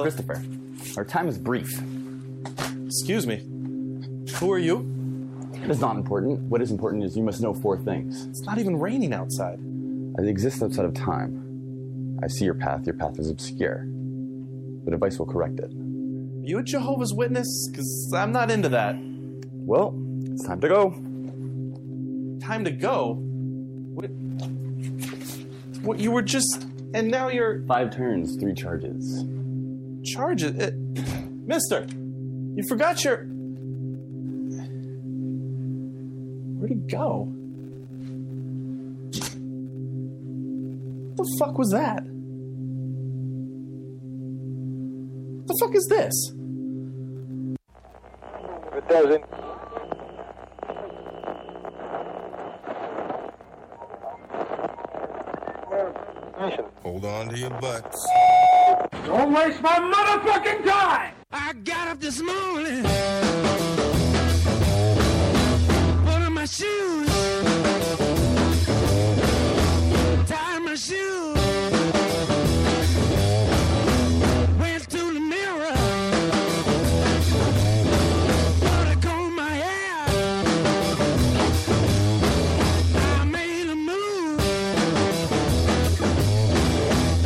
Christopher. Our time is brief. Excuse me. Who are you? It is not important. What is important is you must know four things. It's not even raining outside. I exist outside of time. I see your path. Your path is obscure. The device will correct it. Are you a Jehovah's Witness? Because I'm not into that. Well, it's time to go. Time to go. What? What? You were just. And now you're. Five turns, three charges. Charges. It, mister! You forgot your. Where'd he go? The fuck was that? The fuck is this? It doesn't. Hold on to your butts. Don't waste my motherfucking time! I got up this morning, put on my shoes, tied my shoes, went to the mirror, put a comb my hair. I made a move,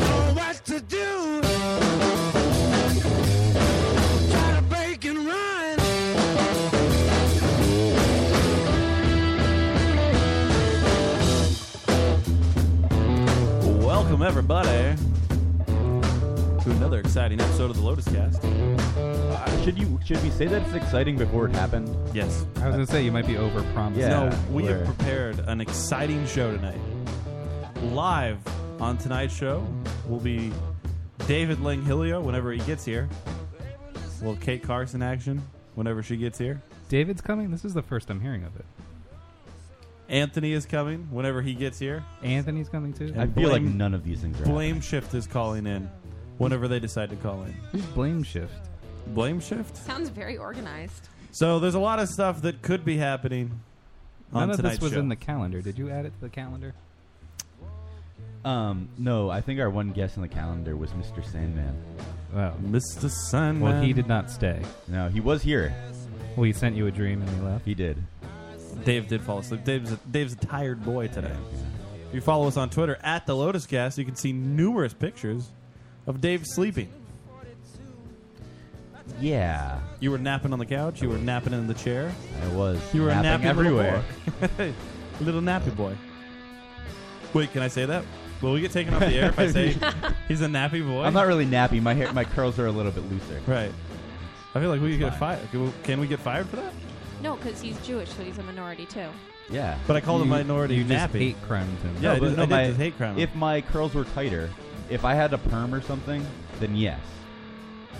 know what to do. Try to break and run. Welcome, everybody, to another exciting episode of the Lotus Cast. Uh, Should you should we say that it's exciting before it happened? Yes. I was gonna say you might be over promising. No, we have we're- prepared an exciting show tonight. Live on tonight's show will be David Langhilio whenever he gets here. A little Kate Carson action whenever she gets here. David's coming. This is the first I'm hearing of it. Anthony is coming whenever he gets here. Anthony's coming too. I feel like blame- none of these things are. Blame Shift is calling in whenever they decide to call in. Who's blame shift? Blame Shift? Sounds very organized. So there's a lot of stuff that could be happening on None of tonight's this was show. in the calendar. Did you add it to the calendar? Um, no, I think our one guess on the calendar was Mr. Sandman. Well, Mr. Sandman. well, he did not stay. No, he was here. Well, he sent you a dream and he left. He did. Dave did fall asleep. Dave's a, Dave's a tired boy today. If you follow us on Twitter at the Lotus Cast, you can see numerous pictures of Dave sleeping. Yeah, You were napping on the couch. You were napping in the chair. I was. You were napping a nappy little everywhere. boy. little nappy boy. Wait, can I say that? Will we get taken off the air if I say he's a nappy boy? I'm not really nappy. My hair, my curls are a little bit looser. right. I feel like we could get fine. fired. Can we- Can we get fired for that? No, because he's Jewish, so he's a minority too. Yeah, But I called him minority You just nappy. hate Crimson. Yeah. I but didn't know if about the hate crime. If my curls were tighter, if I had a perm or something, then yes.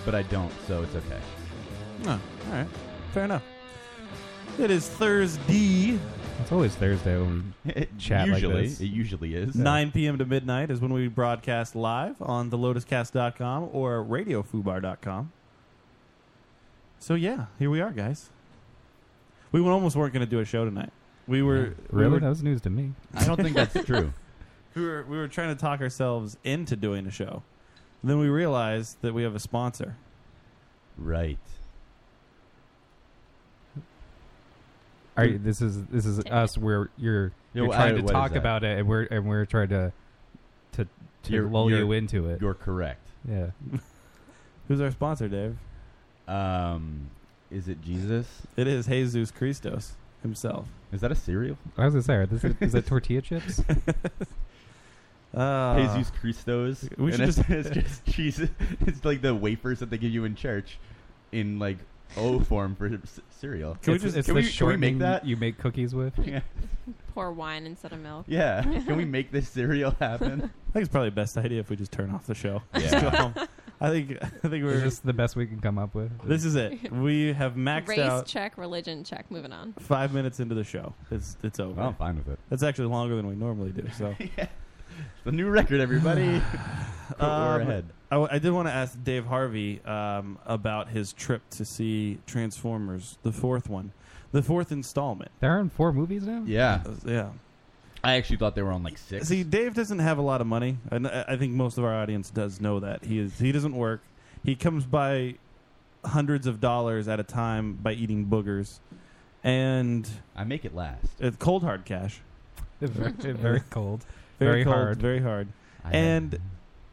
But I don't, so it's okay. Oh, all right. Fair enough. It is Thursday, It's always Thursday when It Chat like usually, this. it usually is. 9 p.m. to midnight is when we broadcast live on thelotuscast.com or radiofubar.com. So, yeah, here we are, guys. We were- almost weren't going to do a show tonight. We were, really we that were, was news to me. I don't think that's true. we were we were trying to talk ourselves into doing a show. Then we realized that we have a sponsor. Right. Are you, this is this is us where you're Yeah, you're well, I- trying to what is talk that? about it and we're and we're trying to to to You're- lull you're- you into it. You're correct. Yeah. Who's our sponsor, Dave? Um, is it Jesus? It is Jesus Christos himself. Is that a cereal? I was gonna say, are this is it tortilla chips? Uh, Ah. Jesus Christos. we should And it's, just- it's just Jesus. It's like the wafers that they give you in church, in like O form for c- cereal. Can we it's just- it's can we- the can we make shortening that? you make cookies with? Yeah. Pour wine instead of milk. yeah. Can we make this cereal happen? I think it's probably the best idea if we just turn off the show. Yeah. Go home. I think I think we're It's just the best we can come up with. This is it. We have maxed Race out check, religion check. Moving on. five minutes into the show. It's it's over. I'm fine with it. That's actually longer than we normally do. So It's the new record, everybody. Cool, Um, we're ahead. I, w- I did want to ask Dave Harvey um, about his trip to see Transformers, the fourth one, the fourth installment. They're in four movies now. Yeah. Uh, Yeah. I actually thought they were on like six. See, Dave doesn't have a lot of money, and I I think most of our audience does know that he is. He doesn't work. He comes by hundreds of dollars at a time by eating boogers, and I make it last. It's cold hard cash. Very- very cold. Very cold, hard. Very hard. I know. and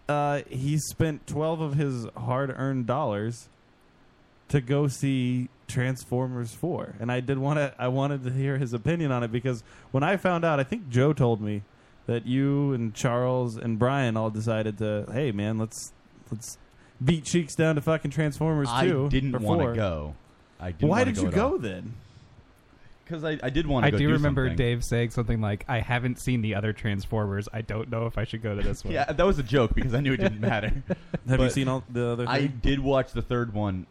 uh, he spent twelve of his hard-earned dollars to go see Transformers Four, and I did want to. I wanted to hear his opinion on it because when I found out, I think Joe told me that you and Charles and Brian all decided to. Hey, man, let's let's beat cheeks down to fucking Transformers I Two. didn't want wanna go. I didn't Why wanna did go you at go all. then? Because I, I did want to. I do remember something. Dave saying something like, "I haven't seen the other Transformers. I don't know if I should go to this one." Yeah, that was a joke because I knew it didn't matter. Have you But seen all the other? I three? did watch the third one,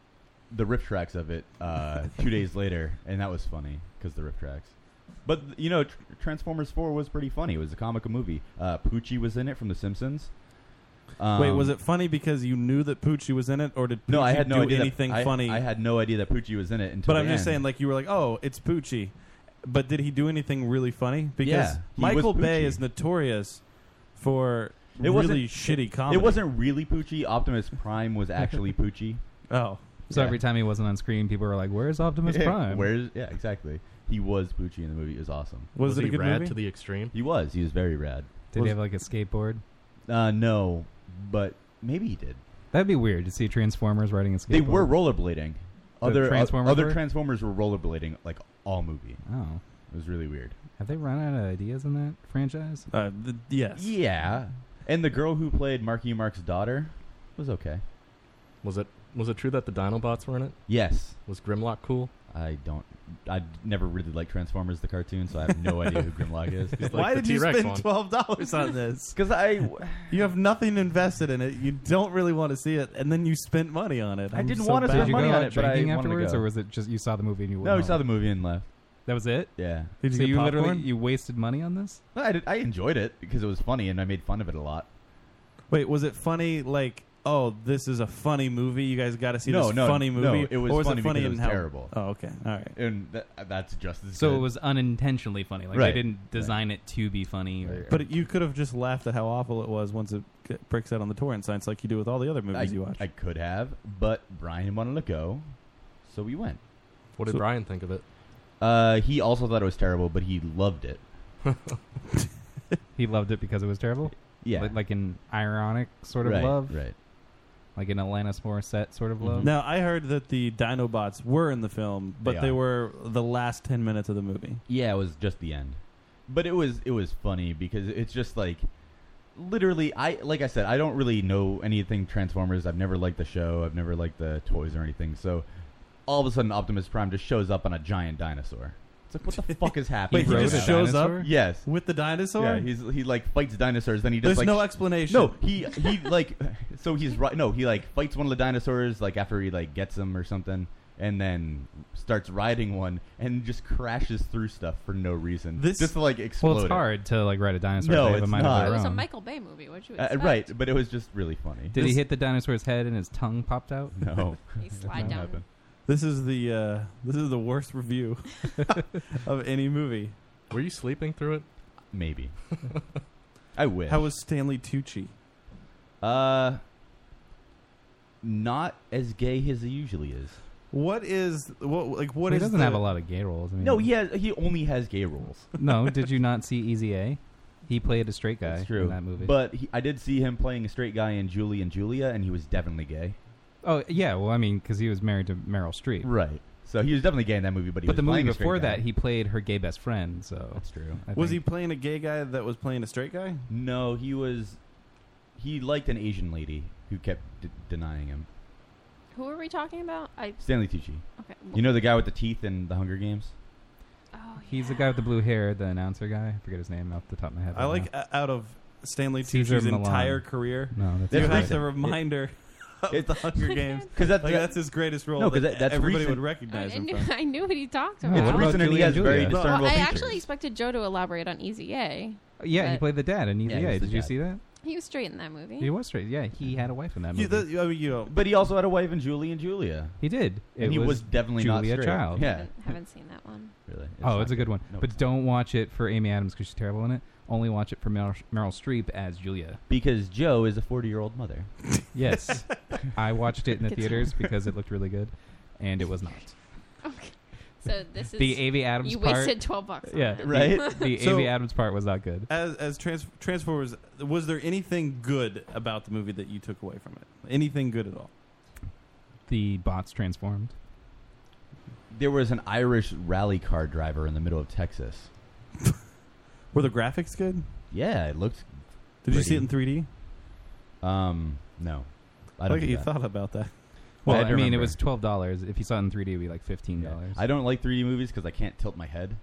the riff tracks of it, uh, two days later, and that was funny because the riff tracks. But you know, Tr- Transformers Four was pretty funny. It was a comic movie. Uh, Poochie was in it from The Simpsons. Wait, Um, was it funny because you knew that Poochie was in it, or did Poochie No, I had no do idea that- anything I- funny? I had no idea that Poochie was in it until. But the I'm just end. saying, like you were like, oh, it's Poochie, but did he do anything really funny? Yeah, Because he Michael was Bay Poochie. is notorious for It wasn't- really shitty comedy. It wasn't really Poochie. Optimus Prime was actually Poochie. Oh, So Yeah. every time he wasn't on screen, people were like, "Where's Optimus Yeah, Prime?" Where's yeah, exactly. He was Poochie in the movie. It was awesome. Was Was it a he good rad movie? to the extreme? He was. He was very rad. Did he have like a skateboard? Uh, no, but maybe he did. That'd be weird to see Transformers riding a skateboard. They were rollerblading. The Other uh, Transformers other were? Transformers were rollerblading like all movie. Oh, it was really weird. Have they run out of ideas in that franchise? Uh, yes. Yeah, and the girl who played Marky Mark's daughter was okay. Was it was it true that the Dinobots were in it? Yes. Was Grimlock cool? I don't. I never really liked Transformers the cartoon, so I have no idea who Grimlock is. He's like Why the did you T-Rex spend one. twelve dollars on this? Because I, you have nothing invested in it. You don't really want to see it, and then you spent money on it. I I'm didn't so wanna bad. spend Did you money go on out it, but I drinking wanted to afterwards, go. or was it just you saw the movie and you? went No, we home? saw the movie and left. That was it. Yeah. Did you so get you literally popcorn? you wasted money on this? No, I, did, I enjoyed it because it was funny and I made fun of it a lot. Wait, was it funny? Like, oh, this is a funny movie. You guys got to see No, this no, funny no, movie. it was or was funny it funny because it and was how terrible. Oh, okay, all right. And that, that's just as So good. it was unintentionally funny. Like Right. they didn't design it to be funny. Or, But you could have just laughed at how awful it was once it g- breaks out on the torrent sites, like you do with all the other movies I, you watch. I could have, but Brian wanted to go, so we went. What did So- Brian think of it? Uh, he also thought it was terrible, but he loved it. he loved it because it was terrible. Yeah. like, like an ironic sort of Right, love. Right. Like an Alanis Morissette sort of love. Now I heard that the Dinobots were in the film, but They they, are. were the last ten minutes of the movie. Yeah, it was just the end. But it was it was funny because it's just like literally I like I said, I don't really know anything Transformers. I've never liked the show. I've never liked the toys or anything. So all of a sudden Optimus Prime just shows up on a giant dinosaur. It's like what the fuck is happening? Wait, he right just now? shows up Yes. with the dinosaur. Yeah, he's he like fights dinosaurs. Then he just There's like no explanation. No, he he like so he's right. No, he like fights one of the dinosaurs like after he like gets him or something, and then starts riding one and just crashes through stuff for no reason. This- just to, like explode. Well, it's it. hard to like ride a dinosaur. if No, they have it's a mind not. Of It their was a own. Michael Bay movie. What'd you Um, Uh, expect? right, but it was just really funny. Did he This- hit the dinosaur's head and his tongue popped out? No, He slide down. This is the uh, this is the worst review of any movie. Were you sleeping through it? maybe. I wish. How was Stanley Tucci? uh, not as gay as he usually is. What is what like Well, what he is doesn't the- have a lot of gay roles. I mean, No, he has. He only has gay roles. no, did you not see Easy A? He played a straight guy That's true. in that movie. But he, I did see him playing a straight guy in Julie and Julia, and he was definitely gay. oh yeah, well I mean because he was married to Meryl Streep. Right. So he was definitely gay in that movie, but he But was the movie playing a straight before guy. that, he played her gay best friend. So That's true. I Was he think- playing a gay guy that was playing a straight guy? No, he was. He liked an Asian lady who kept d- denying him. Who are we talking about? I Stanley Tucci. okay. You know the guy with the teeth in The Hunger Games? Oh, He's the guy with the blue hair, the announcer guy. I forget his name off the top of my head. I right like uh, out of Stanley Caesar Tucci's Milan. entire career. now. No, That's you that's have recent. the reminder of it- the Hunger Games. Because that's, Like that's his greatest role. No, 'cause that, that- that's everybody recent. would I recognize him. knew, From. I knew what he talked Yeah, about. what it's about recent and he Julie and has very Julia? discernible well, I features. actually expected Joe to elaborate on Easy A. Oh, yeah, he But- played the dad in Easy Uh, Yeah, he A. was Did the you dad. see that? He was straight in that movie. He was straight. Yeah, he had a wife in that movie. You, the, I mean, you know, but he also had a wife in Julie and Julia. he did. And It he was, definitely Julia not straight. Child. Yeah. Haven't, haven't seen that one. Really. oh, not it's a good one. No, but it's not. don't watch it for Amy Adams because she's terrible in it. Only watch it for Meryl, Meryl Streep as Julia. Because Joe is a 40 year old mother. Yes. I watched it in the It's theaters fine. because it looked really good, and it was not. Okay. So this is The Amy Adams You part. wasted twelve bucks. on Yeah, it. The So- Amy Adams part was not good. As as trans- Transformers, was there anything good about the movie that you took away from it? Anything good at all? The bots transformed. There was an Irish rally car driver in the middle of Texas. Were the graphics good? Yeah, it looked. Did you see it in 3D? Um, no. I don't Look do at you that. thought about that. Well, I I, had to mean, remember. it was twelve dollars. If you saw it in 3D, it'd be like fifteen dollars. I don't like 3D movies because I can't tilt my head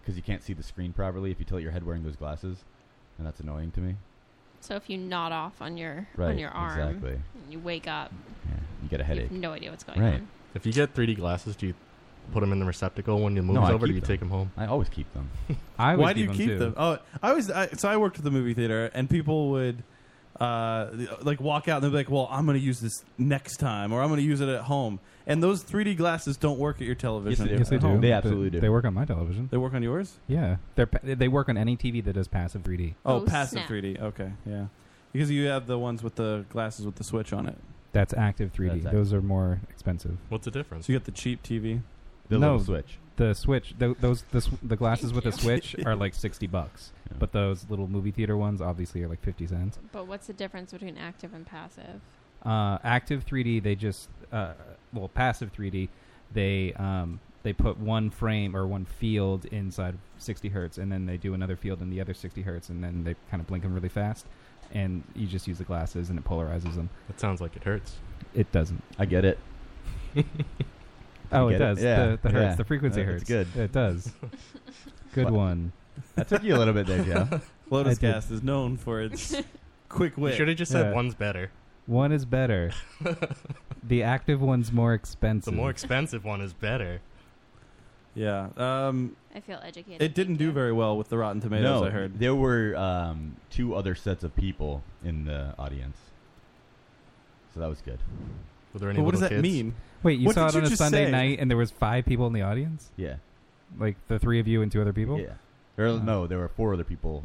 because you can't see the screen properly if you tilt your head wearing those glasses, and that's annoying to me. So if you nod off on your Right, on your arm, exactly. and you wake up, You get a you headache. have no idea what's going on. If you get 3D glasses, do you put them in the receptacle when the movie's I over? Do keep you them. take them home? I always keep them. I Why do you keep them? Oh, I was I, so I worked at the movie theater, and people would uh, like walk out and they'd be like, "Well, I'm going to use this next time, or I'm going to use it at home." And those 3D glasses don't work at your television. Yes, they at do. home. they, They work on my television. They work on yours. Yeah, they're pa- they work on any TV that does passive 3D. Oh, Oh, passive snap. 3D. Okay, yeah, because you have the ones with the glasses with the switch on it. That's active 3D. That's active. Those are more expensive. What's the difference? So you got the cheap TV. The No. little switch. The switch, tho- those the, sw- the glasses Thank with the you. switch are like sixty bucks, Yeah. but those little movie theater ones obviously are like fifty cents. But what's the difference between active and passive? Uh, active 3D, they just uh, well passive 3D, they um, they put one frame or one field inside 60 hertz, and then they do another field in the other 60 hertz, and then they kind of blink them really fast, and you just use the glasses and it polarizes them. That sounds like it hurts. It doesn't. I get it. I Oh, it get does. Yeah, The, the hertz, yeah. the frequency Uh, hertz. It's good. It does. Good But- one. That took you a little bit there, Joe. Lotus I did. Cast is known for its quick You wit. should have just Yeah. said one's better. One is better. the active one's more The expensive. more expensive one is better. Yeah, um, I feel educated. it didn't Thank do you. very well with the Rotten Tomatoes. no, I heard. there were um, two other sets of people in the audience, so that was good. Were there any But what does little that kids? mean? Wait, you What saw did it you on a just Sunday say? night, and there was five people in the audience, Yeah, like the three of you and two other people. Oh. yeah. Or, no, there were four other people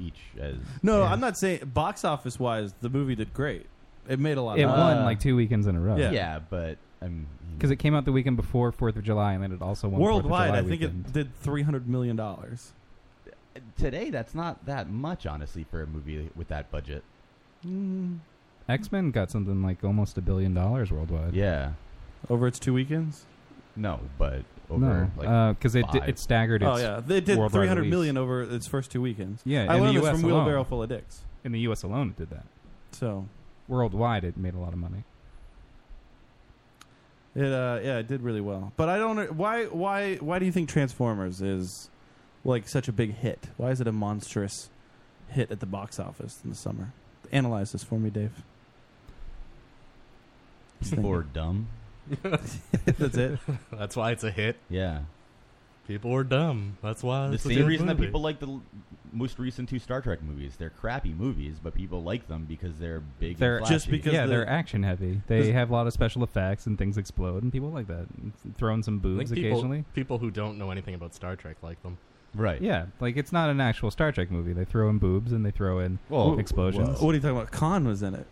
each as No, Yeah. I'm not saying box office wise, the movie did great. It made a lot. It of money. won Uh, like two weekends in a row. Yeah. yeah, but I'm Because it came out the weekend before Fourth of July, and then it also won Fourth of worldwide. July I think weekend. it did 300 million dollars. today that's not that much honestly for a movie with that budget. X Men got something like almost a billion dollars worldwide. Yeah, Over its two weekends. no, but over no, like because it five. it staggered its oh yeah, they did worldwide 300 release. million over its first two weekends. Yeah, I in the learned this US from Wheelbarrow alone. Full of Dicks. in the U.S. alone it did that. So Worldwide, it made a lot of money. it, uh, yeah, it did really well. But I don't. Why, why, why do you think Transformers is like such a big hit? Why is it a monstrous hit at the box office in the summer? Analyze this for me, Dave. people were dumb. That's it. That's why it's a hit. Yeah, People were dumb. That's why. the Uh, it's a same good reason that movie. people like the l- most recent two Star Trek movies. They're crappy movies, but people like them because they're big. They're- and Just flashy. because- yeah, the- they're action heavy. They Does- have a lot of special effects and things explode, and people like that. Throwing some I boobs think people, occasionally. people who don't know anything about Star Trek like them. right. Yeah, like it's not an actual Star Trek movie. They throw in boobs and they throw in Well, explosions. What are you talking about? Khan was in it.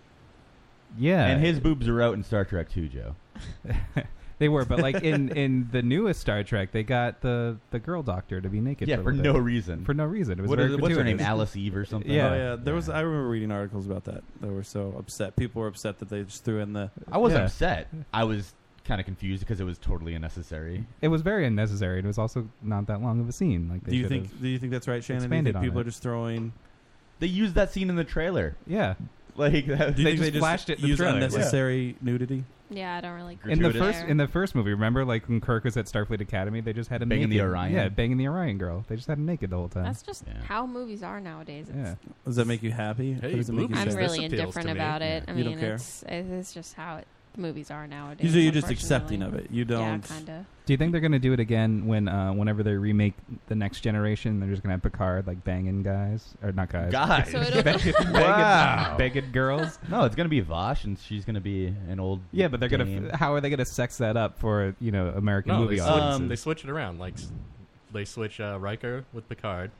Yeah, and his boobs are out in Star Trek too, Joe. They were, but like in in the newest Star Trek, they got the the girl doctor to be naked. yeah, for, a for little no bit. reason. for no reason. It was What very is- what's her name? gratuitous. Alice Eve or something. Yeah. Oh yeah, there was. I remember reading articles about that. They were so upset. People were upset that they just threw in the. I wasn't Yeah. upset. I was kind of confused because it was totally unnecessary. It was very unnecessary. and It was also not that long of a scene. Like, they do you should think? have- Do you think that's right, Shannon? Do you expanded think on people it. are just throwing? They used that scene in the trailer. Yeah, Like that, Do you They think just they flashed it in the use trailer, yeah. unnecessary nudity. Yeah, I don't really. In in the Gratuitous. first in the first movie, remember, like when Kirk was at Starfleet Academy, they just had him Banging the naked. Orion? Yeah, banging the Orion girl. They just had him naked the whole time. That's just Yeah. how movies are nowadays. It's, yeah, Does that make you happy? Hey, Or does it make you boobies. sad? I'm This really appeals to indifferent me. about it. I You mean, don't care? it's it's just how it, movies are nowadays. Usually, you're just accepting of unfortunately. it. You don't. Yeah, kind of. Do you think they're gonna do it again when uh, whenever they remake the Next Generation? They're just gonna have Picard like banging guys or not guys, guys. So it'll. banging, Wow. banging girls. No, it's gonna be Vosh, and she's gonna be an old. Yeah, but they're dame. gonna. F- how are they gonna sex that up for you know American No, movie um, they, switch, audiences. they switch it around. Like s- they switch uh, Riker with Picard,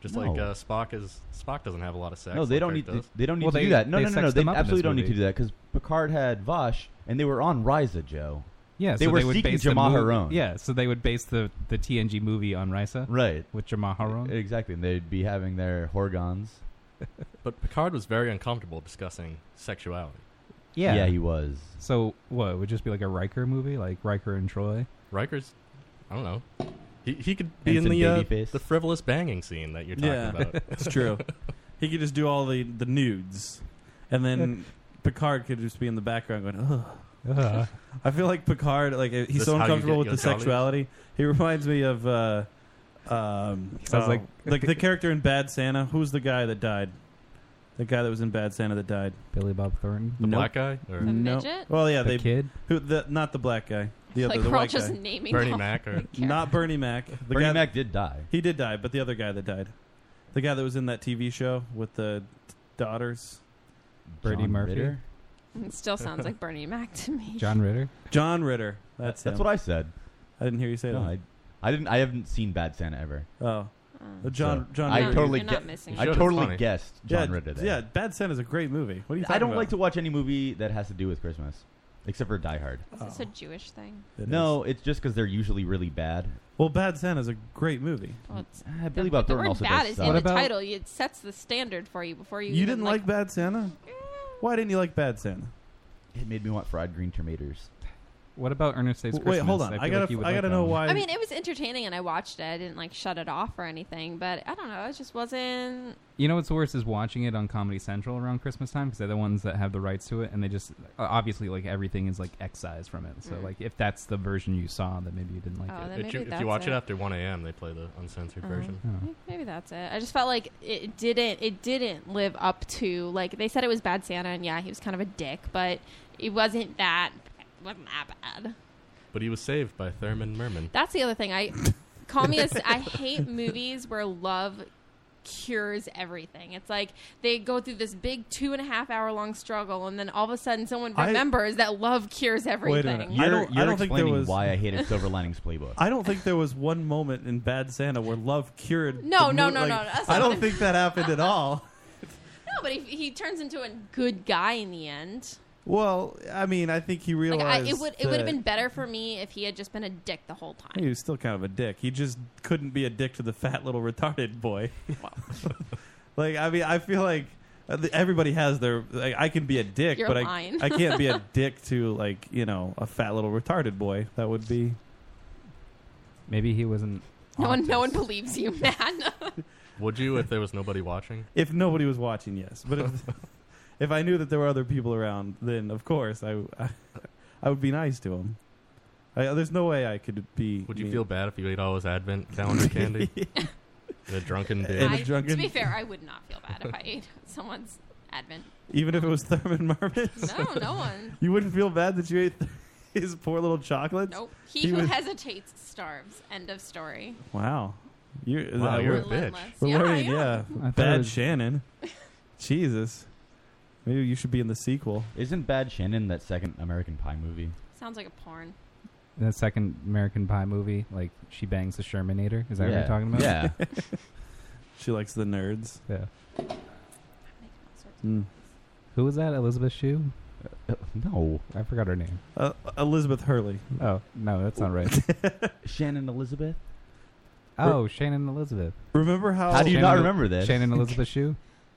Just No. like uh, Spock is Spock doesn't have a lot of sex. No, they like don't Kirk need. To, does. they don't need to do that. No, no, no, no. They absolutely don't need to do that that. because Picard had Vosh, and they were on Risa, Joe. Yeah, they so were they would seeking base the Jama movie- Harone. Yeah, so they would base the, the TNG movie on Risa. Right. With Jama Harone. Exactly, and they'd be having their horgons. But Picard was very uncomfortable discussing sexuality. Yeah. Yeah, he was. So what? It would just be like a Riker movie, like Riker and Troy. Riker's, I don't know. He, he could be And in some the uh, babyface. the frivolous banging scene that you're talking yeah, about. it's true. He could just do all the, the nudes, and then Picard could just be in the background going, "Ugh." Ugh. I feel like Picard, like he's This so how you uncomfortable get with your the jollies? sexuality. He reminds me of, uh, um, Sounds uh, like- the, the character in Bad Santa. Who's the guy that died? The guy that was in Bad Santa that died. Billy Bob Thornton, The black guy? Or- The no. midget? Well, yeah, The they kid? Who the not the black guy. The Like, other, the we're all white just guy. naming Bernie all Mac or- the not Bernie Mac. The Bernie guy Mac did die. He did die, but the other guy that died, the guy that was in that TV show with the t- daughters, Bernie John Murphy? Ritter? It still sounds like Bernie Mac to me. Ritter. John Ritter. That's that's him. what I said. I didn't hear you say no, that. I, I didn't. I haven't seen Bad Santa ever. Oh. Uh, John- John I Ritter. totally. You're not gue- missing I much. totally Funny. guessed John Yeah, Ritter. There. yeah, Bad Santa's a great movie. What are you I talking don't about? like to watch any movie that has to do with Christmas, except for Die Hard. Is this a Jewish thing? no, it's just because they're usually really bad. Well, Bad Santa's a great movie. Well, it's- I Billy Bob the Oh, Thornton word also bad does is suck. in the title. It sets the standard for you before you. You even, didn't like Bad Santa? Why didn't you like Bad Santa? It made me want fried green tomatoes. What about Ernest Saves Wait, hold Christmas? on. I I feel gotta, like you would I like gotta that know one. why. I mean, it was entertaining, and I watched it. I didn't like shut it off or anything, but I don't know. It just wasn't. You know what's worse is watching it on Comedy Central around Christmas time because they're the ones that have the rights to it, and they just obviously like everything is like excised from it. So Mm. like if that's the version you saw, then maybe you didn't like Oh, it. then If you, maybe if you that's watch it. it. after 1 a.m., they play the uncensored Oh. version. May- Maybe that's it. I just felt like it didn't. It didn't live up to like they said it was bad Santa, and yeah, he was kind of a dick, but it wasn't that. Wasn't that bad? But he was saved by Thurman Merman. That's the other thing. I call me a. s- I hate movies where love cures everything. It's like they go through this big two and a half hour long struggle, and then all of a sudden someone I- remembers that love cures everything. I You're, don't- I you're don't think there explaining was- why I hated Silver Linings Playbook. I don't think there was one moment in Bad Santa where love cured. No, the no, mood- no, like, no, that's I don't not- think that happened at all. No, but he, he turns into a good guy in the end. Well, I mean, I think he Like realized I, it would it would have that been better for me if he had just been a dick the whole time. He was still kind of a dick. He just couldn't be a dick to the fat little retarded boy. like I mean, I feel like uh, th- everybody has their. Like, I can be a dick, You're but lying. I I can't be a dick to like you know a fat little retarded boy. That would be. Maybe he wasn't. No one no one believes you, man. Would you if there was nobody watching? If nobody was watching, yes. But if if I knew that there were other people around, then of course I I, I would be nice to him. I, there's no way I could be. Would you mean. feel bad if you ate all his advent calendar candy? the drunken day. And a I- to drunken- be fair, I would not feel bad if I ate someone's advent. Even if it was Thurman Merman? No, no one. You wouldn't feel bad that you ate his poor little chocolates? Nope. He, who hesitates starves. End of story. Wow. You're, Wow, you're a we're- bitch. We're Yeah, learning, I am. yeah. I thought it Bad was- Shannon. Jesus. Maybe you should be in the sequel. Isn't Bad Shannon that second American Pie movie? Sounds like a porn. The second American Pie movie, like she bangs the Shermanator. Is that what Yeah. you're talking about? Yeah. she likes the nerds. Yeah. Hmm. Mm. Who was that? Elizabeth Shue? Uh, no, I forgot her name. Uh, Elizabeth Hurley. Oh no, that's not right. Shannon Elizabeth. oh, Shannon Elizabeth. Remember how? Shannon- Shannon Elizabeth Shue.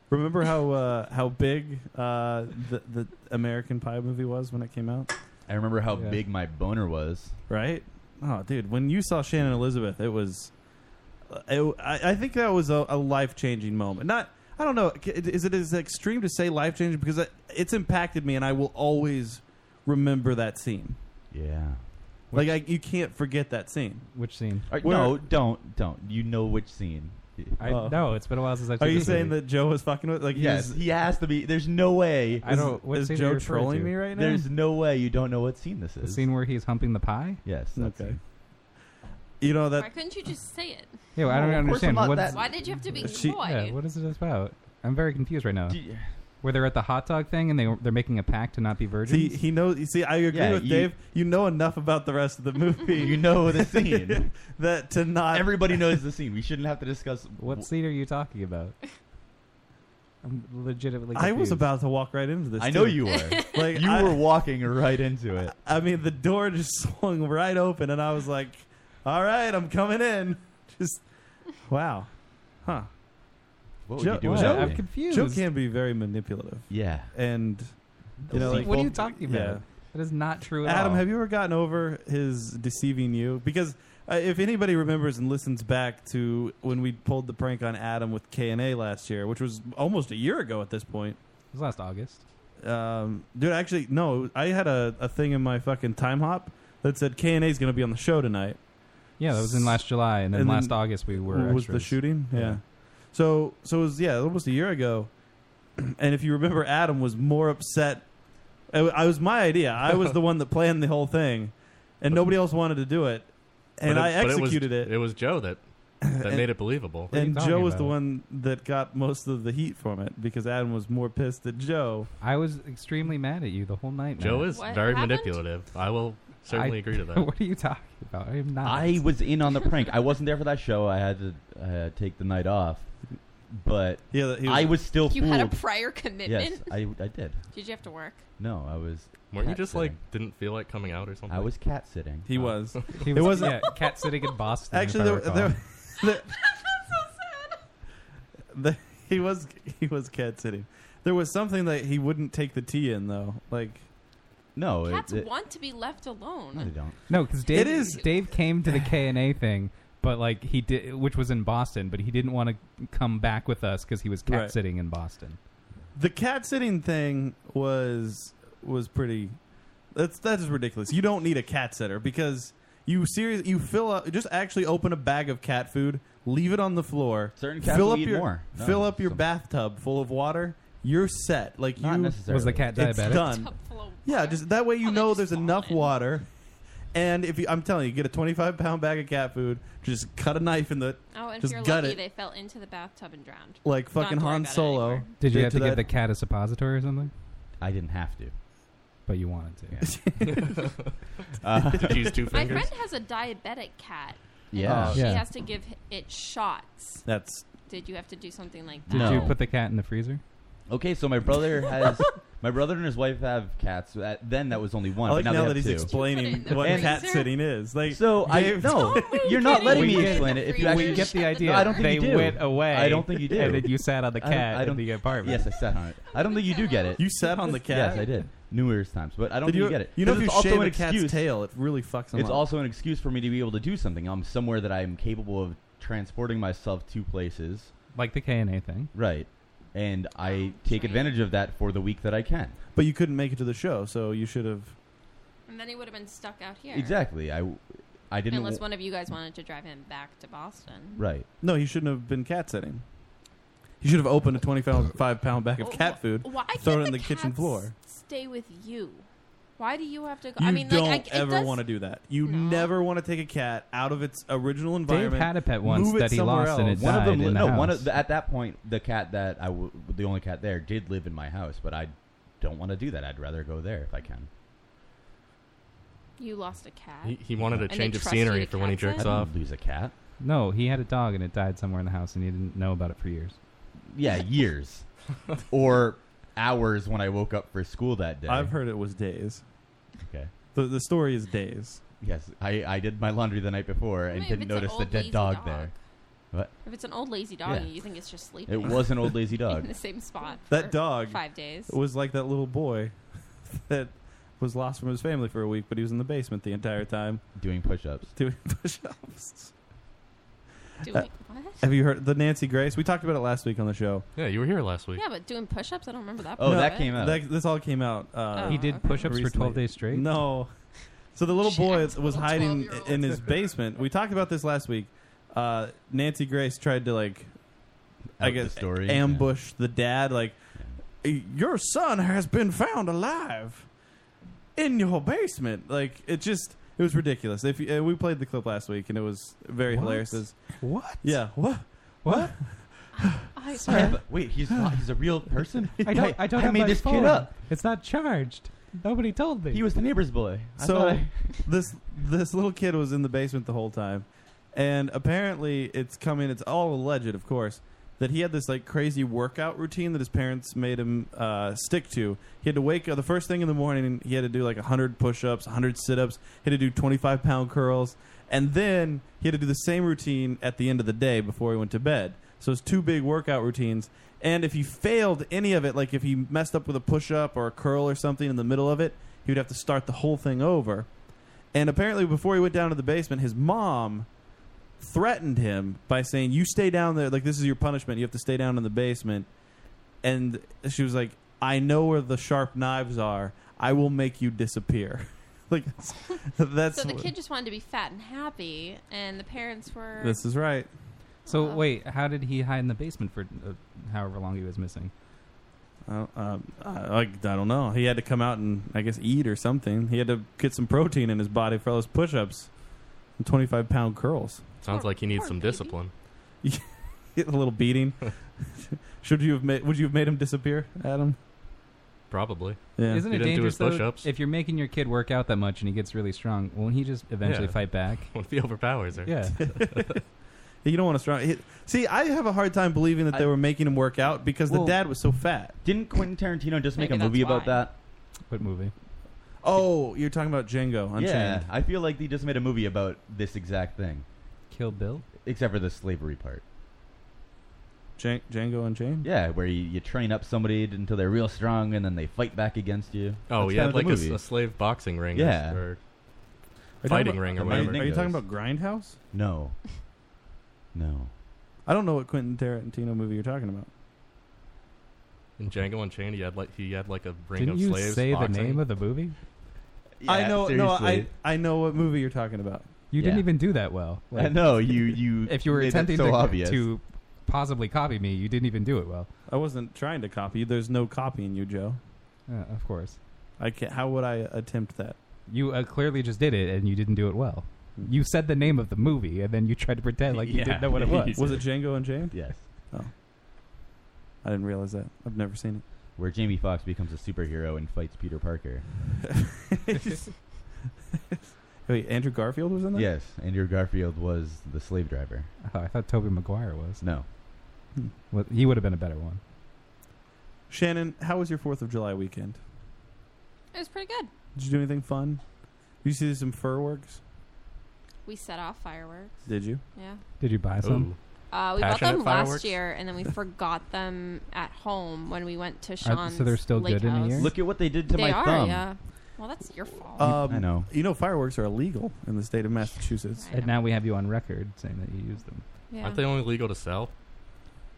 Remember how uh, how big uh, the the American Pie movie was when it came out? I remember how Yeah. big my boner was. Right? Oh, dude, when you saw Shannon Elizabeth, it was. uh, It, I, I think that was a, a life changing moment. Not, I don't know. c- Is it as extreme to say life changing because it, it's impacted me, and I will always remember that scene. Yeah. Like I, you can't forget that scene. Which scene? Uh, no, don't, don't. You know which scene? I no, it's been a while since I've. Oh. Are seen you this saying movie. that Joe was fucking with? Like he Yes, was- he has to be. There's no way. I don't- what Is scene are you Joe referring trolling to? me right now? There's no way you don't know what scene this the is. scene where he's humping the pie? Yes. that's Okay. it. You know Why couldn't you just say it? Yeah, well, I don't No, of course understand. I'm not What's, that- Why did you have to be She- coy? yeah, what is it about? I'm very confused right now. Do you- where they're at the hot dog thing and they they're making a pact to not be See, virgins. he knows. You see, I agree Yeah, with you- Dave. You know enough about the rest of the movie. You know the scene. that to not. Everybody knows the scene. We shouldn't have to discuss what scene are you talking about? I'm legitimately. I was confused. about to walk right into this. I know too. you were. Like you I, were walking right into it. I mean, the door just swung right open, and I was like, "All right, I'm coming in." Just wow, huh? What Joe- would you do? Joe- without I'm me? confused. Joe can be very manipulative, Yeah. and you know, What like, are you talking about? Yeah. That is not true at Adam, all. have you ever gotten over his deceiving you? Because uh, if anybody remembers and listens back to when we pulled the prank on Adam with K and A last year, which was almost a year ago at this point, It was last August. um, dude. Actually, no, I had a, a thing in my fucking time hop that said K and A is going to be on the show tonight. Yeah, that was in last July, and then And then- last August we were. was the extras. shooting. Yeah. Yeah. So so it was yeah almost a year ago, and if you remember, Adam was more upset. I, I was my idea. I was the one that planned the whole thing, and nobody else wanted to do it, and But I but executed was, it. was Joe that that made it believable. are you and talking Joe was about? the one that got most of the heat from it because Adam was more pissed at Joe. I was extremely mad at you the whole night. Joe man. is What very happened? manipulative. I will certainly I- agree to that. what are you talking about? I am not. I was in on the prank. I wasn't there for that show. I had to uh, take the night off, but Yeah, that he I was still You fooled. had a prior commitment. yes, I, I did. Did you have to work? No, I was. Weren't you cat just sitting. like didn't feel like coming out or something? I was cat sitting. He was He It was, wasn't- yeah, cat sitting in Boston. actually if I there, recall. there, there- That's so sad. the- he was he was cat sitting. There was something that he wouldn't take the tea in though, like. No, it- Cats it- want to be left No, they alone. don't. No, because Dave It is- Dave came to the K and A thing, but like he did, which was in Boston, but he didn't want to come back with us because he was cat Right. sitting in Boston. the cat sitting thing was was pretty that's that is ridiculous you don't need a cat sitter because you serious you fill up just actually open a bag of cat food leave it on the floor Certain cats fill will up eat your more. No, fill up your some- bathtub full of water you're set like Not you necessarily. Was the cat it's diabetic? done Tub full of yeah water. just that way you Oh, they know just there's fall enough in. water and if you, I'm telling you, get a 25 pound bag of cat food. Just cut a knife in the Oh, and just if you're gut lucky, it they fell into the bathtub and drowned. like Not fucking to worry Han about it Solo. anymore. Did you did have to to give that- the cat a suppository or something? I didn't have to. But you wanted to. Uh, Did you use two My fingers? friend has a diabetic cat. and Yeah. She Yeah. has to give it shots. That's Did you have to do something like that? Did No. you put the cat in the freezer? Okay, so my brother has my brother and his wife have cats. That, then that was only one. I like but now now, that they he's have two. explaining Put it in the what freezer. cat sitting is. Like, So I Dave- no, you're not kidding letting me. me We get- explain it. If you we actually get the No, I don't think you do. I don't think you do. And then you sat on the I don't- cat I don't- in the apartment. Yes, I sat on it. I don't think you do get it. you sat on the cat. Yes, I did numerous times, but I don't Did think you, you get it. you know, if Because you it's also shave an a cat's excuse- tail, it really fucks them It's up. also an excuse for me to be able to do something. I'm somewhere that I'm capable of transporting myself to places. Like the K and A thing. Right. And I that's take right. advantage of that for the week that I can. but you couldn't make it to the show, so you should have. And then he would have been stuck out here. Exactly. I, I didn't. Unless wa- one of you guys wanted to drive him back to Boston. Right. No, he shouldn't have been cat sitting. He should have opened a 25 pound bag of Well, cat wh- food, Why thrown can't it in the the kitchen cats floor. Stay with you. Why do you have to go? You I mean, don't like, I, ever it does, want to do that. You No. never want to take a cat out of its original Dave environment. had a pet once move it that he somewhere lost and it else. One of died them. in Li- the no. house. One of the, at that point, the cat that I w- the only cat there did live in my house, but I don't want to do that. I'd rather go there if I can. You lost a cat. He, he wanted a they change of trust you scenery to for when he cat sit? jerks I off. didn't lose a cat. no, he had a dog and it died somewhere in the house and he didn't know about it for years. Yeah, years or hours when I woke up for school that day. I've heard it was days. Okay. The, the story is days. Yes, I, I did my laundry the night before I and mean, if didn't it's an notice the old dead lazy dog, there. What? If it's an old lazy dog, Yeah. you think it's just sleeping It was an old lazy in dog. the same spot. That for dog Five days. It was like that little boy that was lost from his family for a week, but he was in the basement the entire time doing push-ups. doing push ups. Doing, what? Uh, Have you heard the Nancy Grace? We talked about it last week on the show. Yeah, you were here last week. Yeah, but doing push ups? I don't remember that. Oh, part of that it. came out. That, this all came out. Uh, Oh, he did okay. push ups for recently. twelve days straight. No. So the little Shit, boy little was hiding 12-year-old. in his basement. We talked about this last week. Uh, Nancy Grace tried to like, I Out guess, the story. ambush the dad. Like, your son has been found alive in your basement. Like, it just it was ridiculous. If you, uh, we played the clip last week, and it was very What? hilarious. It was- What? Yeah. What? What? I It's her. But Wait, he's not, he's a real person. I don't. I don't. have made my this phone. kid up. It's not charged. Nobody told me. He was the neighbor's boy. I thought So I- this this little kid was in the basement the whole time, and apparently it's coming. It's all alleged, of course, that he had this like crazy workout routine that his parents made him uh, stick to. He had to wake up the first thing in the morning. and He had to do like hundred push-ups, hundred sit-ups. He had to do twenty-five pound curls, and then he had to do the same routine at the end of the day before he went to bed. So it's two big workout routines. And if he failed any of it, like if he messed up with a push-up or a curl or something in the middle of it, he would have to start the whole thing over. And apparently, before he went down to the basement, his mom threatened him by saying, "You stay down there. Like this is your punishment. You have to stay down in the basement." And she was like, "I know where the sharp knives are. I will make you disappear." like that's, that's so the what- kid just wanted to be fat and happy, and the parents were. this is right. So wait, how did he hide in the basement for uh, however long he was missing? I don't- um, I, like, I don't know. He had to come out and I guess eat or something. He had to get some protein in his body for all those push-ups and twenty-five pound curls. Sounds like he needs poor some baby. discipline. Get a little beating. Should you have made? Would you have made him disappear, Adam? Probably. Yeah. Isn't He didn't it do dangerous his though? push-ups. If you're making your kid work out that much and he gets really strong, won't he just eventually Yeah. fight back? When he overpowers her. Yeah. You don't want to strong. It, see, I have a hard time believing that they I- were making him work out because Well- the dad was so fat. didn't Quentin Tarantino just make Maybe a movie that's about why. that? what movie? Oh, you're talking about Django Unchained. Yeah, I feel like they just made a movie about this exact thing, Kill Bill. except for the slavery part. Jan- Django Unchained. Yeah, where you, you train up somebody until they're real strong and then they fight back against you. Oh That's yeah, kind of the like a, s- movie. a slave boxing ring. Yeah. Or Are you talking fighting about- ring or are you- whatever. Are you Goes. talking about Grindhouse? No. No. I don't know what Quentin Tarantino movie you're talking about. in Django Unchained, he had like he had like a ring Didn't of you slaves. say boxing. the name of the movie? I Yeah, know. No, I seriously. I know what movie you're talking about. You didn't Yeah. even do that well. I know you. You. If you were made that attempting so to, obvious. to possibly copy me, you didn't even do it well. I wasn't trying to copy you. There's no copying you, Joe. Uh, of course, I can't. How would I attempt that? Hmm. you uh, clearly just did it, and you didn't do it well. You said the name of the movie, and then you tried to pretend like you Yeah. didn't know what it was. Was it Django Unchained? yes, I didn't realize that. I've never seen it. where Jamie Foxx becomes a superhero and fights Peter Parker. Wait, Andrew Garfield was in that. Yes, Andrew Garfield was the slave driver. Oh, I thought Toby Maguire was. No, Hmm. Well, he would have been a better one. Shannon, how was your Fourth of July weekend? It was pretty good. Did you do anything fun? Did you see some fur works? We set off fireworks. Did you? Yeah. Did you buy some? Ooh. Uh, we bought Passionate them fireworks? last year, and then we forgot them at home when we went to so Sean's. they're still lake good in a house. year? look at what they did to they my are, thumb. yeah. Well, that's your fault. Um, I know. You know, fireworks are illegal in the state of Massachusetts. I And know. now we have you on record saying that you used them. yeah. Aren't they only legal to sell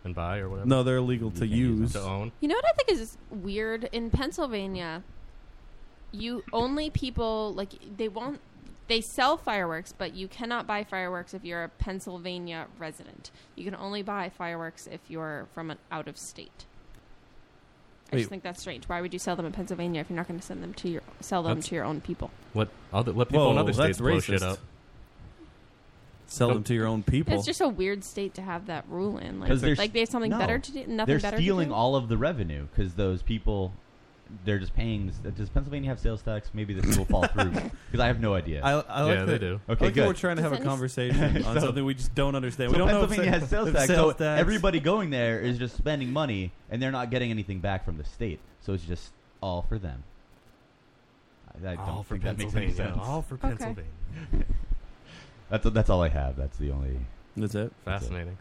and buy or whatever? No, they're illegal to You can't use use. To own. You know what I think is weird in Pennsylvania? You only people like they won't they sell fireworks, but you cannot buy fireworks if you're a Pennsylvania resident. You can only buy fireworks if you're from an out of state. I Wait. just think that's strange. Why would you sell them in Pennsylvania if you're not going to send them to your sell them That's- to your own people? Let other let people in Whoa, other that's states blow shit racist. up. Sell them Nope. to your own people. It's just a weird state to have that rule in. 'Cause Like, they're like they have something no. better to do. Nothing They're better. stealing to do? all of the revenue because those people, they're just paying. this- Does Pennsylvania have sales tax? Maybe this will fall through because I have no idea. I, I like yeah, that, they do. I okay, like that good. we're trying to Does have a any- conversation on So- something we just don't understand. So we don't know if Pennsylvania sa- has sales if tax, sales so tax- everybody going there is just spending money, and they're not getting anything back from the state. So it's just all for them. I, I don't All for think that makes any Pennsylvania. sense. All for Pennsylvania. That's that's all I have. That's the only. That's it. Fascinating.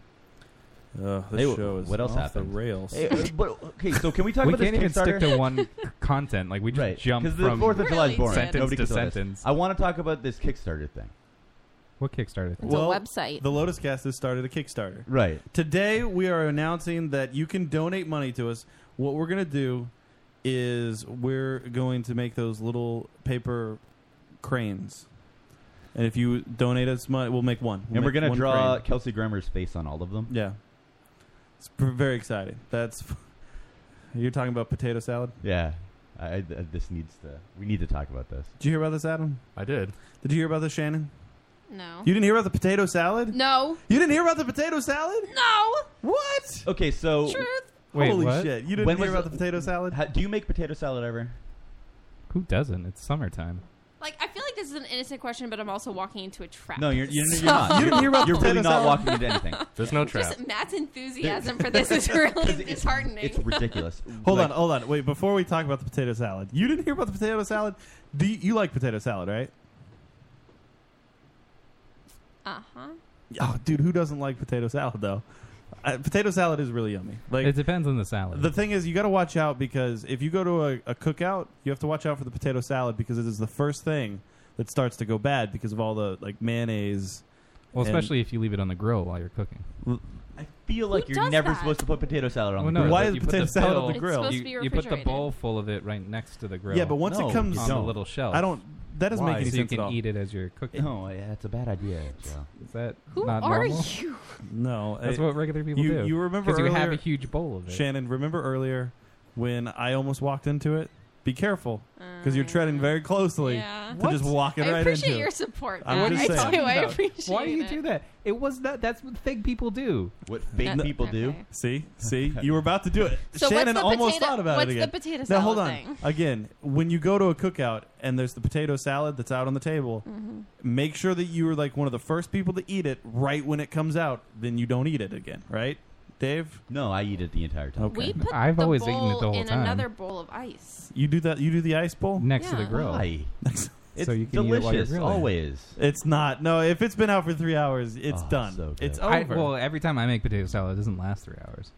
Oh, this Hey, show is what else off happened? the rails. Hey, uh, but okay, so can we talk we about can't even this Kickstarter? stick to one c- content. Like we just right, jump because the from Fourth of July is Really? boring. sentence Nobody to can tell this. sentence. I want to talk about this Kickstarter thing. What Kickstarter It's thing? Well, a website. The Lotus Cast has started a Kickstarter. Right. Today we are announcing that you can donate money to us. What we're going to do is we're going to make those little paper cranes. And if you donate us money, we'll make one. We'll and we're make gonna one draw crane. Kelsey Grammer's face on all of them. Yeah. It's pr- very exciting. That's You're talking about potato salad? Yeah. I, I- this needs to. We need to talk about this. Did you hear about this, Adam? I did. Did you hear about this, Shannon? No. You didn't hear about the potato salad? No. You didn't hear about the potato salad? No. What? Okay, so Truth. Wait, Holy what? shit! You didn't When hear was about the the- potato salad? ha- do you make potato salad ever? Who doesn't? It's summertime. Like I feel like this is an innocent question, but I'm also walking into a trap. No, you're you're, you're So- not. You didn't hear about you're potato really not salad? walking into anything. There's no trap. Just Matt's enthusiasm for this is really disheartening. It's ridiculous. Hold Like, on, hold on. Wait, before we talk about the potato salad, you didn't hear about the potato salad. Do you, you like potato salad, right? uh huh. Oh, dude, who doesn't like potato salad though? Uh, potato salad is really yummy. Like It depends on the salad. the thing is, you got to watch out because if you go to a, a cookout, you have to watch out for the potato salad because it is the first thing that starts to go bad because of all the like mayonnaise. well, and- especially if you leave it on the grill while you're cooking. I feel like Who you're does never that? supposed to put potato salad on Well, the no, grill. Why but is you put potato the salad fill- on the It's grill? supposed You, to be you put the refrigerated. bowl full of it right next to the grill. yeah, but once No, it comes, on you the don't. little shelf. I don't. That doesn't Why? make any So you sense can at all. eat it as you're cooking. No, yeah, it's a bad idea. Joe. Is that Who not are normal? you? No, That's it- what regular people you- do. you remember because you have earlier- a huge bowl of it. Shannon, remember earlier when I almost walked into it? Be careful because you're Uh, treading very closely yeah. to just walking I right appreciate into your it. support. I'm Matt. just I saying. do. I About- appreciate Why do you it. do that? It was not. That's what fake people do. What fake No, people do. okay. See, see, you were about to do it. So what's Shannon the almost potato- thought about what's it the again. potato now hold on. salad thing? Again, when you go to a cookout and there's the potato salad that's out on the table, Mm-hmm. make sure that you are like one of the first people to eat it right when it comes out. Then you don't eat it again, right, Dave? No, I eat it the entire time. Okay. We put I've the always bowl eaten it the whole in time. another bowl of ice. You do that. You do the ice bowl. Next to Yeah. the grill. Why? It's So you can eat it while you're delicious. grilling. always. It's not. No, if it's been out for three hours, it's Oh, done. so good. it's over. I, well, every time I make potato salad, it doesn't last three hours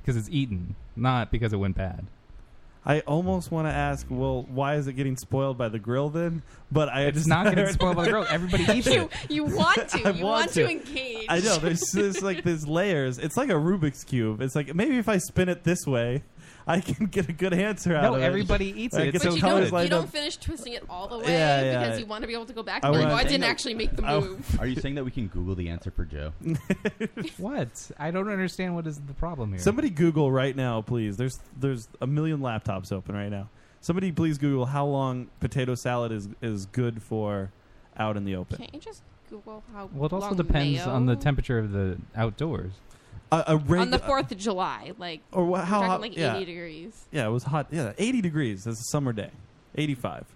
because it's eaten, not because it went bad. I almost want to ask, well, why is it getting spoiled by the grill then? But I It's just not getting spoiled by the grill. Everybody eats You it. you want to. I you want want to, to. engage. I know there's, there's like there's layers. It's like a Rubik's cube. It's like maybe if I spin it this way, I can get a good answer out No, of it. everybody eats I it. get It's But some you so colors good. don't, you lined don't up. finish twisting it all the way Yeah, yeah. because you want to be able to go back I and be like, wanna- well, I didn't Daniel- actually make the I- move. Oh, Are you saying that we can Google the answer for Joe? What? I don't understand what is the problem here. Somebody Google right now, please. There's there's a million laptops open right now. Somebody please Google how long potato salad is is good for out in the open. Can't you just Google how well, it also long depends mayo- on the temperature of the outdoors. A, a reg- on the Fourth of July, like or wha- we're how talking hot? like yeah, eighty degrees. yeah, it was hot. Yeah, 80 degrees. That's a summer day. 85.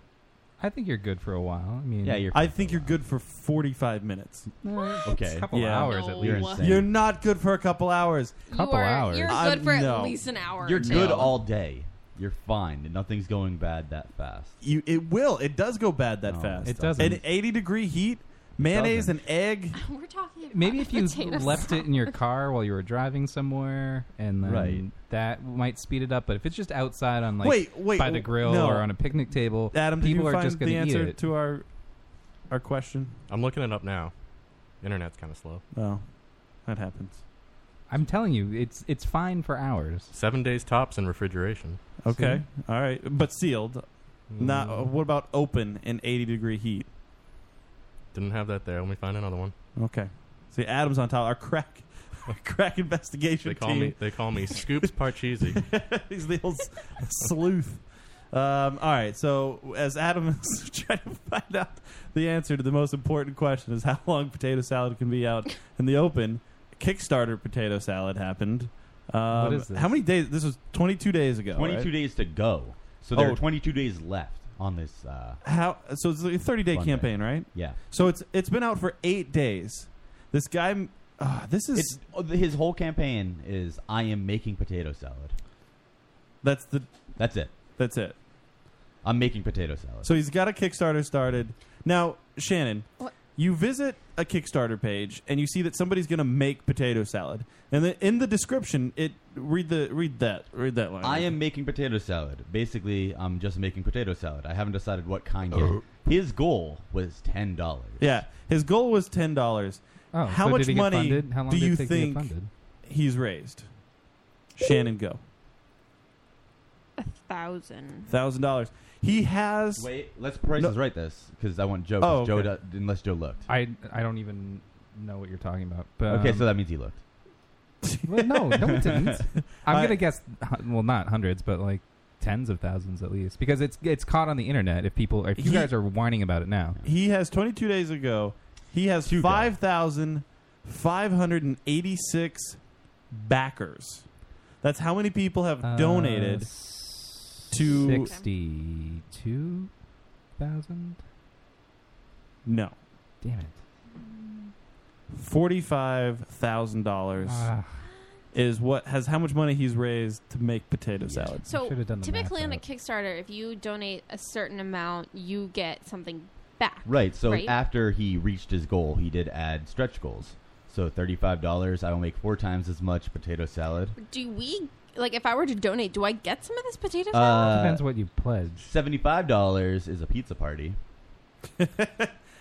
I think you're good for a while. I mean, Yeah, you're. I think you're good for 45 minutes. Okay. a couple Yeah. hours at No. You're least. insane. You're not good for a couple hours. Couple you are, hours. You're I'm- good for no. at least an hour. or Uh, You're two. good all day. You're fine. Nothing's going bad that fast. You it will. It does go bad that No, fast. It doesn't. An 80 degree heat, mayonnaise and doesn't. egg. We're talking. About Maybe if you potato left salad. it in your car while you were driving somewhere, and then Right. that might speed it up. But if it's just outside on like Wait, wait, by the grill no. or on a picnic table, Adam, did people you are find just going the to eat answer it. to our our question? I'm looking it up now. Internet's kind of slow. No. That happens. I'm telling you, it's it's fine for hours. Seven days tops in refrigeration. Okay. All right. But sealed. Not Mm. uh, what about open in 80 degree heat? Didn't have that there. Let me find another one. Okay. See, Adam's on top. Our crack our crack investigation They call team. me. They call me Scoops Parcheesi. He's the old s- sleuth. Um, all right, so as Adam is trying to find out the answer to the most important question is how long potato salad can be out in the open. Kickstarter potato salad happened. Um, What is this? How many days? This was 22 days ago. 22 right? days to go. So there Oh. are 22 days left on this. Uh, How? So it's a 30 day Monday. campaign, right? yeah. So it's it's been out for eight days. This guy, uh, this is It's, oh, his whole campaign is I am making potato salad. that's the That's it. that's it. I'm making potato salad. So he's got a Kickstarter started. Now, Shannon, What? you visit a Kickstarter page and you see that somebody's going to make potato salad. And then in the description, it read the read that read that line. I am making potato salad. Basically, I'm just making potato salad. I haven't decided what kind yet. His goal was ten dollars. Yeah, his goal was ten dollars. Oh, How so much did it get money funded? How long do did it you take to get think- funded? He's raised. Shannon, go a thousand. thousand dollars. He has. Wait, let's price No. is right this because I want Joe. Oh, 'cause Joe okay. do- unless Joe looked. I I don't even know what you're talking about. But okay, um, so that means he looked. well, no, no, it didn't. I'm I- gonna guess, hu- well, not hundreds, but like tens of thousands at least, because it's it's caught on the internet. If people, if you He- guys are whining about it now, He has 22 days ago He has 5,586 backers. That's how many people have Uh, donated to. 62,000? No. Damn it. Forty-five thousand dollars Ah. is what has how much money he's raised to make potato salad. So typically on a Kickstarter, if you donate a certain amount, you get something back. Right. So right? after he reached his goal, he did add stretch goals. So thirty-five dollars, I will make four times as much potato salad. do we like if I were to donate, do I get some of this Uh, potato salad? Depends what you pledge. Seventy-five dollars is a pizza party.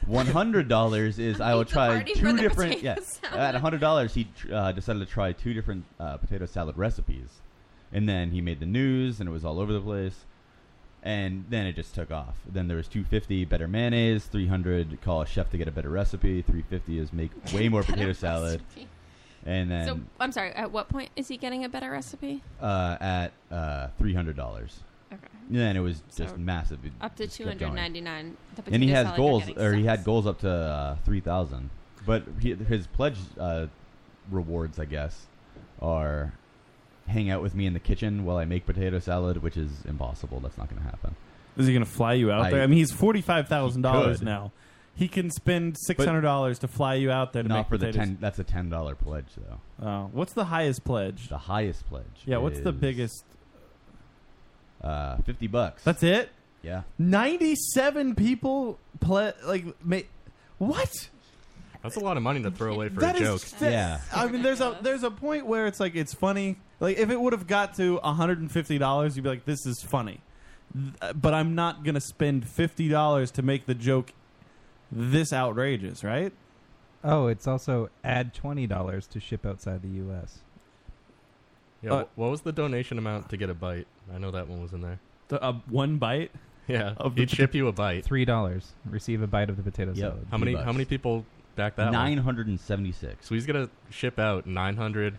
One hundred dollars is I will try party for two the different. potato Yes, salad. at hundred dollars he tr- uh, decided to try two different uh, potato salad recipes, and then he made the news and it was all over the place, and then it just took off. Then there was two fifty better mayonnaise, three hundred call a chef to get a better recipe, three fifty is make way more potato salad, recipe. and then So I'm sorry. At what point is he getting a better recipe? uh, at uh, three hundred dollars. Okay. And then it was just So, massive. It Up to just two kept hundred going. ninety nine. And he has goals, or he had goals up to uh, three thousand. But he, his pledge uh, rewards, I guess, are hang out with me in the kitchen while I make potato salad, which is impossible. That's not going to happen. Is he going to fly you out I- there? I mean, he's forty-five thousand dollars He could. now. He can spend six hundred dollars to fly you out there to make Not for the potatoes. ten. That's a ten dollar pledge, though. Oh, what's the highest pledge? The highest pledge. Yeah, what's the is, biggest? Uh, Fifty bucks. That's it. Yeah. Ninety-seven people play like ma- what? That's a lot of money to throw away for That a is joke. that- I mean, there's a there's a point where it's like it's funny. Like if it would have got to 150 dollars, you'd be like, "This is funny," Th- uh, but I'm not gonna spend 50 dollars to make the joke this outrageous, right? Oh, it's also add $20 to ship outside the U.S. Yeah, Uh, wh- what was the donation amount to get a bite? I know that one was in there. The, uh, one bite. Yeah, Of the he'd ship you a bite. Three dollars. Receive a bite of the potato Yep. salad. How many? How many people back that? Nine hundred and seventy-six. So he's gonna ship out nine hundred.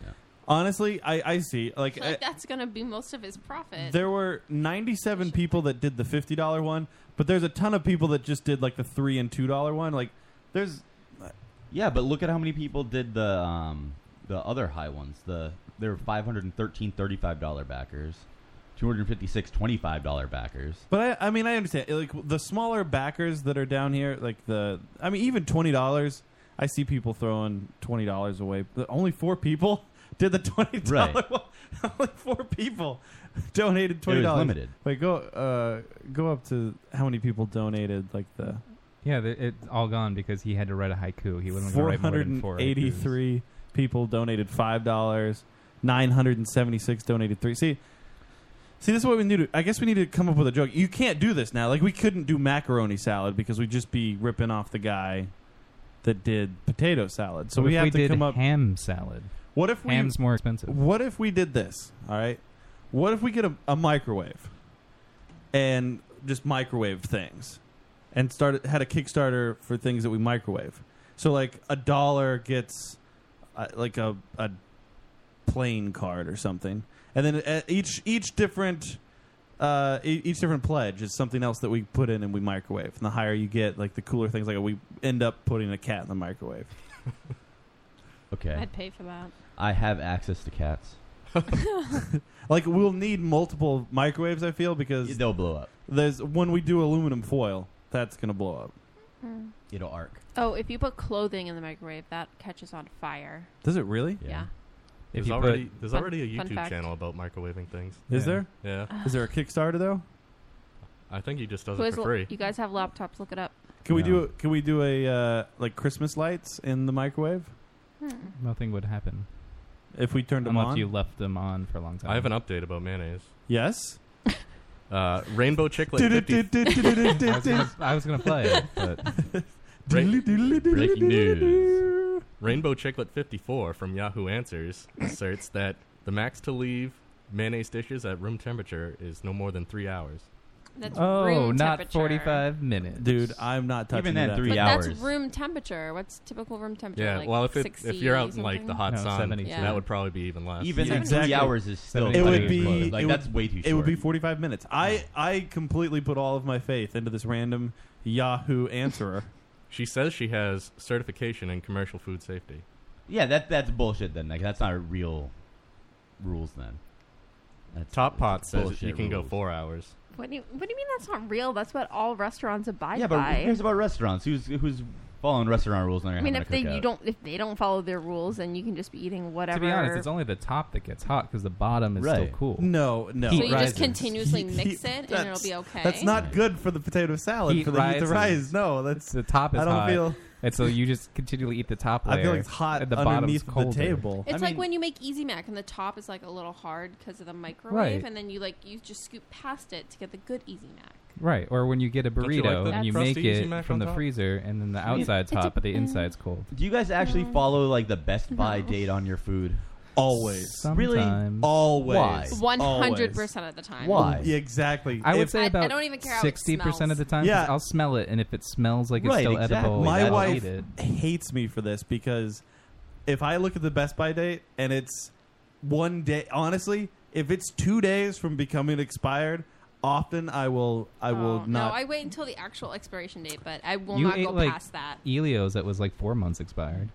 Honestly, I I see. Like, Eh. Like uh, that's gonna be most of his profit. there were 97 people that did the 50 dollar one, but there's a ton of people that just did like the three and two dollar one. Like, there's Yeah, but look at how many people did the um, the other high ones. The there were 513 35 dollar backers, 256 25 dollar backers. But I, I mean, I understand. Like the smaller backers that are down here, like the, I mean, even twenty dollars. I see people throwing twenty dollars away. But Only four people did the twenty dollar. Right. one. Only four people donated It was twenty dollars. limited. Wait, go, uh, go up to how many people donated? Like the Yeah, th- it's all gone because he had to write a haiku. He wasn't going four to write more hundred than and four. haikus. eighty-three people donated five dollars. Nine hundred and seventy-six donated three. See, see, this is what we need. To, I guess we need to come up with a joke. You can't do this now. Like we couldn't do macaroni salad because we'd just be ripping off the guy that did potato salad. So What we if have we to did come up. ham salad. What if we Ham's more expensive? What if we did this? All right. What if we get a, a microwave and just microwave things and started had a Kickstarter for things that we microwave. So like a dollar gets uh, like a a plane card or something, and then uh, each each different. Uh, e- each different pledge is something else that we put in and we microwave. And the higher you get, like the cooler things. Like we end up putting a cat in the microwave. Okay. I'd pay for that. I have access to cats. Like we'll need multiple microwaves. I feel because they'll blow up. There's when we do aluminum foil, that's gonna blow up. Hmm. It'll arc. Oh, if you put clothing in the microwave, that catches on fire. Does it really? Yeah. If There's you already put- there's Fun- already a fun YouTube fact. channel about microwaving things. Is Yeah. there? Yeah, Is there a Kickstarter though? I think he just does Who it has for l- free. You guys have laptops. Look it up. Can we No. do? Can we do a uh, like Christmas lights in the microwave Nothing would happen if we turned them unless on? you left them on for a long time. I have an update about mayonnaise. Yes. Uh, Rainbow Chicklet. 50 I was gonna- Breaking I was going to play it, but breaking news. Rainbow Chicklet 54 from Yahoo Answers asserts that the max to leave mayonnaise dishes at room temperature is no more than three hours. That's oh, room not temperature. forty-five minutes, Dude, I'm not touching Even then, that. three But hours. that's room temperature. What's typical room temperature? Yeah, like well, if it, 60 if you're out in something? like the hot No, sun, 72. that would probably be even less. Even Yeah, then, exactly. three hours is still. It Like, would it's be close. like it that's would- way too short. It would be 45 minutes. I I completely put all of my faith into this random Yahoo answerer She says she has certification in commercial food safety. Yeah, that that's bullshit. Then like that's not real rules. Then that's Top Pot that's says bullshit you can go rules. four hours. What do you What do you mean that's not real? That's what all restaurants abide yeah, but by. who cares about restaurants? Who's who's following restaurant rules? When I they're mean, having if a they cookout? you don't if they don't follow their rules, then you can just be eating whatever. To be honest, it's only the top that gets hot because the bottom is Right. still cool. No, no. so you just continuously mix it, and it'll be okay. That's not good for the potato salad Heat for the heat to rises. rise. No, that's The top is I don't hot, feel. and so you just continually eat the top layer. I feel like it's hot and the bottom's underneath the colder. table. It's I like mean, when you make Easy Mac, and the top is like a little hard because of the microwave, Right. and then you like you just scoop past it to get the good Easy Mac. Right, or when you get a Don't you burrito like the and you crusty make Easy it Mac from on the top? freezer, and then the mean, outside's it hot, but the depends. inside's cold. Do you guys actually follow like the Best Buy date on your food? always, Really? Sometimes. always, Why? One hundred always. percent of the time. Why? Yeah, exactly. I would If- say I- I about don't even care how it sixty percent of the time. 'cause Yeah. I'll smell it, and if it smells like Right, it's still exactly. edible, My I'll my eat it. wife hates me for this because if I look at the Best Buy date and it's one day, honestly, if it's two days from becoming expired, often I will I will Oh, No, not. I wait until the actual expiration date, but I will You not ate, go like- past that. Elio's that was like four months expired.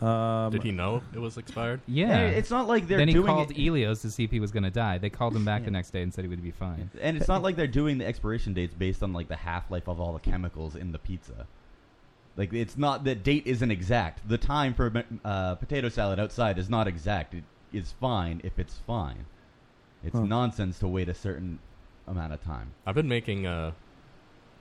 um, Did he know it was expired? Yeah, And it's not like they're then he doing called it, Elio's to see if he was going to die. They called him back the next day and said he would be fine. and it's not like they're doing the expiration dates based on like the half life of all the chemicals in the pizza. Like it's not the date isn't exact. The time for uh, potato salad outside is not exact. It is fine if it's fine. It's Huh. nonsense to wait a certain amount of time. I've been making uh,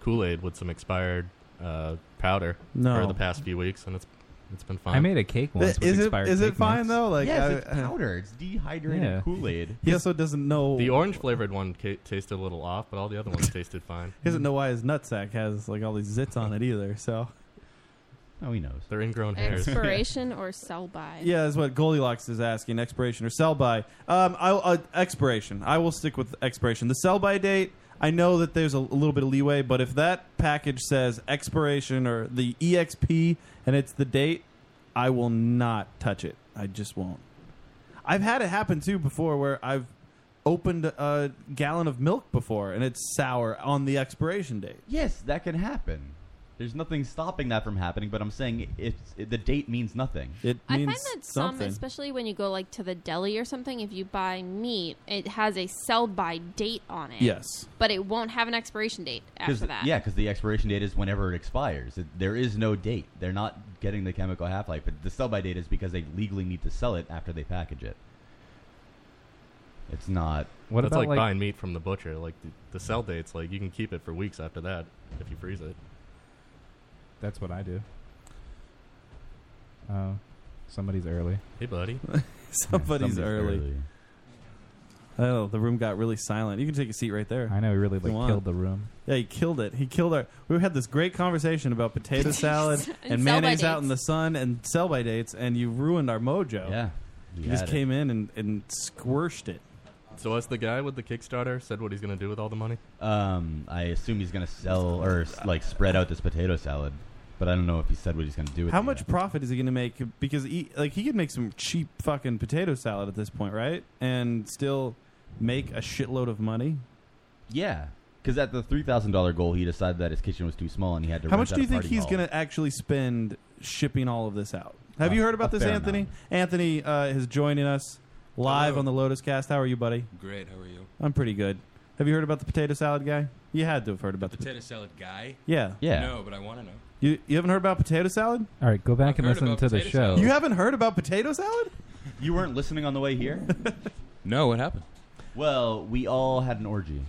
Kool Aid with some expired uh, powder No. for the past few weeks, and it's it's been fine. I made a cake once. with is it expired is it cake fine mix. though? Like yes, I- it's powder. It's dehydrated Yeah. Kool Aid. He also doesn't know the orange flavored one ca- tasted a little off, but all the other ones tasted fine. He Mm-hmm. doesn't know why his nutsack has like all these zits on it either. So Oh, he knows. They're ingrown hairs. Expiration or sell by. yeah, that's what Goldilocks is asking: expiration or sell by? Um, I'll uh, expiration. I will stick with expiration. The sell by date. I know that there's a, a little bit of leeway, but if that package says expiration or the EXP and it's the date, I will not touch it. I just won't. I've had it happen too before, where I've opened a gallon of milk before and it's sour on the expiration date. Yes, that can happen. There's nothing stopping that from happening, but I'm saying it's, the date means nothing. It I means find that some, something. especially when you go like to the deli or something, if you buy meat, it has a sell by date on it. yes. But it won't have an expiration date Cause, after that. Yeah, because the expiration date is whenever it expires. It, there is no date. They're not getting the chemical half life. But the sell by date is because they legally need to sell it after they package it. It's not. What That's about like, like buying meat from the butcher. Like the, the sell dates, like you can keep it for weeks after that if you freeze it. That's what I do. Oh, somebody's early. Hey, buddy. Somebody's early. Oh, the room got really silent. You can take a seat right there. I know he really like Go on. killed the room. Yeah, he killed it. He killed our. We had this great conversation about potato salad and, And sell-by mayonnaise out dates. in the sun and sell by dates, and you ruined our mojo. Yeah. you just came in and, and squished it. So, as the guy with the Kickstarter said what he's going to do with all the money? Um, I assume he's gonna sell or s- like spread out this potato salad, but I don't know if he said what he's gonna do. With How it much yet. profit is he going to make? Because he, like he could make some cheap fucking potato salad at this point, right? And still make a shitload of money. Yeah, because at the three thousand dollar goal, he decided that his kitchen was too small and he had to. How rent much out do you a think party he's hall. going to actually spend shipping all of this out? Have Uh, you heard about a this, fair Anthony? amount. Anthony uh, is joining us live Hello. on the Lotus Cast. How are you, buddy? Great. How are you? I'm pretty good. Have you heard about the potato salad guy? You had to have heard about the, Potato salad guy? yeah. Yeah. No, but I want to know. You you haven't heard about potato salad? All right, go back I've and heard listen about to the potato show. salad. You haven't heard about potato salad? You weren't listening on the way here. No, what happened? well, we all had an orgy.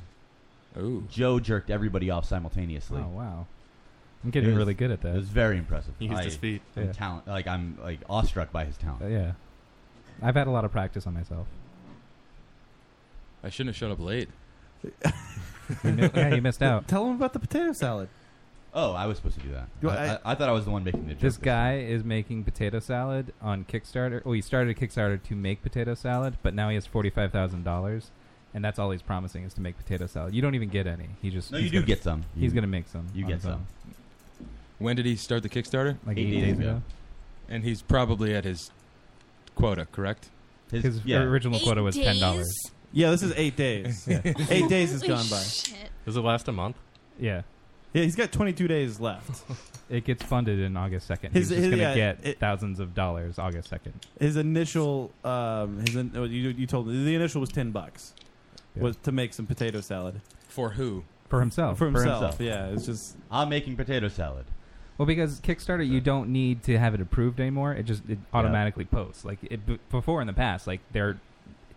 Oh, Joe jerked everybody off simultaneously. oh wow, I'm getting It was- really good at It was that. very impressive. He used I, his feet. am Yeah. talent, like I'm like awestruck by his talent. Uh, yeah, I've had a lot of practice on myself. I shouldn't have showed up late. You mi- yeah, you missed out. Tell him about the potato salad. Oh, I was supposed to do that. Yo, I, I- I, I thought I was the one making the joke. This guy is making potato salad on Kickstarter. Well, he started a Kickstarter to make potato salad, but now he has forty five thousand dollars, and that's all he's promising is to make potato salad. You don't even get any. He just No, he's you do gonna- get some. He's gonna make some. You on get his own. When did he start the Kickstarter? like Eight eight, days days ago. ago. And he's probably at his quota, correct? His, His yeah. original Eight quota was days? ten dollars. Yeah, this is eight days. Eight days has Holy gone by. shit. Does it last a month? Yeah, Yeah, he's got 22 days left. It gets funded in August 2nd. His- He's just his- going to yeah, get thousands of dollars August 2nd. His initial, um, his in, oh, you, you told me the initial was 10 bucks, was to make some potato salad. For who? For himself. For himself. Yeah, it's just I'm making potato salad. Well, because Kickstarter, you don't need to have it approved anymore. It just it automatically posts. Like it, b- before in the past, like their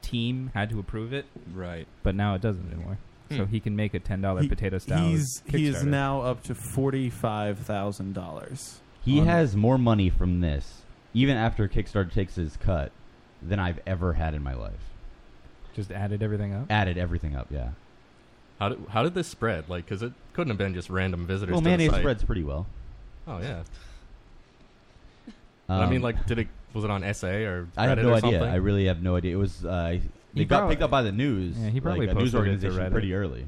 team had to approve it. Right. But now it doesn't anymore. Hmm. So he can make a ten dollar He- potato salad. He's he is Kickstarter. now up to forty five thousand dollars. He has more money from this, even after Kickstarter takes his cut, than I've ever had in my life. Just added everything up. Added everything up, yeah. How did how did this spread? Like, because it couldn't have been just random visitors. Well, to the mayonnaise site. spreads pretty well. Oh yeah. But I mean, Um, like, did it was it on SA or I have Reddit no or idea. something? I really have no idea. It was uh, He they got probably- picked up by the news. Yeah, he probably like, a news posted it to organization Reddit. pretty early.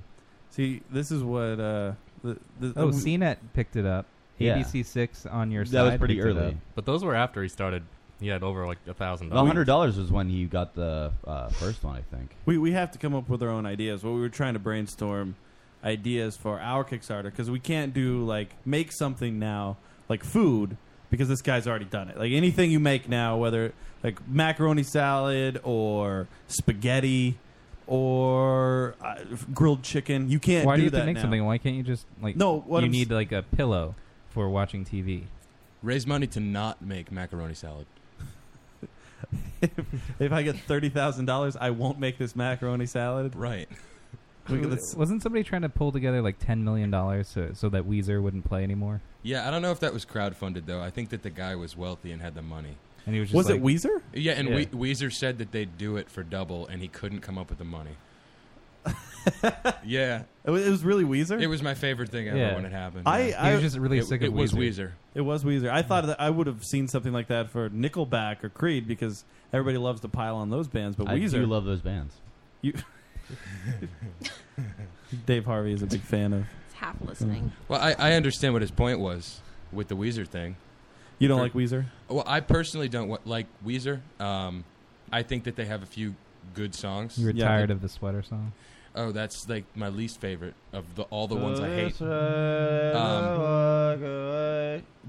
See, this is what uh, the, the Oh, CNET picked it up. Yeah. ABC six on your side. picked it up. But those were after he started. He had over like a thousand The hundred dollars was when he got the uh, first one, I think. We we have to come up with our own ideas. What we were trying to brainstorm ideas for our Kickstarter because we can't do like make something now like food because this guy's already done it. Like anything you make now, whether like macaroni salad or spaghetti or uh, grilled chicken, you can't. Why do do you have that to make now. something? Why can't you just like No, what you I'm s- need like a pillow for watching TV. Raise money to not make macaroni salad. If I get thirty thousand dollars, I won't make this macaroni salad. Right. Wasn't somebody trying to pull together like ten million dollars so, so that Weezer wouldn't play anymore? Yeah, I don't know if that was crowdfunded though. I think that the guy was wealthy and had the money. And he was just Was it like- Weezer? Yeah, and Yeah. We- Weezer said that they'd do it for double, and he couldn't come up with the money. yeah, it was, it was really Weezer. It was my favorite thing ever Yeah. when it happened. I, yeah. I it, it was Weezer. It was Weezer. I thought that I would have seen something like that for Nickelback or Creed because everybody loves to pile on those bands. But I Weezer, do love those bands. You, Dave Harvey is a big fan of. It's half listening. Well, I, I understand what his point was with the Weezer thing. You don't like Weezer? Well, I personally don't wa- like Weezer. Um, I think that they have a few good songs. You were tired of the sweater song. Oh, that's like my least favorite of the, all the ones I hate. Um,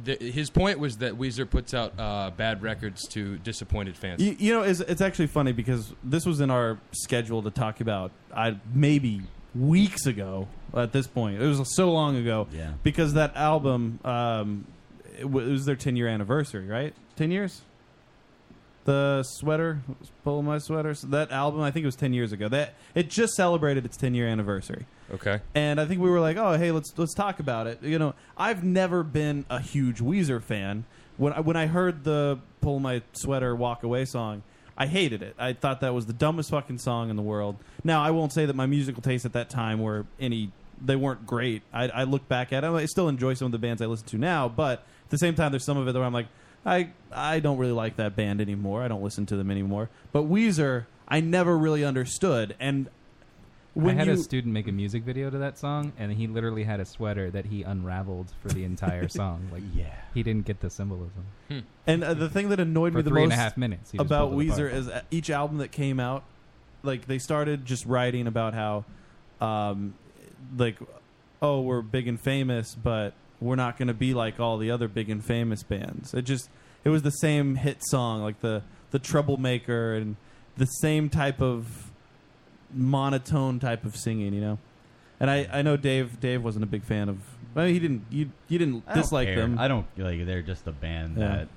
the, his point was that Weezer puts out uh, bad records to disappointed fans. You, you know, it's, it's actually funny because this was in our schedule to talk about. I maybe weeks ago at this point. It was so long ago. Yeah. Because that album, um, it, w- it was their ten year anniversary, right? Ten years. The sweater, pull my sweater. So that album, I think it was ten years ago. That it just celebrated its ten year anniversary. Okay. And I think we were like, oh, hey, let's let's talk about it. You know, I've never been a huge Weezer fan. When I, when I heard the "Pull My Sweater, Walk Away" song, I hated it. I thought that was the dumbest fucking song in the world. Now I won't say that my musical tastes at that time were any. They weren't great. I, I look back at them. I still enjoy some of the bands I listen to now, but at the same time, there's some of it where I'm like, I I don't really like that band anymore. I don't listen to them anymore. But Weezer, I never really understood. And when I had you, a student make a music video to that song, and he literally had a sweater that he unraveled for the entire song. Like, yeah, he didn't get the symbolism. And uh, the thing that annoyed Hmm. For me the three most and a half minutes, he just about pulled it Weezer apart. is uh, each album that came out, like they started just writing about how, um, like, oh, we're big and famous, but we're not going to be like all the other big and famous bands. It just it was the same hit song, like the the troublemaker and the same type of monotone type of singing, you know. And I, I know Dave Dave wasn't a big fan of. Well, he didn't you you didn't I don't dislike care. them. I don't like. They're just a band Yeah. that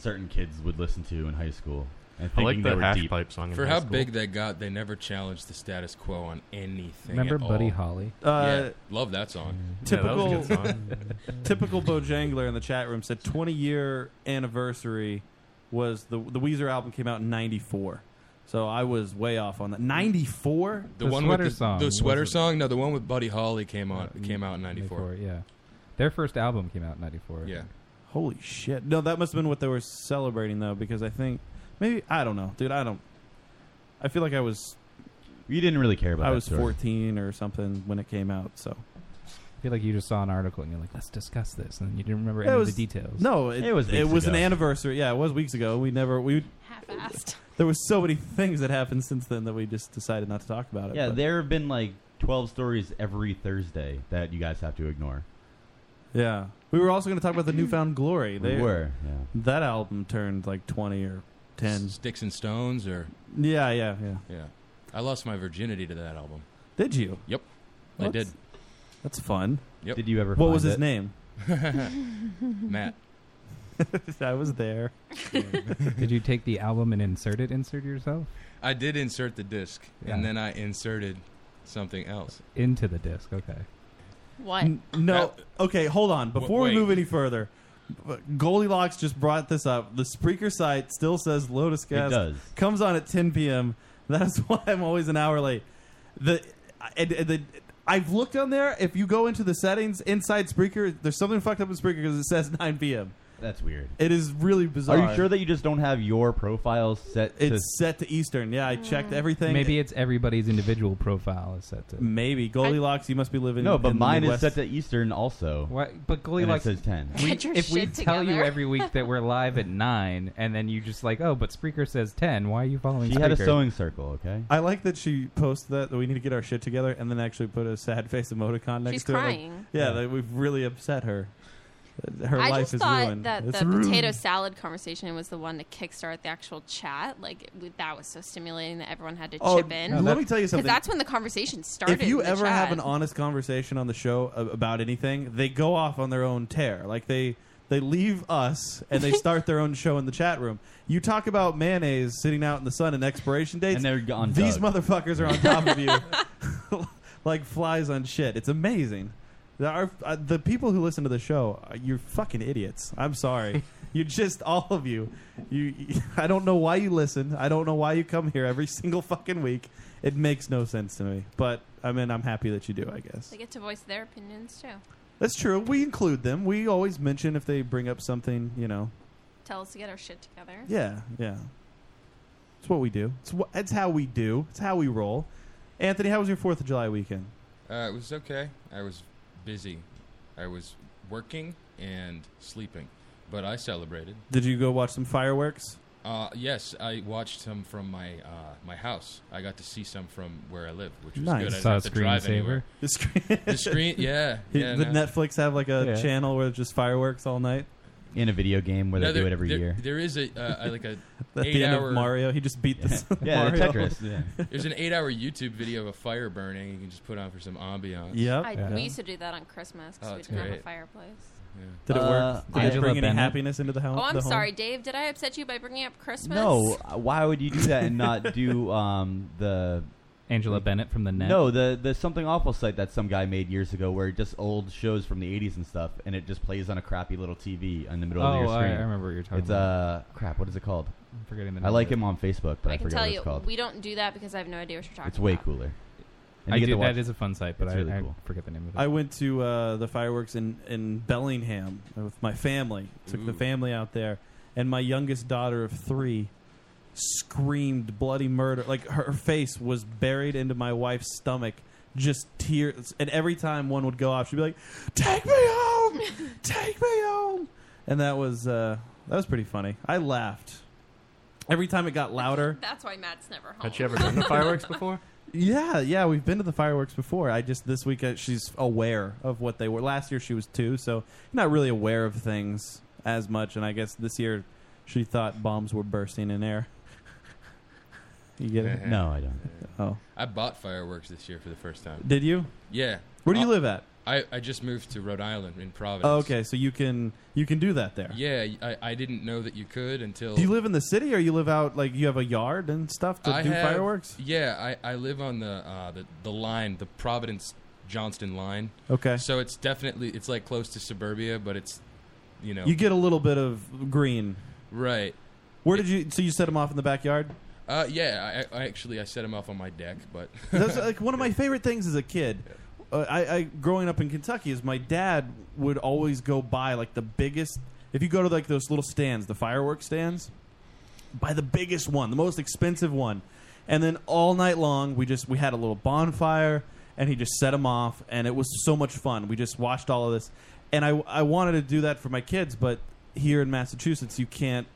certain kids would listen to in high school. And I like thinking the they were hash deep. pipe song in For high how school. big they got, they never challenged the status quo on anything. Remember at Buddy all. Holly? yeah, Uh, love that song. Typical, typical Bojangler in the chat room said 20 year anniversary was the the Weezer album came out in 94. So I was way off on that. 94? The, one with the, the sweater song. No, the one with Buddy Holly came on. came out in '94. Uh, Yeah, their first album came out in '94. Yeah. Holy shit. No, that must have been what they were celebrating though because I think maybe I don't know. Dude, I don't I feel like I was You didn't really care about. I that was story. 14 or something when it came out, so I feel like you just saw an article and you're like, "Let's discuss this," and you didn't remember any It was- of the details. No, it, was it was an animal. anniversary. Yeah, it was weeks ago. We never we half-assed. There was so many things that happened since then that we just decided not to talk about it. Yeah, but- there have been like 12 stories every Thursday that you guys have to ignore. Yeah. We were also going to talk about the Newfound Glory. We They were, yeah. That album turned like 20 or 10. Sticks and Stones, or Yeah, yeah, yeah. yeah, I lost my virginity to that album. Did you? Yep, I What's- did. That's fun. Yep. Did you ever What find was his it? name? Matt. I was there. Did you take the album and insert it? Insert yourself I did insert the disc, Yeah. and then I inserted something else. into the disc. Okay. What? N- no. Okay, hold on. W- Before we wait. move any further, Goldilocks just brought this up. The Spreaker site still says Lotus Cast does. comes on at 10 p.m. That's why I'm always an hour late. The, and, and the I've looked on there. If you go into the settings inside Spreaker, there's something fucked up in Spreaker because it says 9 p.m. That's weird. It is really bizarre. Are you sure that you just don't have your profile set to It's set to Eastern. Yeah, I Hmm. checked everything. Maybe it's everybody's individual profile is set to. Maybe Goldilocks. you must be living. No, but in the mine is Midwest. set to Eastern also. What? But Goldilocks- and it says 10. We, Get your if we shit tell you together. every week that we're live at nine, and then you just like, oh, but Spreaker says ten. Why are you following? Spreaker? circle, okay? I like that she posted that, that we need to get our shit together and then actually put a sad face emoticon next She's to it. crying. Like, yeah, that we've really upset her. Her I life just is thought ruined. that It's the ruined. potato salad conversation was the one to kickstart the actual chat. Like it- we- that was so stimulating that everyone had to Oh, chip in. no, let me tell you something. Because that's when the conversation started. If you in the ever chat. have an honest conversation on the show a- about anything, they go off on their own tear. Like they they leave us and they start their own show in the chat room. You talk about mayonnaise sitting out in the sun and expiration dates. And they're on These Doug. motherfuckers are on top of you like flies on shit. It's amazing. There are- uh, the people who listen to the show, uh, you're fucking idiots. I'm sorry. you just all of you. You, I don't know why you listen. I don't know why you come here every single fucking week. It makes no sense to me. But I mean, I'm happy that you do. I guess they get to voice their opinions too. that's true. We include them. We always mention if they bring up something. You know. Tell us to get our shit together. Yeah, yeah. It's what we do. It's what. It's how we do. It's how we roll. Anthony, how was your Fourth of July weekend? Uh, it was okay. I was busy. I was working and sleeping, but I celebrated. Did you go watch some fireworks? Uh, yes, I watched some from my uh, my house. I got to see some from where I live, which was Nice. good. I didn't Saw have to drive screensaver? anywhere. The screen, the screen, yeah, yeah. Did no. Netflix have like a Yeah. channel where it's just fireworks all night? In a video game where No, they do there- it every there- year. There is a uh, like a At eight the end hour of Mario, he just beat this. Yeah, Mario. Tetris, yeah. There's an eight hour YouTube video of a fire burning. You can just put on for some ambiance. Yep. I, Yeah. We used to do that on Christmas because Oh, we it's didn't have a great. fireplace. Did it Uh, work? Did it Angela bring any Bennett? happiness into the home? Oh, I'm the home? sorry, Dave. Did I upset you by bringing up Christmas? No, uh, why would you do that and not do um, the Angela Bennett from the net? No, the the something awful site that some guy made years ago where it just old shows from the 80s and stuff and it just plays on a crappy little TV in the middle of Oh, your I- screen. I remember what you're talking it's, uh crap, what is it called? I'm forgetting the I name like of it. him on Facebook, but I, I can forget tell what you, it's called. we don't do that because I have no idea what you're talking It's way about. cooler. I you get do- to that watch- is a fun site, but it's I- really I cool. forget the name of it. I went to uh, the fireworks in, in Bellingham with my family. Took the family out there, and my youngest daughter of three screamed bloody murder. Like her, her face was buried into my wife's stomach, just tears. And every time one would go off, she'd be like, "Take me home, take me home," and that was uh, that was pretty funny. I laughed every time it got louder. That's why Matt's never home. Had you ever done the fireworks before? Yeah, yeah, we've been to the fireworks before. I just this week uh, she's aware of what they were. Last year she was two, so you're not really aware of things as much. And I guess this year she thought bombs were bursting in air. you get it? No, I don't. Oh, I bought fireworks this year for the first time. did you? Yeah. Where do you Uh, live at? I, I just moved to Rhode Island in Providence. Oh, okay, so you can you can do that there. Yeah, I, I didn't know that you could until Do you live in the city or you live out like you have a yard and stuff to I do have- fireworks? Yeah, I, I live on the, uh, the the line, the Providence Johnston line. Okay. So it's definitely it's like close to suburbia, but it's you know You get a little bit of green. right. Where did you? So you set them off in the backyard? Uh, yeah, I, I actually I set them off on my deck, but That's uh, like one of my favorite things as a kid. Uh, I, I growing up in Kentucky is my dad would always go buy like the biggest. If you go to like those little stands, the fireworks stands, buy the biggest one, the most expensive one, and then all night long we just we had a little bonfire and he just set them off and it was so much fun. We just watched all of this, and I I wanted to do that for my kids, but here in Massachusetts you can't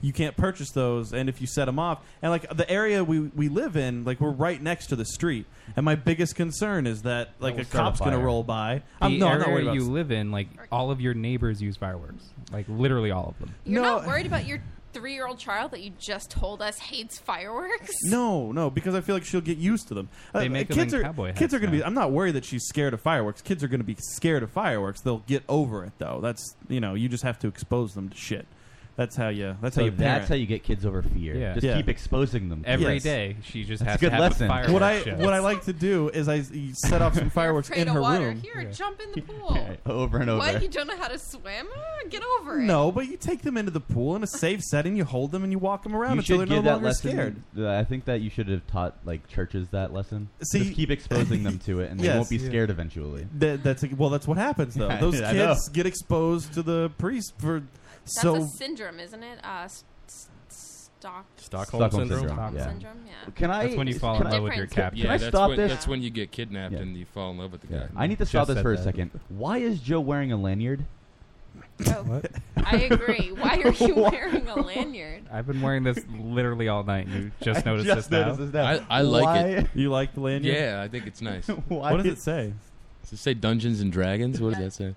you can't purchase those. And if you set them off, and like the area we, we live in, like we're right next to the street. And my biggest concern is that like will a start a cop's going to fire. roll by. The I'm, no, I'm not worried area about you live in, like all of your neighbors use fireworks, like literally all of them. You're not worried about your three-year-old child that you just told us hates fireworks. No, no, because I feel like she'll get used to them. Uh, They make them kids in are cowboy hats kids are going to be. now. I'm not worried that she's scared of fireworks. Kids are going to be scared of fireworks. They'll get over it though. That's you know you just have to expose them to shit. That's how you. That's So how you. that's how you get kids over fear. Yeah. Just Yeah. keep exposing them. Every every Yes. day. day, she just That's has a good to have lesson. a fire. What I what I like to do is I s- set off some fireworks Afraid in of her water. room. Here, jump in the pool. over and What? You don't know how to swim? Ah, Get over it. No, but you take them into the pool in a safe setting. You hold them and you walk them around you until should they're give no that longer lesson. scared. uh, I think that you should have taught like churches that lesson. See- just keep exposing them to it, and they Yes. won't be Yeah. scared eventually. That, that's well, that's what happens though. Yeah, Those I know. kids get exposed to the priest for That's so a syndrome, isn't it? Uh, s- s- stock. Stockholm, syndrome. Stockholm yeah. syndrome. Yeah. Can I? That's when you fall can in I- love with your can- captain. Can Yeah, I that's stop what- this? that's when you get kidnapped and you fall in love with the guy. I need to Just stop this said for a that. second. Why is Joe wearing a lanyard? I agree. Why are you wearing a lanyard? I've been wearing this literally all night. and You just I noticed just this now. noticed this now. I- I like Why- it. You like the lanyard? Yeah, I think it's nice. Why What does it say? Does it say Dungeons and Dragons? What does that say?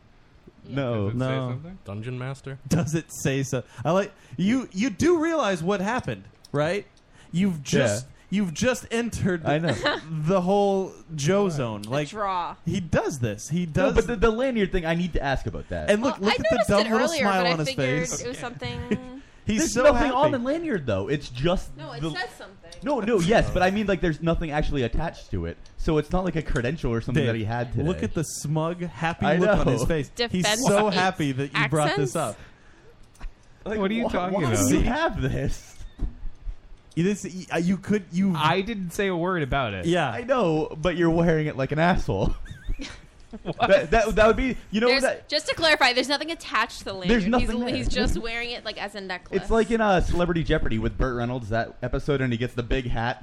No, Does it say No. something? Dungeon Master. Does it say so? I like you. You do realize what happened, right? You've just you've just entered. I know. the whole Joe zone. Like draw. He does this. He No, does. but the, the lanyard thing, I need to ask about that. And look- Well, look I at the noticed dumb it little earlier, smile but I on his Figured face. it was something. He's there's so nothing happy. on the lanyard though. It's just No, it the, says something. No, no, yes, but I mean like there's nothing actually attached to it, so it's not like a credential or something Dave, that he had today. Look at the smug, happy I look on know. his face. Defense He's so of happy that you brought this accents? up. what are you why- talking why do about? you have this. This you could you. I didn't say a word about it. Yeah, I know, but you're wearing it like an asshole. that, that that would be you know There's- that just to clarify, there's nothing attached to the lanyard. There's nothing he's, there. he's just wearing it like as a necklace. it's like in uh, Celebrity Jeopardy with Burt Reynolds that episode, and he gets the big hat.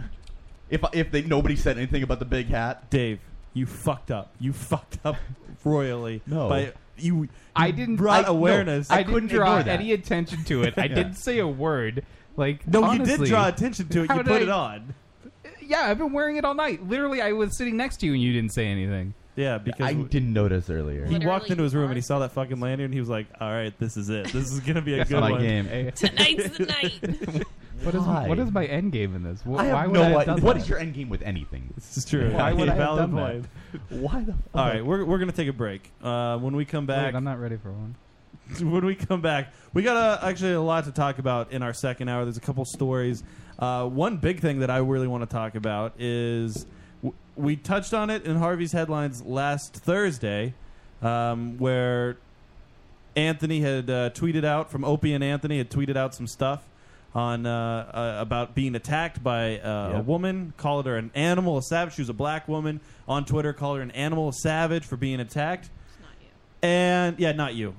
If if they nobody said anything about the big hat, Dave, you fucked up. You fucked up royally. No. by, you. I you didn't brought I- awareness. no, I, didn't draw ignore that. any attention to it. I Yeah. didn't say a word. Like No, you did honestly, draw attention to it. how You did put I- it on. Yeah, I've been wearing it all night. Literally, I was sitting next to you and you didn't say anything. Yeah, because I didn't notice earlier. He walked into his room and he saw that fucking lanyard and he was like, "All right, this is it. This is gonna be a That's good my one." game. Tonight's the night. What is Why? what is my end game in this? Wh- I have why would no I have idea. done What that? is your end game with anything? This is true. Why would I have Valid done point. that? Why the? Fuck? All right, we're we're gonna take a break. Uh, when we come back, Wait, I'm not ready for one. when we come back, we got uh, actually a lot to talk about in our second hour. There's a couple stories. Uh, one big thing that I really want to talk about is w- we touched on it in Harvey's headlines last Thursday, um, where Anthony had uh, tweeted out from Opie and Anthony had tweeted out some stuff on uh, uh, about being attacked by uh, a Yep. woman, called her an animal, a savage. She was a black woman on Twitter, called her an animal, a savage for being attacked. And yeah, not you,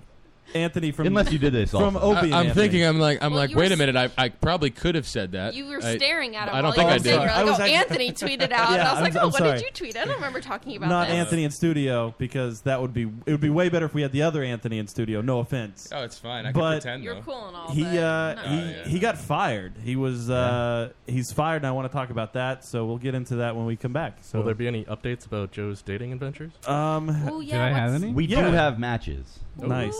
Anthony from Unless you did this from also. Opie. and I, am Anthony. thinking. I'm like. I'm Well, like. you were Wait a minute. I, I probably could have said that. You were I- staring at him. I don't while you think I were saying, did. You're I like, was oh, actually- Anthony tweeted out. and I was Yeah, I'm- like, I'm oh, what sorry. did you tweet? I don't remember talking about not this. Anthony in studio because that would be it would be way better if we had the other Anthony in studio. No offense. Oh, it's fine. I can but pretend, You're though. cool and all, He but uh, not he really. he got fired. He was uh, he's fired, and I want to talk about that. So we'll get into that when we come back. So Will there be any updates about Joe's dating adventures? um, Ooh, yeah, Did I have what's- any? We Yeah. do have matches. Nice.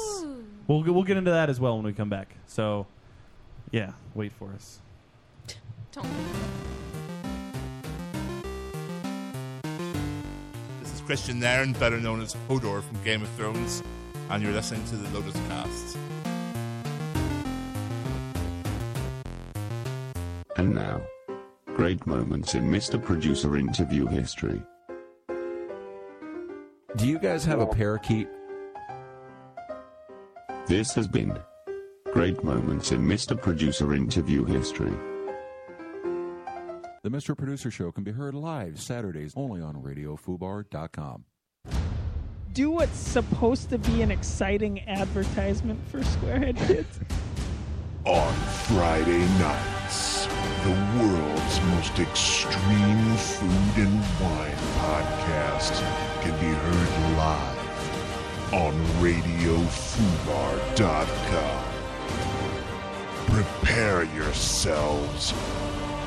We'll we'll get into that as well when we come back. So yeah, wait for us. This is Christian Nairn, better known as Hodor from Game of Thrones, and you're listening to the Lotus Cast. And now, great moments in Mr. Producer interview history. Do you guys have a parakeet? This has been great moments in Mr. Producer interview history. The Mr. Producer Show can be heard live Saturdays only on RadioFubar.com. do what's supposed to be an exciting advertisement for Squarehead Kids. On Friday nights, the world's most extreme food and wine podcast can be heard live on RadioFubar.com. Prepare yourselves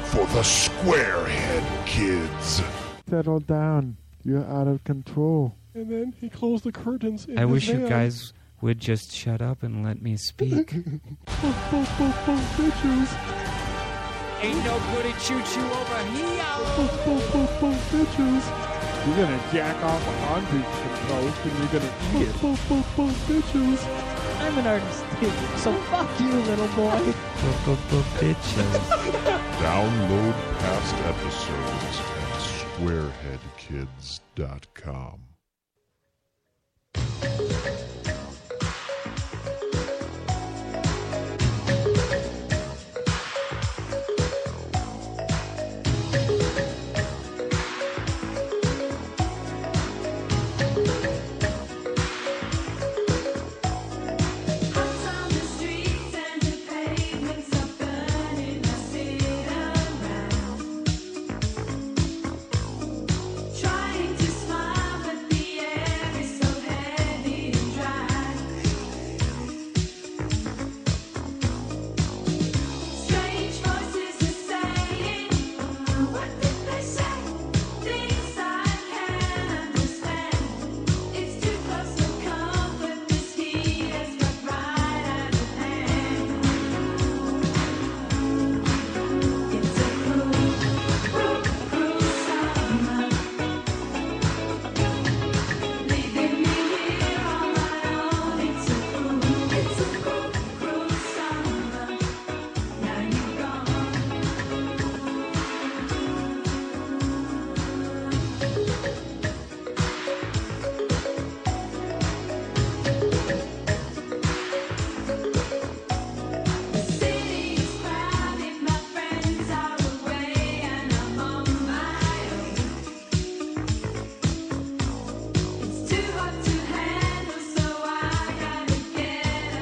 for the Squarehead Kids. Settle down. You're out of control. And then he closed the curtains. In I his wish you van. guys would just shut up and let me speak. Fuck, fuck, fuck, fuck, bitches. Ain't nobody choo choo over here. You're gonna jack off onto some toast and you're gonna eat it. I'm an artist too, so fuck you, little boy. Download past episodes at squareheadkids.com. Trying to smile, but the air is so heavy and dry. Strange voices are saying, "What did they say?" Things I can't understand. It's too close to comfort. This heat has got right out of hand. It's a cruel, cruel, cruel summer. Leaving me here on my own. It's a cruel, it's a cruel, cruel summer. Now you're gone. The city's crowded, my friends are away, and I'm on my own. It's too hot to handle, so I gotta get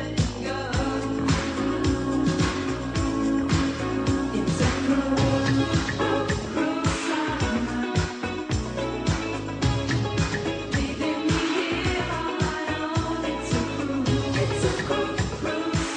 up and go. It's a cruel, cruel, cruel summer, leaving me here on my own. It's a cruel, it's a cruel, cruel summer.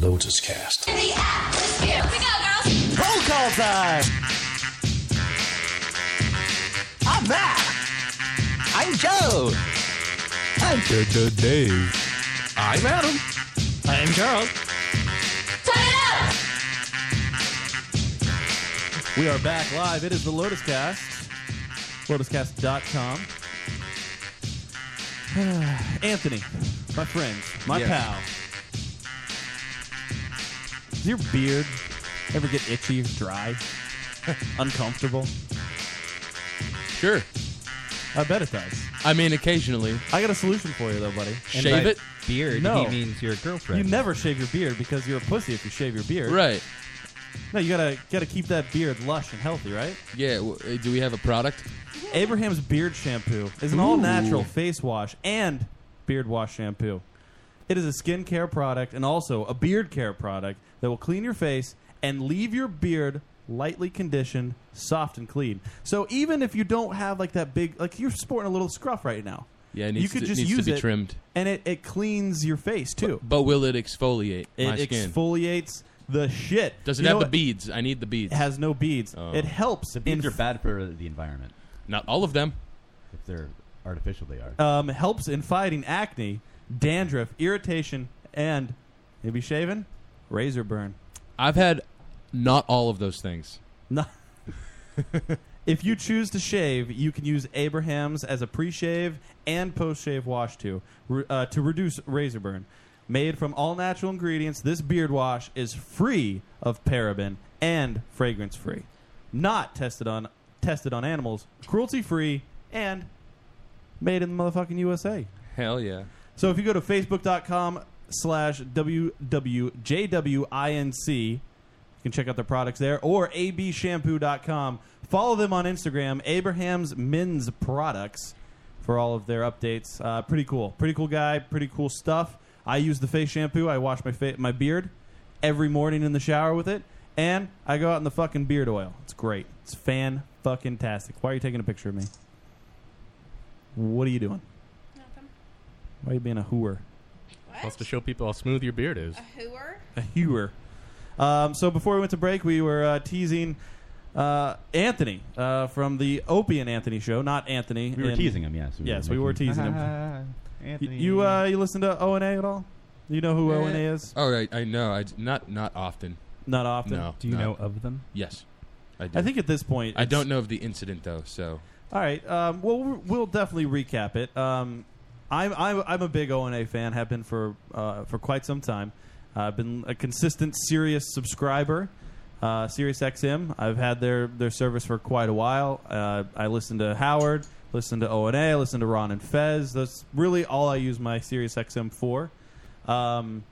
Lotus Cast. Roll call time! I'm back! I'm Joe! I'm Dave. I'm Adam. I'm Charles. We are back live. It is the Lotus Cast. LotusCast.com. Anthony, my friend, my Yeah. pal. Does your beard ever get itchy or dry? Uncomfortable? Sure. I bet it does. I mean, occasionally. I got a solution for you, though, buddy. And Shave by it? beard, no. he means your girlfriend. You never shave your beard because you're a pussy if you shave your beard. Right. No, you gotta gotta keep that beard lush and healthy, right? Yeah. w- uh, Do we have a product? Abraham's beard shampoo is an Ooh. all-natural face wash and beard wash shampoo. It is a skincare product and also a beard care product that will clean your face and leave your beard lightly conditioned, soft and clean. So even if you don't have like that big, like you're sporting a little scruff right now, Yeah, it needs you could to- just needs to use be it, trimmed. and it, it cleans your face too. But will it exfoliate my It skin? exfoliates the shit. Does it You know have the what? beads? I need the beads. It has no beads. Oh. It helps. The beads in are bad for the environment. Not all of them. If they're artificial, they are. um, helps in fighting acne, dandruff, irritation, and maybe shaving, razor burn. I've had not all of those things. No. if you choose to shave, you can use Abraham's as a pre-shave and post-shave wash too re- uh, to reduce razor burn. Made from all natural ingredients, this beard wash is free of paraben and fragrance-free. Not tested on tested on animals, cruelty-free, and made in the motherfucking USA. Hell yeah. So if you go to facebook.com slash WWJWINC, you can check out their products there or abshampoo.com. Follow them on Instagram, Abraham's Men's Products, for all of their updates. Uh, pretty cool. Pretty cool guy. Pretty cool stuff. I use the face shampoo. I wash my, fa- my beard every morning in the shower with it. And I go out in the fucking beard oil. It's great. It's fan fucking tastic. Why are you taking a picture of me? What are you doing? Why are you being a hooer? Wants to show people how smooth your beard is. A hooer. Um, so before we went to break, we were uh, teasing uh, Anthony uh, from the Opie and Anthony show, not Anthony. We were in- teasing him, yes. We were yes, we making- were teasing him. Anthony. You uh, you listen to O and A at all? You know who O and A is? Oh, I, I know. I d- not not often. Not often? No. Do you no. know of them? Yes, I do. I think at this point, I it's- don't know of the incident though. So All right. Um, well, we're- we'll definitely recap it. Um, I'm, I'm I'm a big O and A fan. Have been for uh, for quite some time. Uh, I've been a consistent Sirius subscriber. Uh, Sirius XM. I've had their their service for quite a while. Uh, I listen to Howard. Listen to O and A. Listen to Ron and Fez. That's really all I use my Sirius XM for. Um,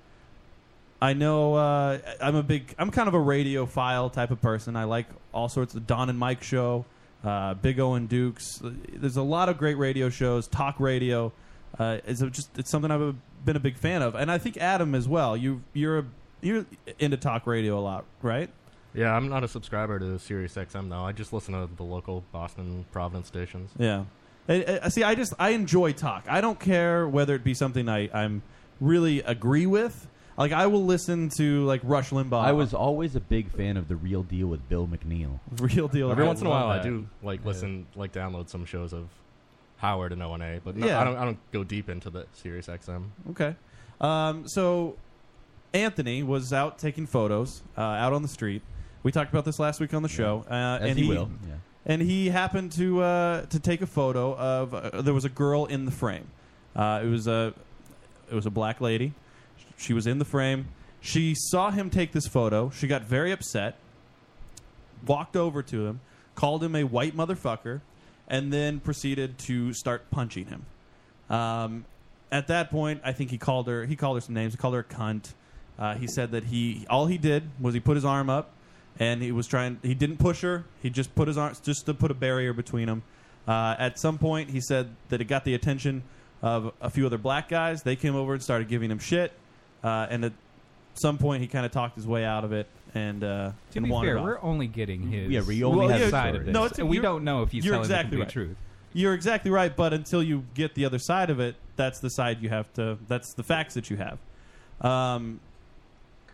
I know uh, I'm a big, I'm kind of a radiophile type of person. I like all sorts of Don and Mike show, uh, Big O and Dukes. There's a lot of great radio shows. Talk radio uh, is just it's something I've been a big fan of, and I think Adam as well. You you're a, you're into talk radio a lot, right? Yeah, I'm not a subscriber to SiriusXM though. I just listen to the local Boston, Providence stations. Yeah. I, I- see, I just I enjoy talk. I don't care whether it be something I I'm really agree with. Like I will listen to like Rush Limbaugh. I was always a big fan of the real deal with Bill McNeil. Real Deal. Every once in a love while, I that. do like listen, like download some shows of Howard and O and A, but no, Yeah. I don't. I don't go deep into the SiriusXM. Okay. Um, so Anthony was out taking photos uh, out on the street. We talked about this last week on the show, uh, As and he will, yeah. And he happened to uh, to take a photo of uh, there was a girl in the frame. Uh, it was a it was a black lady. She was in the frame. She saw him take this photo. She got very upset walked over to him, called him a white motherfucker, and then proceeded to start punching him. Um, at that point, I think he called her. He called her some names. He called her a cunt. Uh, he said that he all he did was he put his arm up, and he was trying. He didn't push her. He just put his arms just to put a barrier between them. Uh, at some point, he said that it got the attention of a few other black guys. They came over and started giving him shit. Uh, and at some point, he kind of talked his way out of it. And uh, To and be wandered fair, off. we're only getting his. Yeah, we only well, have side of stories. this. No, No, it's- and we you're- don't know if he's you're telling exactly the right. complete truth. You're exactly right, but until you get the other side of it, that's the side you have to. That's the facts that you have. Um,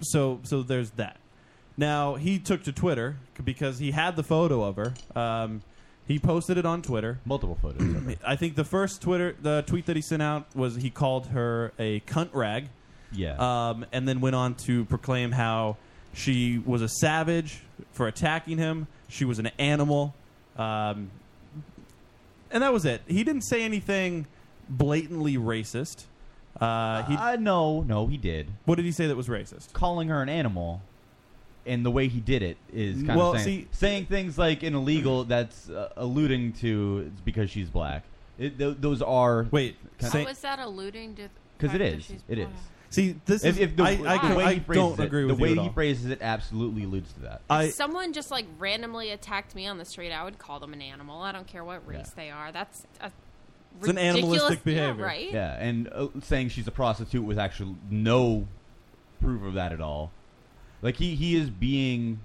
so so there's that. Now he took to Twitter c- because he had the photo of her. Um, he posted it on Twitter. Multiple photos. of her. I think the first Twitter the tweet that he sent out was he called her a cunt rag. Yeah. Um, and then went on to proclaim how she was a savage for attacking him. She was an animal. Um, and that was it. He didn't say anything blatantly racist. Uh, he, uh, no, no, he did. What did he say that was racist? Calling her an animal, and the way he did it is kind Well, of saying, see- saying things like an illegal that's uh, alluding to it's because she's black. It, th- those are wait. How is that alluding to? Because it is. It is. See, this if, is- if the, I- I the can- way I he phrases don't it, agree the with you way at he all. phrases it absolutely alludes to that. if someone just like randomly attacked me on the street, I would call them an animal. I don't care what race they are. That's a it's an ridiculous- animalistic yeah, behavior, right? Yeah, and uh, saying she's a prostitute with actually no proof of that at all. Like he he is being.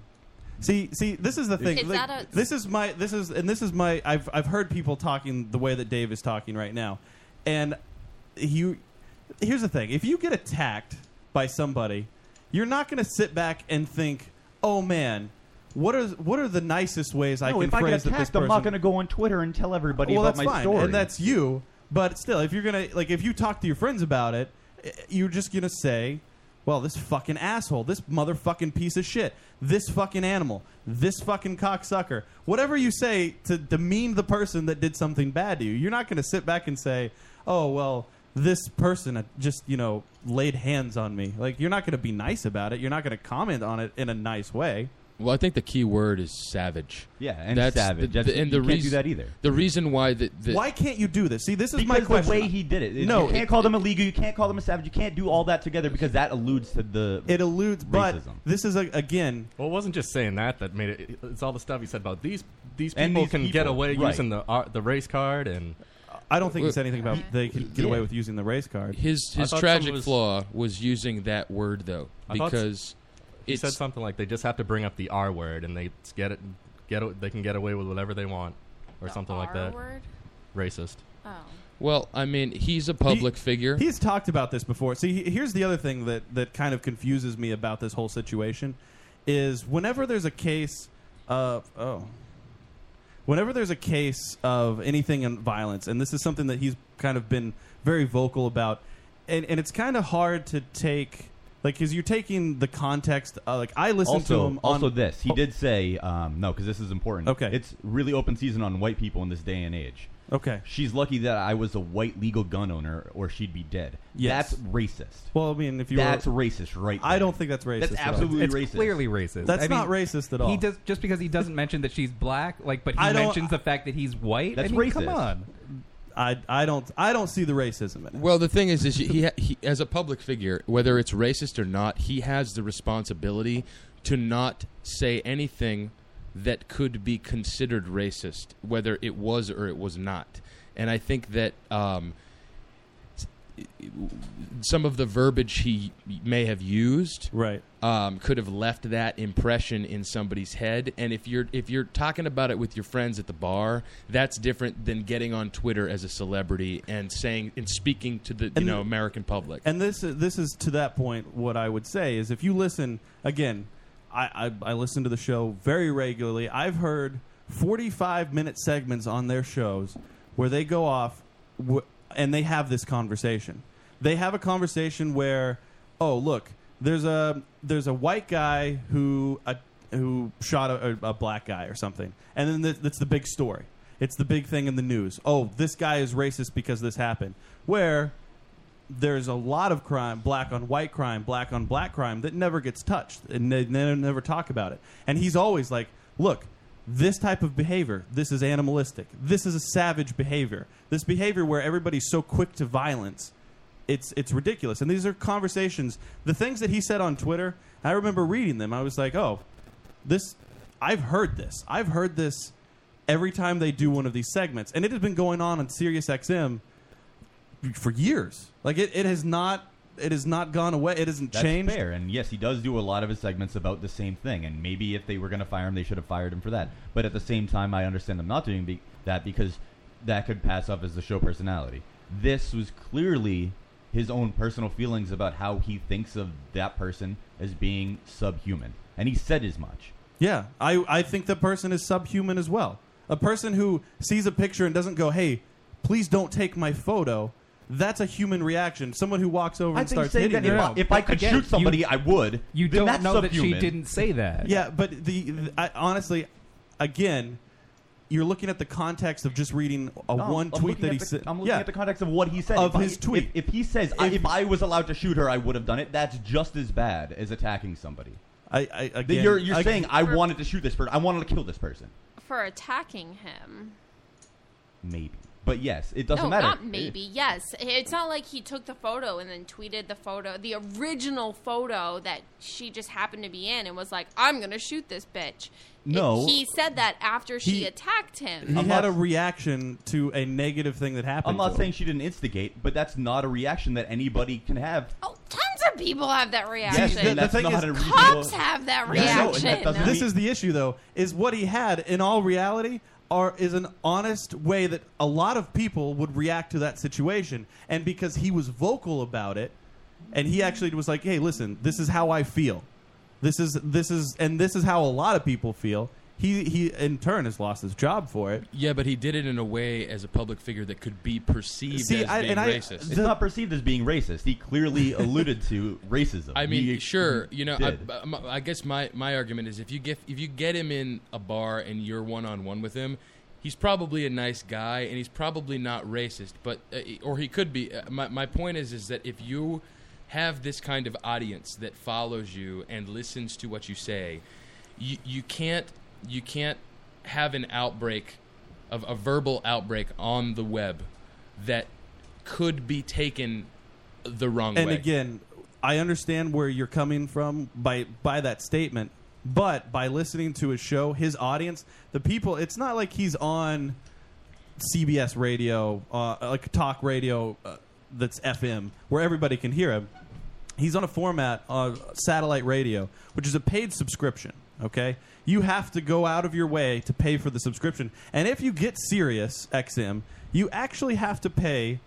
See, see, this is the thing. Is Like, that a- this is my this is and this is my I've I've heard people talking the way that Dave is talking right now. And you here's the thing. If you get attacked by somebody, you're not going to sit back and think, "Oh man, what are what are the nicest ways I no, can if I phrase get that this attacked, person I'm not going to go on Twitter and tell everybody well, about that's my fine, story. and that's you. But still, if you're gonna like, if you talk to your friends about it, eh, you're just gonna say, "Well, this fucking asshole, this motherfucking piece of shit, this fucking animal, this fucking cocksucker." Whatever you say to demean the person that did something bad to you, you're not gonna sit back and say, "Oh, well." This person uh, just, you know, laid hands on me. Like, you're not going to be nice about it. You're not going to comment on it in a nice way. Well, I think the key word is savage. Yeah, and the- savage. That's- the- and you the can't do reason- that either. The reason why the, the Why can't you do this? See, this is because my question. the way he did it. No, you can't call them illegal. You can't call them a savage. You can't do all that together because that alludes to the. It alludes, but this is a, again. Well, it wasn't just saying that that made it. It's all the stuff he said about these these people And these can people, get away right. using the ar the race card and. I don't think he said anything about they can get away with using the race card. His- Uh, his thought tragic someone was- flaw was using that word though I thought because he it's said something like they just have to bring up the R word and they get it get a- they can get away with whatever they want or something like R that. word? Racist. Oh. well I mean he's a public figure He's talked about this before. See, he- here's the other thing that, that kind of confuses me about this whole situation is whenever there's a case of oh, whenever there's a case of anything in violence, and this is something that he's kind of been very vocal about, and and it's kind of hard to take like because you're taking the context. Uh, like I listened also, to him. on, Oh. also this. He did say um, no because this is important. Okay, it's really open season on white people in this day and age. Okay, she's lucky that I was a white legal gun owner, or she'd be dead. Yes. that's racist. Well, I mean, if you that's were, racist, right? I there. don't think that's racist. That's at all. absolutely it's racist. clearly racist. That's I mean, not racist at all. He does just because he doesn't mention that she's black, like, but I he don't- mentions the fact that he's white. I mean, Come on. I, I don't I don't see the racism in it. Well, the thing is, is he, ha- he as a public figure, whether it's racist or not, he has the responsibility to not say anything that could be considered racist, whether it was or it was not. And I think that um, some of the verbiage he may have used right um, could have left that impression in somebody's head and if you're if you're talking about it with your friends at the bar that's different than getting on twitter as a celebrity and saying and speaking to the you And- know american public And this this is to that point. What I would say is, if you listen again, I I, I listen to the show very regularly. I've heard forty five minute segments on their shows where they go off w- and they have this conversation. They have a conversation where, oh look, there's a there's a white guy who uh, who shot a, a, a black guy or something, and then th- that's the big story. It's the big thing in the news. Oh, this guy is racist because this happened. Where there's a lot of crime, black on white crime, black on black crime, that never gets touched and they, they never talk about it. And he's always like, look, this type of behavior, this is animalistic. This is a savage behavior. This behavior where everybody's so quick to violence, it's, it's ridiculous. And these are conversations. The things that he said on Twitter, I remember reading them. I was like, oh, this, I've heard this. I've heard this every time they do one of these segments. And it has been going on on SiriusXM for years. Like it, it has not it has not gone away. It hasn't That's changed. fair, and yes, he does do a lot of his segments about the same thing. And maybe if they were going to fire him, they should have fired him for that. But at the same time, I understand them not doing be- that because that could pass off as the show personality. This was clearly his own personal feelings about how he thinks of that person as being subhuman, and he said as much. Yeah, I I think the person is subhuman as well. A person who sees a picture and doesn't go, "Hey, please don't take my photo." That's a human reaction. Someone who walks over I and think starts saying hitting that if them. I- if I could Again, shoot somebody, you- I would. you Then don't that's know that she subhuman. didn't say that. Yeah, but the, the- I, honestly, again, you're looking at the context of just reading a No, one I'm tweet looking that at he the- said. I'm looking Yeah. at the context of what he said Of If I- his tweet. If, if he says, I- if, I was allowed to shoot her, I would have done it," that's just as bad as attacking somebody. I, I again, you're you're I- saying I For- wanted to shoot this person. I wanted to kill this person. For attacking him. Maybe, But yes, it doesn't no, matter. Not maybe. Yes, it's not like he took the photo and then tweeted the photo, the original photo that she just happened to be in, and was like, "I'm gonna shoot this bitch." No. he said that after she He- attacked him. He Mm-hmm. had a reaction to a negative thing that happened. I'm to not him. saying she didn't instigate, but that's not a reaction that anybody can have. Oh, Tons of people have that reaction. Yes, the- the That's thing not is- a reasonable- Cops have that Yeah, no, and reaction. that doesn't- This is the issue, though, is what he had in all reality are is an honest way that a lot of people would react to that situation, and because he was vocal about it, and he actually was like, "Hey, listen, this is how I feel. This is this is and this is how a lot of people feel." He he in turn has lost his job for it. Yeah, but he did it in a way as a public figure that could be perceived See, as I- being and I- racist. It's not perceived as being racist. He clearly alluded to racism. I mean, He- sure, you know, he I, did. I- my- I guess my, my argument is if you get if you get him in a bar and you're one on one with him, he's probably a nice guy and he's probably not racist, but uh, or he could be. Uh, my my point is is that if you have this kind of audience that follows you and listens to what you say, you you can't you can't have an outbreak of a verbal outbreak on the web that could be taken the wrong and way. again, I understand where you're coming from by by that statement, but by listening to his show, his audience, the people, it's not like he's on CBS radio, uh, like talk radio uh, that's FM, where everybody can hear him. He's on a format of satellite radio, which is a paid subscription. Okay, you have to go out of your way to pay for the subscription, and if you get Sirius XM, you actually have to pay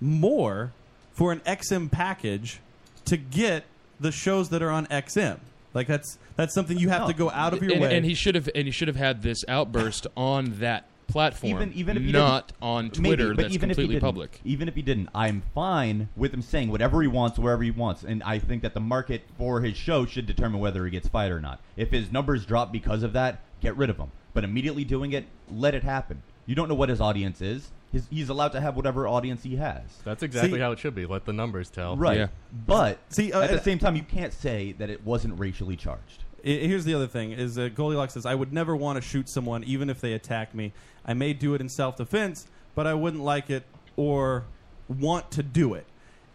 more for an XM package to get the shows that are on XM. Like that's that's something you have to go out of your Oh, and, way. And he should have and he should have had this outburst on that platform, even even if he not didn't- on maybe, Twitter. but that's even if he completely didn't- public. Even if he didn't, I'm fine with him saying whatever he wants, wherever he wants, and I think that the market for his show should determine whether he gets fired or not. If his numbers drop because of that, get rid of him. But immediately doing it, let it happen. You don't know what his audience is. His, he's allowed to have whatever audience he has. That's exactly See- how it should be. Let the numbers tell. Right. But See, uh, at the and- same time, you can't say that it wasn't racially charged. I- Here's the other thing: is that Goldilocks says I would never want to shoot someone, even if they attack me. I may do it in self-defense, but I wouldn't like it or want to do it.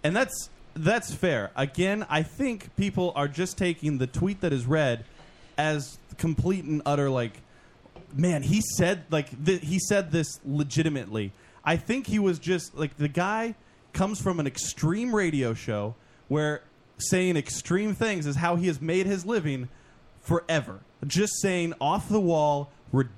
And that's that's fair. Again, I think people are just taking the tweet that is read as complete and utter like man, he said like th- he said this legitimately. I think he was just like the guy comes from an extreme radio show where saying extreme things is how he has made his living forever. Just saying off the wall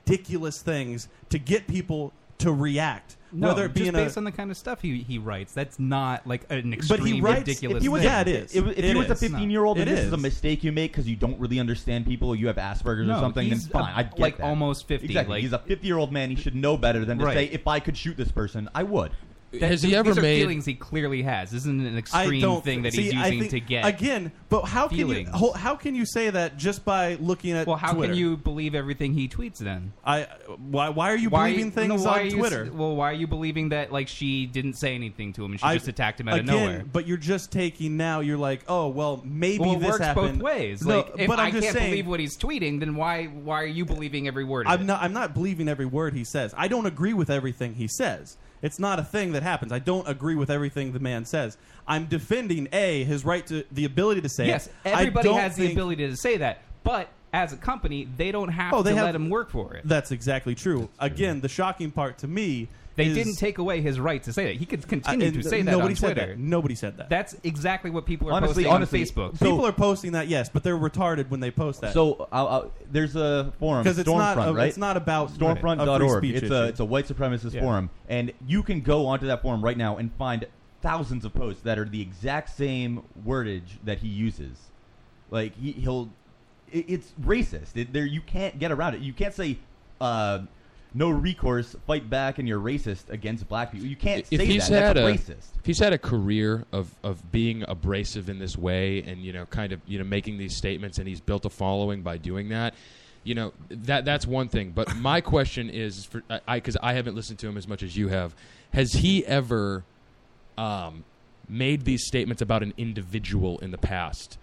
ridiculous things to get people to react. No, whether it be just in based a, on the kind of stuff he, he writes. That's not like an extreme ridiculous. If you was, thing. yeah, it is. If, if It you was a is. 15 year old, It and this is a is. mistake you make because you don't really understand people, or you have Asperger's No, or something, then he's fine. a- I get like that. almost 50, Exactly. like- he's a 50 year old man. He should know better than to Right. say, if I could shoot this person, I would. That- these are feelings he clearly has? This isn't an I extreme don't thing that see, he's I using think- to get again. But how feelings. can you ho- how can you say that just by looking at well, how Twitter? can you believe everything he tweets then? I why why are you believing things why on are you s- Twitter? well, why are you believing that like she didn't say anything to him and she I- just attacked him out again, of nowhere? But you're just taking now. You're like, oh well, maybe well, it this works happened. both ways. No, like, if but I'm I just can't saying, believe what he's tweeting, then why why are you believing every word? Of it? I'm not. I'm not believing every word he says. I don't agree with everything he says. It's not a thing that happens. I don't agree with everything the man says. I'm defending a his right to the ability to say. it. Yes, I everybody don't has the think- ability to say that, but as a company, they don't have Oh, to they have- let him work for it. That's exactly true. Again, the shocking part to me. They is- Uh, didn't take away his right to say that. He could continue and to say that nobody on said Twitter. that. Nobody said that. That's exactly what people are Honestly- posting honestly, on Facebook. People are posting that, yes, but they're retarded when they post that. So I'll, I'll, there's a forum, 'Cause it's Stormfront, not a- right? it's not about a free stormfront.org. speech It's issue. a it's a white supremacist Yeah. forum, and you can go onto that forum right now and find thousands of posts that are the exact same wordage that he uses. Like he, he'll, it, it's racist. It, there you can't get around it. You can't say. Uh, no recourse, fight back, and you're racist against black people. You can't if say he's had that. That's a racist. if he's had a career of of being abrasive in this way and you know kind of you know making these statements and he's built a following by doing that you know that that's one thing but my question is for i because I, haven't listened to him as much as you have has he ever um made these statements about an individual in the past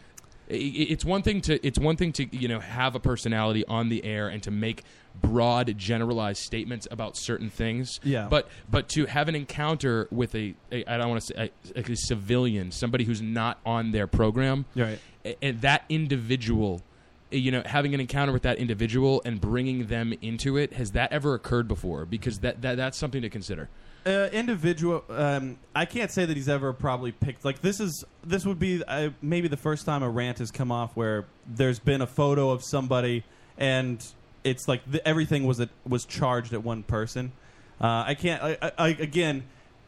i- i- it's one thing to it's one thing to you know have a personality on the air and to make broad generalized statements about certain things Yeah. but but to have an encounter with a, a i don't want to say a, a civilian somebody who's not on their program Right. a- and that individual you know having an encounter with that individual and bringing them into it has that ever occurred before because that, that that's something to consider uh, individual. Um, I can't say that he's ever probably picked. Like this is this would be uh, maybe the first time a rant has come off where there's been a photo of somebody and it's like the, everything was a, was charged at one person. Uh, I can't. I, I, I, again,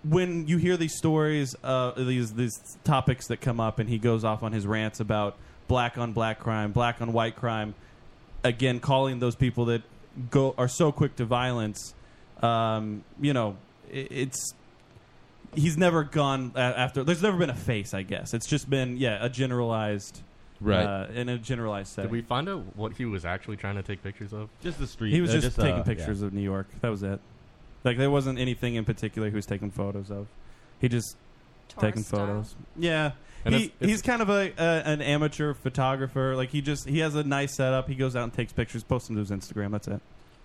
when you hear these stories, uh, these these topics that come up, and he goes off on his rants about black on black crime, black on white crime. Again, calling those people that go are so quick to violence. Um, you know, i it's he's never gone a- after. There's never been a face, I guess. It's just been yeah, a generalized Right. uh, in a generalized setting. Did we find out what he was actually trying to take pictures of? Just uh, the street. He was just, uh, taking pictures of New York. That was it. Like there wasn't anything in particular he was taking photos of. He just taking photos. Yeah, And he, it's- it's- he's kind of a, a an amateur photographer. Like he just he has a nice setup. He goes out and takes pictures, posts them to his Instagram. That's it.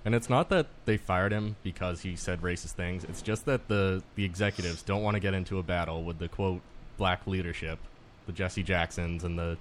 And it's not that they fired him because he said racist things. It's just that the the executives don't want to get into a battle with the quote black leadership, the Jesse Jacksons and the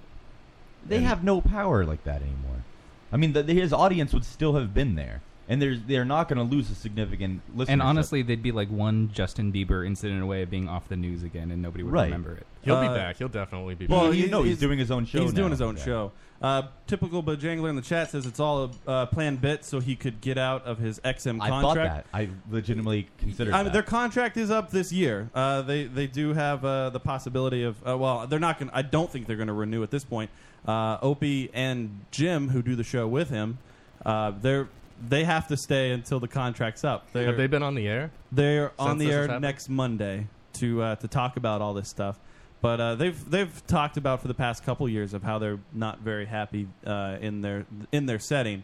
They have no power like that anymore. I mean, the, his audience would still have been there, and there's they're not going to lose a significant. Listenership. and honestly, they'd be like one Justin Bieber incident away of being off the news again, and nobody would Right. Uh, remember it. He'll be back. He'll definitely be back. Well, you he- know he's doing his own show He's doing now. his own Yeah. show. Uh, typical Bojangler in the chat says it's all a uh, planned bit so he could get out of his XM I contract. thought that. I legitimately considered I mean, that. their contract is up this year. Uh, they they do have uh, the possibility of uh, well, they're not going. to I don't think they're going to renew at this point. Uh, Opie and Jim, who do the show with him, uh, they're they have to stay until the contract's up. They're, Have they been on the air? They're on since the this has air happened? next Monday to uh, to talk about all this stuff. But uh, they've they've talked about for the past couple years of how they're not very happy uh, in their in their setting.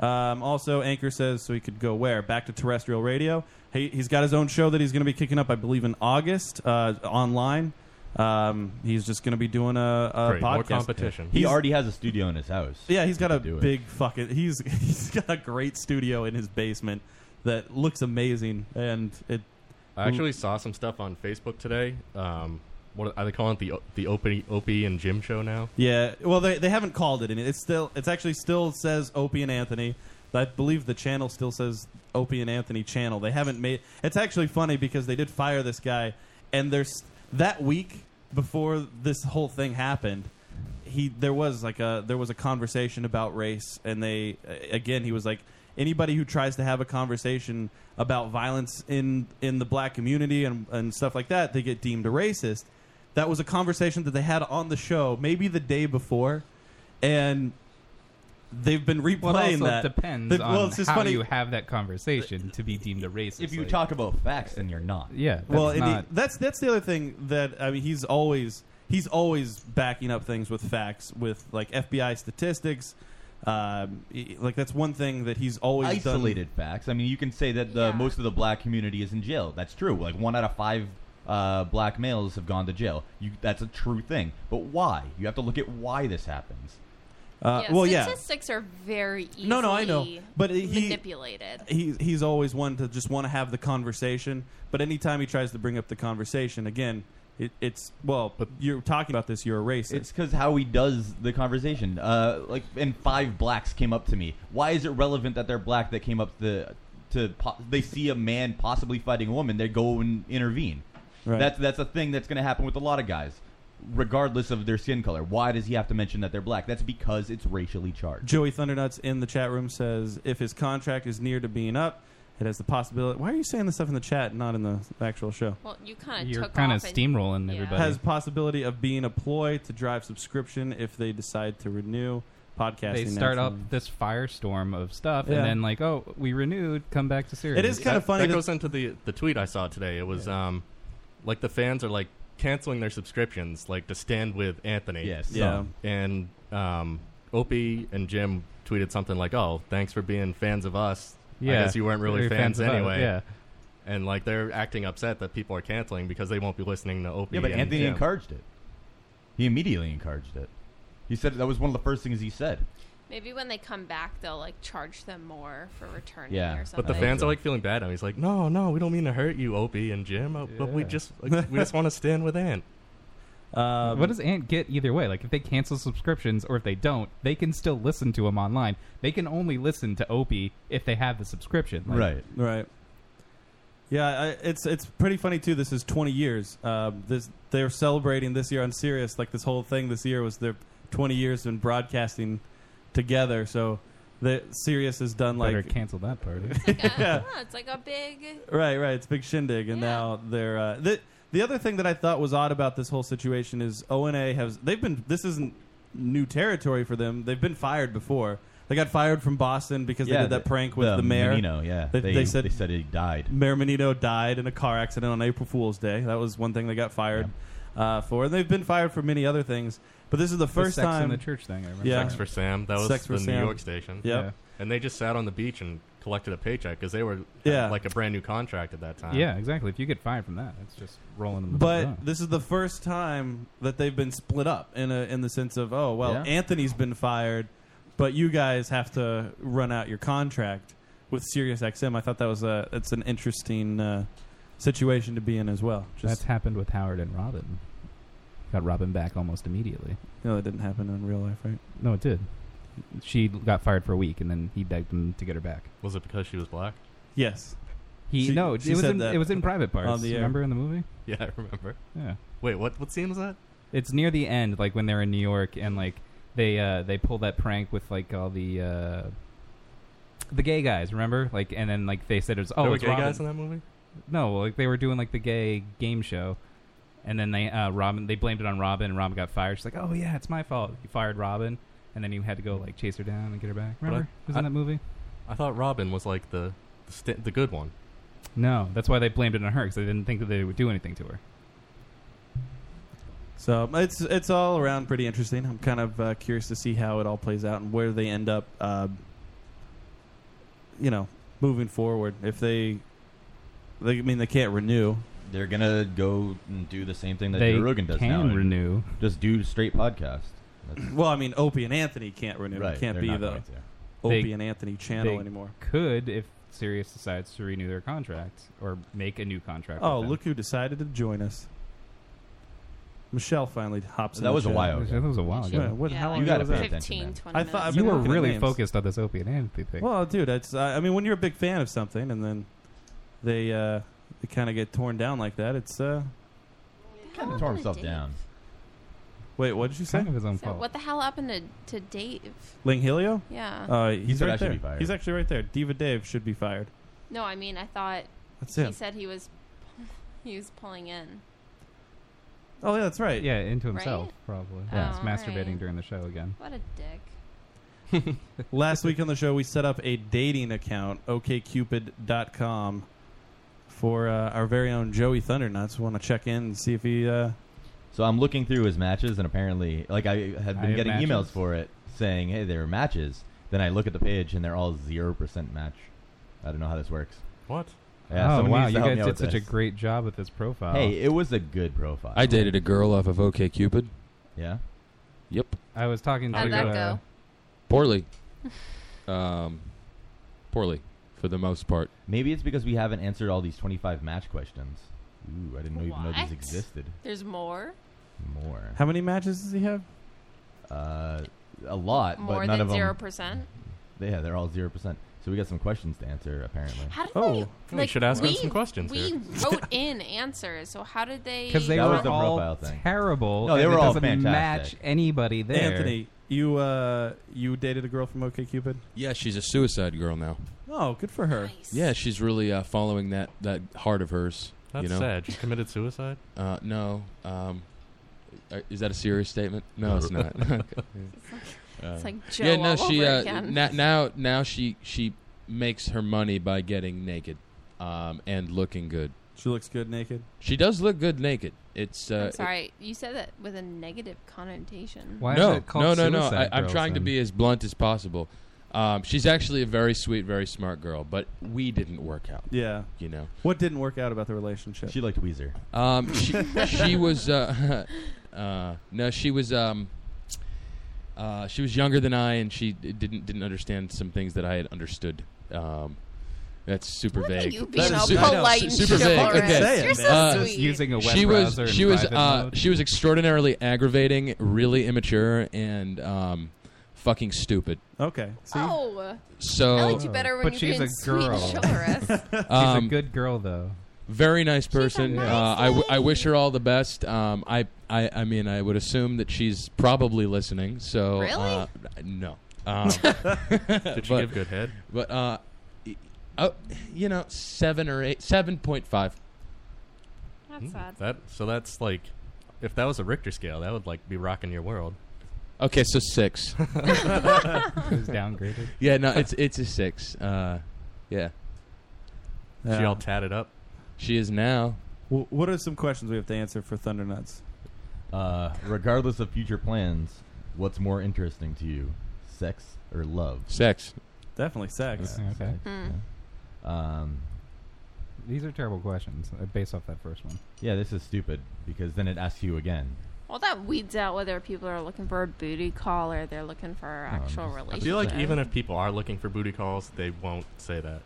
Um, also, Anchor says so he could go where back to terrestrial radio. He he's got his own show that he's going to be kicking up, I believe, in August uh, online. Um, he's just going to be doing a, a uh, podcast. He He's- already has a studio in his house. yeah, he's got a do it. big fucking. He's he's got a great studio in his basement that looks amazing, and it. Mm. I actually saw some stuff on Facebook today. Um, what are they calling it? The O- the Opie, Opie and Jim show now. Yeah, well, they they haven't called it any. It's still it's actually still says Opie and Anthony. I believe the channel still says Opie and Anthony channel. They haven't made. It's actually funny because they did fire this guy, and there's that week before this whole thing happened. He there was like a there was a conversation about race, and they again he was like anybody who tries to have a conversation about violence in in the black community and and stuff like that they get deemed a racist that was a conversation that they had on the show maybe the day before and they've been replaying Well, it also that depends They've- on well, it's just how funny. you have that conversation to be deemed a racist. If you Like, talk about facts, then you're not. yeah, that's well, and he- not- that's that's the other thing that I mean. He's always he's always backing up things with facts, with like FBI statistics. Um, e- like that's one thing that he's always done. isolated facts. I mean, you can say that the most of the black community is in jail. That's true. Like one out of five uh, black males have gone to jail. You, that's a true thing. But why? You have to look at why this happens. Uh, well, yeah. Statistics are very easily No, no, I know. But he- manipulated. He he's always one to just want to have the conversation, but anytime he tries to bring up the conversation again, it, it's well, but you're talking about this, you're a racist. It's because how he does the conversation. Uh, like, and five blacks came up to me. Why is it relevant that they're black that came up to to po- they see a man possibly fighting a woman, they go and intervene. Right. That's that's a thing that's going to happen with a lot of guys, regardless of their skin color. Why does he have to mention that they're black? That's because it's racially charged. Joey Thundernuts in the chat room says if his contract is near to being up, it has the possibility. Why are you saying this stuff in the chat, and not in the actual show? Well, you kind of You're took kinda off and- steamrolling yeah. everybody. Has possibility of being a ploy to drive subscription if they decide to renew podcasting. they start next up month. this firestorm of stuff, Yeah. and then like, oh, we renewed. Come back to Sirius. That- That, goes into the the tweet I saw today. It was um, like the fans are like canceling their subscriptions, like to stand with Anthony. Yes. Yeah. And um, Opie and Jim tweeted something like, "Oh, thanks for being fans of us. Yeah. I guess you weren't really You're fans, fans of us, anyway." yeah. And like they're acting upset that people are canceling because they won't be listening to Opie. Yeah, but and Anthony Jim. encouraged it. He immediately encouraged it. He said that was one of the first things he said. Maybe when they come back, they'll like charge them more for returning or something. but the fans are like feeling bad. And he's like, "No, no, we don't mean to hurt you, Opie and Jim, uh, but we Yeah. just like, we just want to stand with Ant." Um, Uh, what does Ant get either way? Like, if they cancel subscriptions or if they don't, they can still listen to him online. They can only listen to Opie if they have the subscription. Like, Right. Yeah, I, it's it's pretty funny too. This is 20 years. Um, this they're celebrating this year on Sirius. Like this whole thing this year was their 20 years in broadcasting together. So the Sirius has done like Better cancel that party. yeah. Oh, it's like a big. Right, right. It's a big shindig, and now they're uh, the the other thing that I thought was odd about this whole situation is ONA has they've been this isn't new territory for them. They've been fired before. They got fired from Boston because they Yeah, did that the- prank with the the, mayor. Menino, yeah. they, They- they said they said he died. Mayor Menino died in a car accident on April Fool's Day. That was one thing they got fired uh, for. And they've been fired for many other things. But this is the first Sex in time the Church thing, I remember. Yeah, Sex for Sam. That was Sex the for Sam. New York station. Yep. And they just sat on the beach and collected a paycheck because they were had, Yeah. like a brand new contract at that time. Yeah, exactly. If you get fired from that, it's just rolling in the But this is the first time that they've been split up in a, in the sense of oh well Yeah. Anthony's been fired, but you guys have to run out your contract with SiriusXM. I thought that was a that's an interesting uh, situation to be in as well. Just That's happened with Howard and Robin. Got Robin back almost immediately. No, that didn't happen in real life, right? No, it did. She got fired for a week, and then he begged him to get her back. Was it because she was black? yes. He She- no, it she was said in that it was in private parts. on the air. Remember in the movie? Yeah, I remember. Yeah. Wait, what what scene was that? It's near the end, like when they're in New York, and like they uh, they pull that prank with like all the uh, the gay guys. Remember, like, and then like they said it was oh, There were it's gay Robin. guys in that movie? No, like they were doing like the gay game show, and then they uh, Robin they blamed it on Robin, and Robin got fired. She's like, oh yeah, it's my fault. You fired Robin, and then you had to go like chase her down and get her back. But I- Remember, it was in I- that movie. I thought Robin was like the the, st- the good one. No, that's why they blamed it on her because they didn't think that they would do anything to her. So it's it's all around pretty interesting. I'm kind of uh, curious to see how it all plays out and where they end up. Uh, you know, moving forward, if they, they I mean, they can't renew. They're gonna go and do the same thing that They Joe Rogan does can now. and renew. Just do straight podcast. well, I mean, Opie and Anthony can't renew. Right, it can't they're be not the going to. Opie They- and Anthony channel they anymore. Could if Sirius decides to renew their contract or make a new contract. Oh, with them. look who decided to join us. Michelle finally hops. in That the was a chat. while ago. That was a while ago. Yeah, what, Yeah, how like long ago was that? 15, 20 I thought I've you been were looking at really names. focused on this Opie and Anthony thing. Well, dude, it's, I I mean, when you're a big fan of something and then they uh, they kind of get torn down like that, it's uh, Oh, Kind of tore himself down. Wait, what did you say? Kind of his own So what the hell happened to, to Dave? Ling Helio? Yeah. Uh, He he's said I right should there. be fired. He's actually right there. Diva Dave should be fired. No, I mean I thought That's he him. said he was he was pulling in. Oh yeah, that's right. Yeah, into Right? himself probably. Yeah. He's Oh, masturbating alright. during the show again. What a dick. Last week on the show, we set up a dating account, okcupid.com, for uh, our very own Joey Thundernuts. Want to check in and see if he. Uh, So I'm looking through his matches, and apparently, like I had I been have getting matches. emails for it saying, "Hey, they were matches." Then I look at the page, and they're all zero percent match. I don't know how this works. What? Yeah, oh someone wow, needs to you help guys me out did with such this. a great job with this profile. Hey, it was a good profile. I dated a girl off of OK Cupid. Yeah. Yep. I was talking to uh, Poorly. um, poorly, for the most part. Maybe it's because we haven't answered all these 25 match questions. Ooh, I didn't know even know What? these existed. There's more. More. how many matches does he have? Uh, a lot, More but none than of them. zero percent. Yeah, they're all zero percent. So we got some questions to answer, apparently. How did oh, they? like, we, We wrote in answers, so how did they? Because they they That were was the all profile thing. terrible. No, they and were it all doesn't fantastic. match anybody there. Anthony, you uh, you dated a girl from OKCupid? Yeah, she's a suicide girl now. Oh, good for her. Yeah, she's really uh, following that, that heart of hers. That's you know? sad. She committed suicide. Uh, no. Um, uh, is that a serious statement? No, No. it's not. Um, It's like- it's like Joe yeah, no, all she over uh, again. na- now now she she makes her money by getting naked, um, and looking good. She looks good naked. She does look good naked. It's uh, I'm sorry, you said that with a negative connotation. it- no, no, no, no. I, I'm trying to be as blunt as possible. Um, she's actually a very sweet, very smart girl, but we didn't work out. Yeah. you know. What didn't work out about the relationship? She liked Weezer. Um, she, she was uh, uh, no, she was um, Uh, she was younger than I, and she d- didn't didn't understand some things that I had understood. Um, that's super vague. you being all polite and super vague. chivalrous. Okay. You're so sweet. Using a web she was browser in she was private uh, mode. she was extraordinarily aggravating, really immature, and um, fucking stupid. Okay. See? Oh. So I liked you better when But you she's were a being sweet and girl. chivalrous. she's a good girl though. Um, Very nice person. uh, I, w- I wish her all the best. Um, I, I I mean I would assume that she's probably listening. So Really? uh, no. Um, Did she but- give good head? But uh, y- oh, you know, seven or eight, seven point five. That's sad. That so that's like, if that was a Richter scale, that would like be rocking your world. Okay, so six. was downgraded. Yeah, no, it's it's a six. Uh, yeah. She all tatted up. She is now. Well, what are some questions we have to answer for Thundernuts? Uh, regardless of future plans, what's more interesting to you, sex or love? Sex. Definitely sex. Yeah, Okay. sex, Hmm. yeah. Um, These are terrible questions uh, based off that first one. yeah, this is stupid because then it asks you again. Well, that weeds out whether people are looking for a booty call or they're looking for an actual I relationship. feel like even if people are looking for booty calls, they won't say that.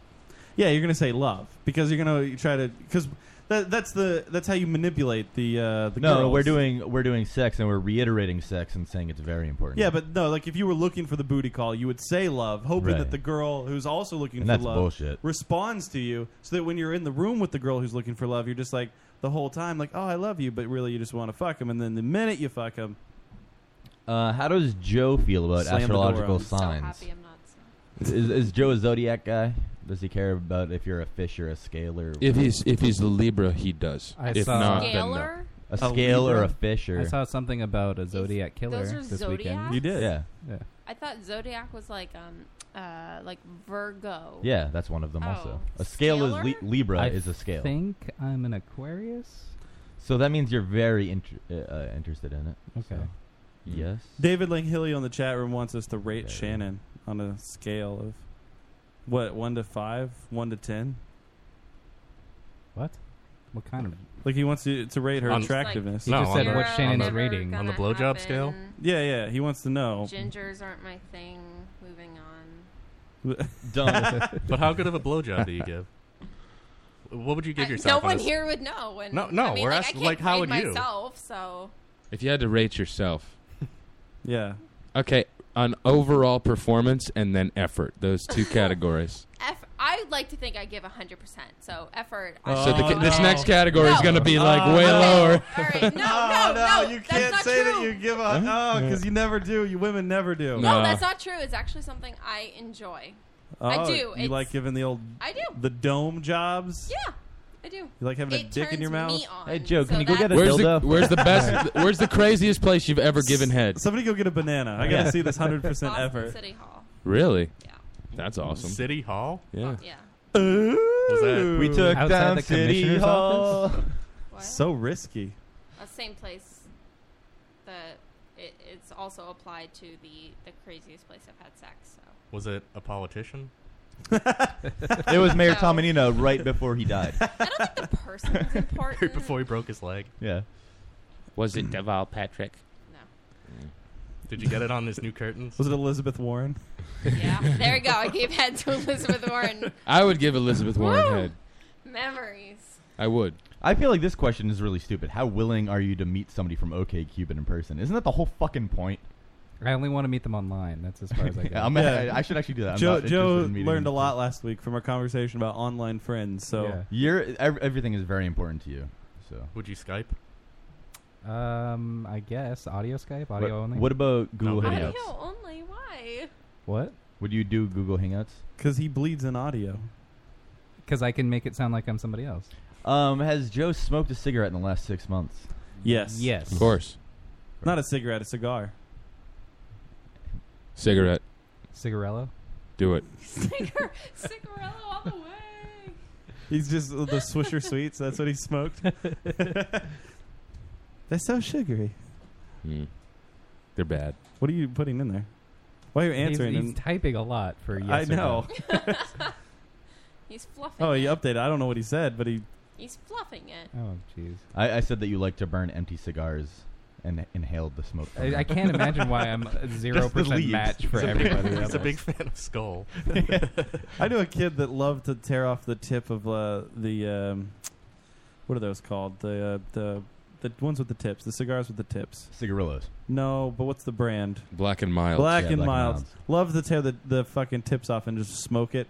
Yeah, you're gonna say love because you're gonna try to because that, that's the that's how you manipulate the uh, the No, girls. we're doing we're doing sex and we're reiterating sex and saying it's very important. Yeah, but no, like if you were looking for the booty call, you would say love, hoping Right. that the girl who's also looking And for that's love bullshit. responds to you, so that when you're in the room with the girl who's looking for love, you're just like the whole time like, oh, I love you, but really you just want to fuck him, and then the minute you fuck him, Uh, how does Joe feel about Slam the door astrological on. I'm so signs? is, is Joe a zodiac guy? Does he care about if you're a fish or a scale or If he's if he's a Libra, he does. I if saw- not, then no. Scalar? A scale or a fish or- I saw something about a zodiac killer those are this weekend. zodiacs? You did. Yeah. yeah. I thought zodiac was like um uh like Virgo. Yeah, that's one of them Oh. also. A scale Scalar? is li- Libra I is a scale. think I'm an Aquarius. So that means you're very inter- uh, uh, interested in it. Okay. So, Mm-hmm. Yes. David Langhilly on the chat room wants us to rate Shannon on a scale of what one to five, one to ten. What? What kind of? Like he wants to, to rate her On- attractiveness. He No, just said on the- what Shannon's never rating. On the blowjob scale? Yeah, yeah. He wants to know. Gingers aren't my thing. Moving on. Dumb. but how good of a blowjob do you give? What would you give I- yourself? no on a one s- here would know. And, No, no, I mean, we're like, I asking, can't like, how grade would you? myself, so If you had to rate yourself, yeah. Okay, on overall performance and then effort. Those two categories. F. I like to think I give hundred percent. So effort. I so the, ca- this next category is Oh, No. going to be like way no. lower. Alright, no, no, no, Oh, you that's can't not say that true. you give up. Huh? No, because you never do. You women never do. No, that's not true. It's actually something I enjoy. I Oh, do. You It's- like giving the old I do. the dome jobs? Yeah, I do. You like having a It dick in your turns mouth? me on, Hey, Joe, can so you go get a Where's the, dildo? where's the best? where's the craziest place you've ever given head? Somebody go get a banana. I gotta Yeah. see this hundred percent Boston effort. City Hall. Really? Yeah. That's awesome. City Hall? Yeah. Yeah. Was that- We took Outside down the City commissioner's Hall. office? So risky. The uh, same place. That it, it's also applied to the the craziest place I've had sex. So. Was it a politician? it was Mayor Tomanino right before he died. The person was important. Right before he broke his leg. Yeah. Was it Deval Patrick? Did you get it on his new curtains? Was it Elizabeth Warren? Yeah. There we go. I gave head to Elizabeth Warren. I would give Elizabeth Warren Woo! head. Memories. I would. I feel like this question is really stupid. How willing are you to meet somebody from OK Cupid in person? Isn't that the whole fucking point? I only want to meet them online. That's as far as I go. I'm- I- I should actually do that. I'm Joe, not Joe interested in meeting learned a him. lot last week from our conversation about online friends. So Yeah. You're ev- everything is very important to you. So Would you Skype? Um, I guess audio Skype, audio what, only. what about Google No, Hangouts? Audio Oh, only. Why? What would you do Google Hangouts? Because he bleeds in audio. Because I can make it sound like I'm somebody else. Um, has Joe smoked a cigarette in the last six months? Yes. Yes. Of course. Not a cigarette, a cigar. Cigarette. Cigarello. Do it. Cigar- Cigarello all the way. He's just the Swisher Sweets. That's what he smoked. That's so sugary. Hmm. They're bad. What are you putting in there? Why are you He's- answering? He's, and- typing a lot for yes. I or no. know. He's fluffing. oh, it. he updated. I don't know what he said, but he. He's fluffing it. Oh, jeez. I, I said that you like to burn empty cigars and inhaled the smoke. from I- it. I can't imagine why I'm a Just the 0% leaves. match for It's a big- everybody it's else. a big fan of Skull. I knew a kid that loved to tear off the tip of uh, the um, what are those called? The uh, the the ones with the tips, the cigars with the tips. Cigarillos. No, but what's the brand? Black and Mild. Black Yeah, and Black and Mild. Milds. Loves to tear the, the fucking tips off and just smoke it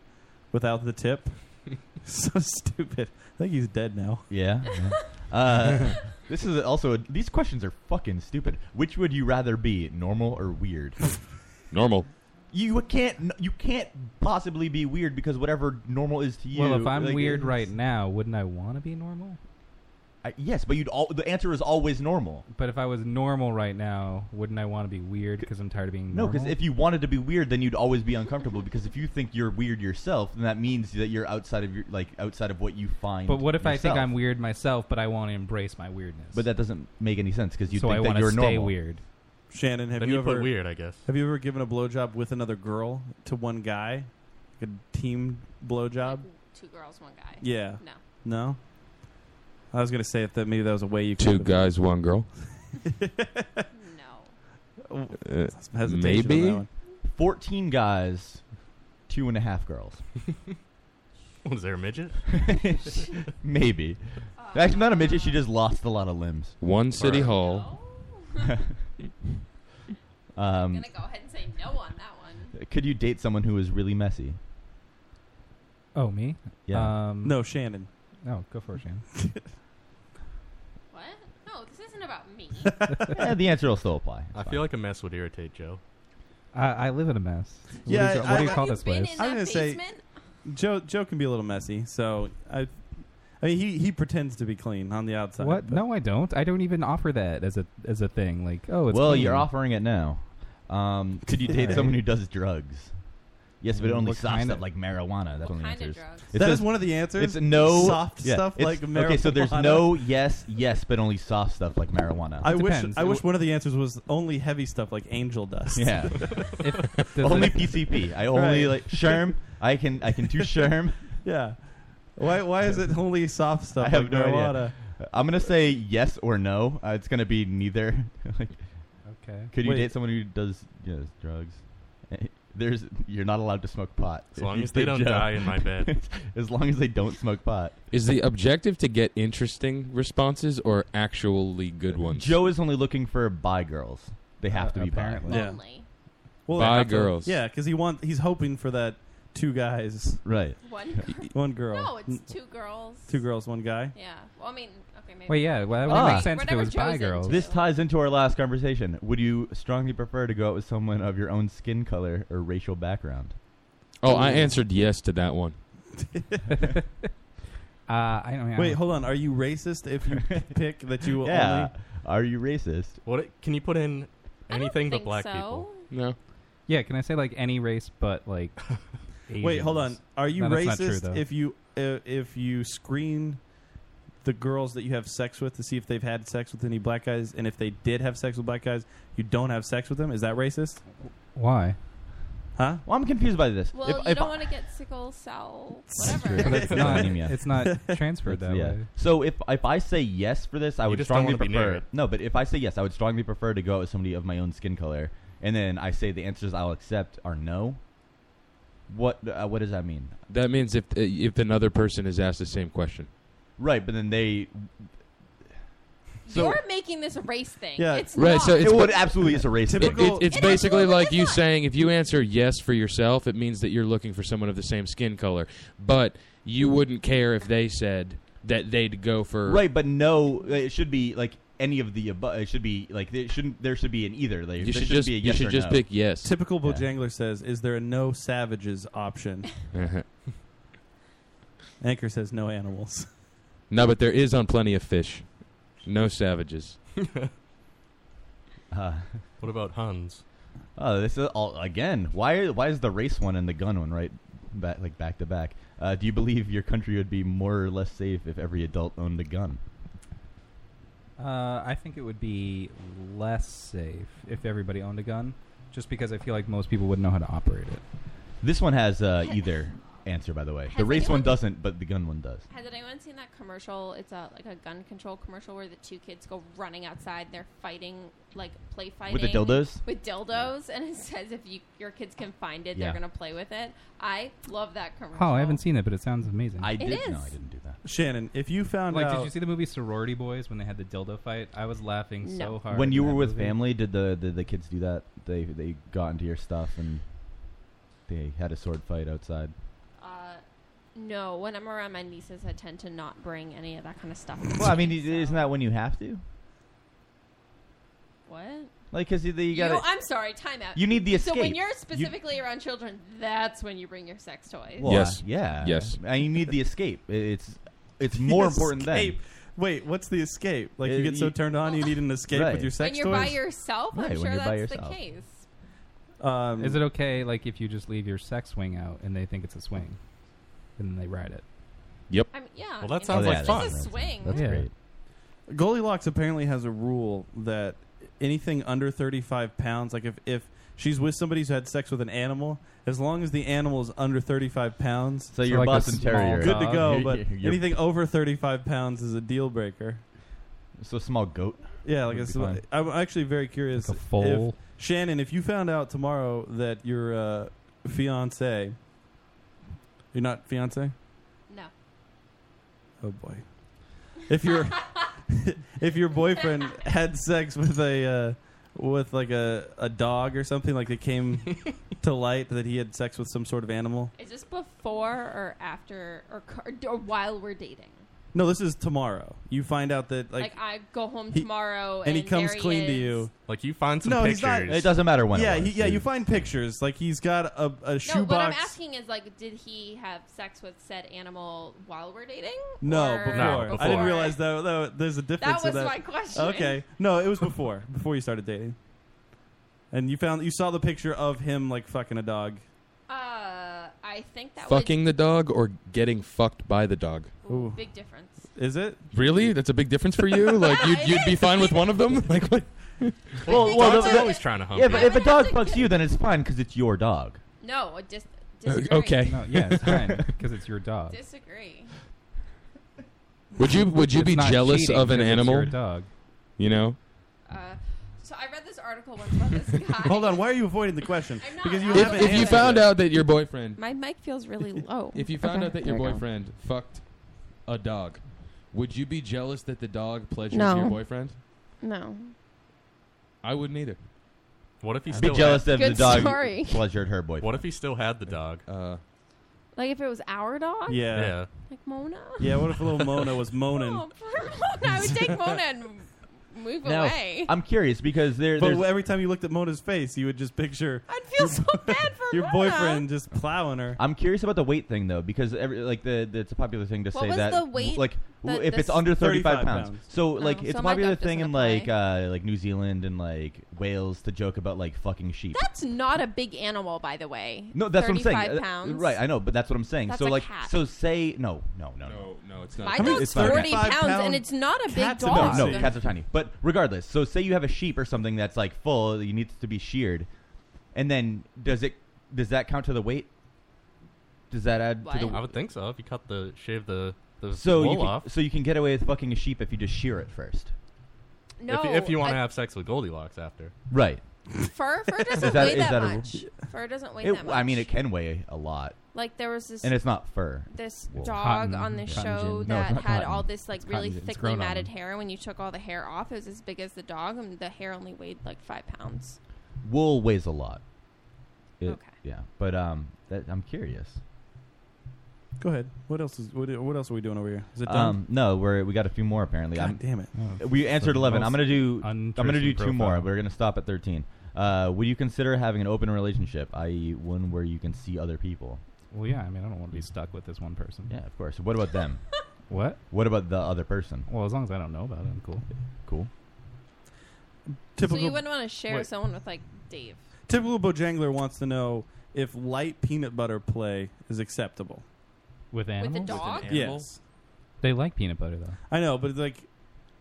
without the tip. so stupid. I think he's dead now. Yeah. uh, this is also a, these questions are fucking stupid. Which would you rather be, normal or weird? normal. You can't. You can't possibly be weird because whatever normal is to you. well, if I'm like, weird it's- right now, wouldn't I want to be normal? I, yes, but you'd all. The answer is always normal. But if I was normal right now, wouldn't I want to be weird because I'm tired of being No, normal? because if you wanted to be weird, then you'd always be uncomfortable. Because if you think you're weird yourself, then that means that you're outside of your like outside of what you find. But what if I think yourself. I'm weird myself, but I want to embrace my weirdness? But that doesn't make any sense because you So I think that wanna you're stay normal. weird. Shannon, have Then you, you ever put weird, I guess. Have you ever given a blowjob with another girl to one guy, like a team blowjob? Two girls, one guy. Yeah. No. No. I was gonna say if that maybe that was a way you Two could. guys, one girl. no. Uh, hesitation on maybe. that one. Fourteen guys, two and a half girls. Was there a midget? Maybe. Actually, not a midget. She just lost a lot of limbs. One city hall. I'm um, gonna go ahead and say no on that one. could you date someone who is really messy? Oh, me? Yeah. Um, no, Shannon. No, go for it, Shannon. What? No, this isn't about me. Eh, the answer will still apply. I feel like a mess would irritate Joe. I, I live in a mess. What do Yeah, you- what do you call this place? I'm gonna say Joe. Joe can be a little messy, so I. I mean, he, he pretends to be clean on the outside. What? No, I don't. I don't even offer that as a as a thing. Like, oh, it's well, clean. you're offering it now. Um, could you date Right. someone who does drugs? Yes, but it Mm, only what soft kind stuff of- like marijuana. That's one kind the of answers. drugs? It That says- is one of the answers? It's no Soft stuff like it's- Okay, so there's marijuana? no yes, yes, but only soft stuff like marijuana. I wish I wish one of the answers was only heavy stuff like angel dust. Yeah. only PCP. I only Right. like Sherm. I can I can do Sherm. Yeah. Why why is it only soft stuff I have like no marijuana? idea. I'm gonna say yes or no. Uh, it's gonna be neither. Like, Okay. Could you Wait. date someone who does yes, drugs? Eh, There's you're not allowed to smoke pot. As If long you as they date don't die in my bed. as long as they don't smoke pot. Is the objective to get interesting responses or actually good ones? Joe is only looking for bi girls. They have to be bi. Yeah. Well, By I have to- girls. Yeah, because he want he's hoping for that two guys. Right. One girl. One girl. No, it's two girls. Two girls, one guy. Yeah. Well, I mean, okay, maybe. Well, yeah, well, that would Ah. Whatever- make sense if it whatever was bi Joe's girls. into. Ah. This ties into our last conversation. Would you strongly prefer to go out with someone of your own skin color or racial background? Oh, I answered yes to that one. Uh, I don't. Wait, hold on. Are you racist if you pick that you Yeah. only? Are you racist? What can you put in anything but think black so. people? No. Yeah, can I say like any race but like? Wait, hold on. Asians? Are you No, that's not true, racist though. if you uh, if you screen the girls that you have sex with to see if they've had sex with any black guys, and if they did have sex with black guys, you don't have sex with them? Is that racist? Why? Huh? Well, I'm confused by this. Well, you don't want to get sickle cell, whatever. But it's not- it's not transferred that way. So if if I say yes for this, I You would just don't strongly wanna be prefer married. no. But if I say yes, I would strongly prefer to go out with somebody of my own skin color, and then I say the answers I'll accept are no. What uh, what does that mean? That means if if another person is asked the same question. Right, but then they. You're making this a race thing. It's right. Not. So it's It would absolutely is a race It- Typical- it- it's It basically like you saying if you answer yes for yourself, it means that you're looking for someone of the same skin color, but you wouldn't care if they said that they'd go for Right, but no, uh, it should be like any of the above. It should be like it shouldn't. There should be an either. There, You there should shouldn't just- be a you yes should or just no. pick yes. Typical Yeah. Bojangler says, "Is there a no savages option?" Uh-huh. Anchor says, "No animals." No, but there is on plenty of fish. No savages. Uh, what about Huns? Oh, this is all again. Why? Why is the race one and the gun one right back, like back to back? Uh, do you believe your country would be more or less safe if every adult owned a gun? Uh, I think it would be less safe if everybody owned a gun, just because I feel like most people wouldn't know how to operate it. This one has uh, either. answer, by the way. The Has race one anyone- doesn't, but the gun one does. Has anyone seen that commercial? It's a like a gun control commercial where the two kids go running outside. They're fighting, like play fighting the dildos? With dildos, and it says if you your kids can find it, Yeah. they're gonna play with it. I love that commercial. Oh, I haven't seen it, but it sounds amazing. I It did- no, is. I didn't do that. Shannon, if you found like, out, did you see the movie Sorority Boys when they had the dildo fight? I was laughing so hard. When you in were that with movie. family, did the, the the kids do that? They they got into your stuff and they had a sword fight outside. Uh, no, when I'm around my nieces, I tend to not bring any of that kind of stuff. Well, I mean, isn't that when you have to? what? Like, cause you, you got. You- I'm sorry, time out. You need the So when escape. you're You- specifically around children, that's when you bring your sex toys. Well, Yes. uh, yeah. Yes. And you need the escape. I- It's it's more important than escape. Wait, what's the escape? Like Uh, you get so you- turned on, you need an escape Right. with your when sex you're toys. by yourself, Right, I'm when sure you're by that's the yourself. case. Um, Is it okay, like, if you just leave your sex swing out and they think it's a swing, and then they ride it? Yep. I mean, yeah. Well, that I sounds mean, like it's fun. just That's- a swing. that's Yeah. great. Goldilocks apparently has a rule that anything under 35 pounds, like if, if she's with somebody who's had sex with an animal, as long as the animal is under 35 pounds, So So your like a Boston small Terrier. good to dog. go. You're- But you're- you're- anything over 35 pounds is a deal breaker. So small goat. Yeah, like would a be sm- fine. I'm actually very curious. Like a foal. If, Shannon, if you found out tomorrow that your uh, fiance, you're not fiance. No. Oh boy. If your if your boyfriend had sex with a uh, with like a, a dog or something, like it came to light that he had sex with some sort of animal. Is this before or after or, c- or while we're dating? No, this is tomorrow. You find out that like, Like, I go home he- tomorrow and, he comes clean to you. Like you find some no, pictures. he's not. Yeah, he, yeah. You find pictures. Like he's got a, a No, what I'm shoebox. asking is like, did he have sex with said animal while we're dating? No, Or- before. No, I didn't before. realize that, that there's a difference. That in was that. my question. Okay, no, it was before before you started dating, and you found you saw the picture of him like fucking a dog. Uh, I think that Fucking the dog or getting fucked by the dog? was big difference. Is it Really? That's a big difference for you? like you'd, you'd be fine with one of them? Like what? Well, well, the- the- Yeah, but I if a would dog have to fucks get- you, then it's fine because it's your dog. No, I just Uh, disagree. okay. No, yeah, it's fine because it's your dog. Disagree. Uh, Would you would you It's be not jealous cheating of an 'cause it's animal? your dog. You know? Uh, so I read this article once about this guy. Hold on, why are you avoiding the question? I'm not. Because you I'm If, haven't if you answered found it. out that your boyfriend My mic feels really low. If you found Oh, Okay. out that your There you go. boyfriend fucked a dog, would you be jealous that the dog pleasures No. your boyfriend? No. I wouldn't either. What if he I'd be still jealous had, that the Good dog story. pleasured her boyfriend. What if he still had the dog? Uh, Like if it was our dog? Yeah. Yeah. Like Mona? Yeah, what if little Mona was moaning? Oh, poor Mona. I would take Mona and move Now, away. I'm curious because there, But there's every time you looked at Mona's face, you would just picture I'd feel so bad for your Mona. boyfriend just plowing her. I'm curious about the weight thing though, because every, like the, the it's a popular thing to What say was that the weight like w- that if it's this- under 35 35 pounds. pounds. So Oh, like it's so a my popular gut thing doesn't in like uh, like New Zealand and like Wales to joke about like fucking sheep. That's not a big animal, by the way. no, that's what I'm saying. 35 Uh, pounds. Right, I know, but that's what I'm saying. That's so a like cat. so say no, no, no, no. No, it's My dog's 40 pounds, and it's not a big dog. No, no, cats are tiny. But regardless, so say you have a sheep or something that's like full, you need to be sheared, and then does it does that count to the weight? Does that add to the? I would think so. If you cut the shave the the So wool you can, off. so you can get away with fucking a sheep if you just shear it first. No, If, if you want to I- have sex with Goldilocks after. Right. Fur, fur doesn't that- weigh is that, that a- much. Fur doesn't weigh It- that much. I mean, it can weigh a lot. Like there was this, and it's not fur. This Wool. dog on the Cotton show gin. No, that it's not had cotton. all this like It's really cotton gin. It's thickly grown on matted them. hair. When you took all the hair off, it was as big as the dog, and the hair only weighed like five pounds. Wool weighs a lot. It- Okay. Yeah, but um, that, I'm curious. Go ahead. What else is what, what else are we doing over here? Is it done? Um, no, we're we got a few more apparently. God I'm, damn it. Oh. We answered The eleven. I'm gonna most do. I'm gonna do two uninteresting more. profile. We're gonna stop at thirteen. Uh, would you consider having an open relationship, i.e., one where you can see other people? Well, yeah. I mean, I don't want to be stuck with this one person. Yeah, of course. What about them? What? What about the other person? Well, as long as I don't know about it, I'm cool. Cool. so you wouldn't want to share Wait. someone with like Dave. Typical Bojangler wants to know if light peanut butter play is acceptable. With animals? dog? Yes. They like peanut butter though. I know, but like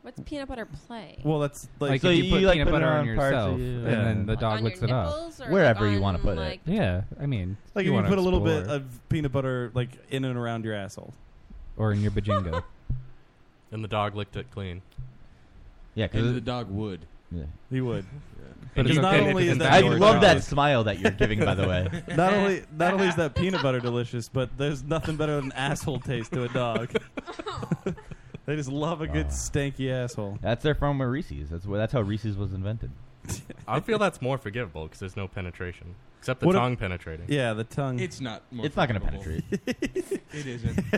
What's peanut butter play? Well, that's like, Like, if you put peanut butter on yourself, and yeah. then the dog licks it up. nipples or Wherever you wanna on, put it. like- Yeah, I mean, Like if you you wanna put a little bit explore. of peanut butter like in and around your asshole. or in your bajingo. And the dog licked it clean. Yeah, 'cause And it- the dog would. Yeah. He would. But But it's not okay. only is It's that not your I love job. that smile that you're giving, by the way. not only not only is that peanut butter delicious, but there's nothing better than asshole taste to a dog. they just love a good stanky asshole. That's their from where Reese's. That's where. That's how Reese's was invented. I feel that's more forgivable because there's no penetration except the What if- tongue penetrating. Yeah, the tongue. It's not. More It's not gonna forgivable. it isn't.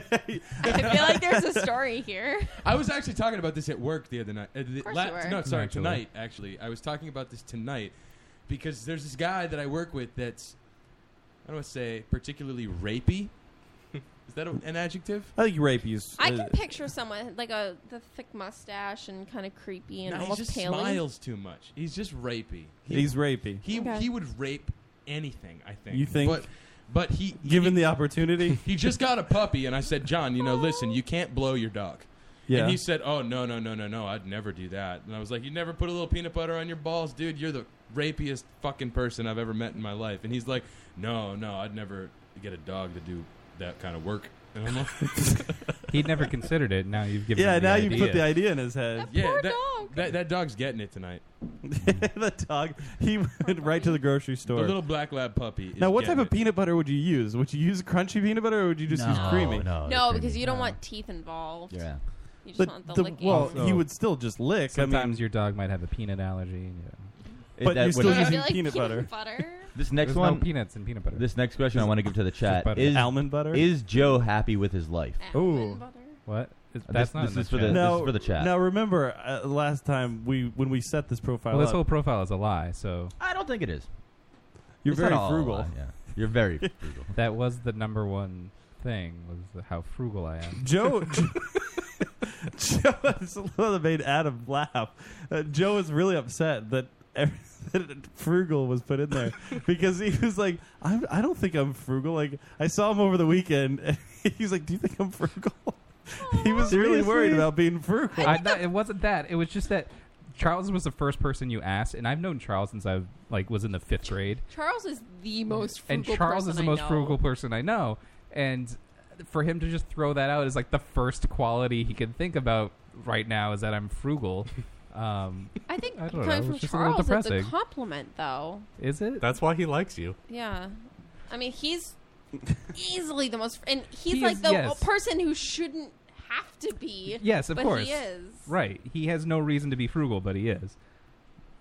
I feel like there's a story here. I was actually talking about this at work the other night. Uh, the- course la- you were. No, sorry, Naturally. tonight actually. I was talking about this tonight because there's this guy that I work with that's I don't want to say particularly rapey. Is that a, an adjective? I think rape is. Uh, I can picture someone like a the thick mustache and kind of creepy and No, he almost just paling. smiles too much. He's just rapey. He's rapey. He Okay. he would rape anything. I think. You think? But, but he given the opportunity, he just got a puppy, and I said, John, you know, listen, you can't blow your dog. Yeah. And he said, Oh no no no no no, I'd never do that. And I was like, You never put a little peanut butter on your balls, dude. You're the rapiest fucking person I've ever met in my life. And he's like, No no, I'd never get a dog to do that kind of work. And I'm like, He'd never considered it. Now you've given. Yeah, him the now idea. you put the idea in his head. Yeah, that, That, that dog's getting it tonight. the dog. He went right to the grocery store. The little black lab puppy. Is now, what type getting of peanut butter would you use? Would you use crunchy peanut butter, or would you just use No, creamy? Oh, no, no, because you don't want teeth involved. Yeah. Oh. You just But want the, the- licking. well, he would still just lick. I mean- Sometimes your dog might have a peanut allergy. and, Yeah. It- But that you're would- still I feel using like peanut peanut butter. This next There's no one, peanuts in peanut butter. This next question I want to give to the chat butter. is Almond butter? Is Joe happy with his life? Ooh. What? Is- Uh, that's this, not This in is the for the. chat. This No. is for the chat. Now, remember uh, last time we when we set this profile. Well, this up, whole profile is a lie. So I don't think it is. You're It's not very all a frugal. lie, yeah. You're very frugal. that was the number one thing was the- how frugal I am. Joe. Joe is the one that made Adam laugh. Uh, Joe was really upset that, every, that frugal was put in there because he was like, I'm, I don't think I'm frugal. Like I saw him over the weekend, and he's like, Do you think I'm frugal? he was really worried about being frugal. I, not, it wasn't that. It was just that Charles was the first person you asked, and I've known Charles since I like was in the fifth grade. Charles is the most and frugal Charles is the person I most know. frugal person I know, and for him to just throw that out is like the first quality he can think about right now is that I'm frugal. Um, I think I don't know. coming from It's just a little Charles, it's a depressing. compliment, though. Is it? That's why he likes you. Yeah, I mean he's easily the most, and he's He like is- the yes. person who shouldn't have to be. yes, of but course. he is. Right. He has no reason to be frugal, but he is.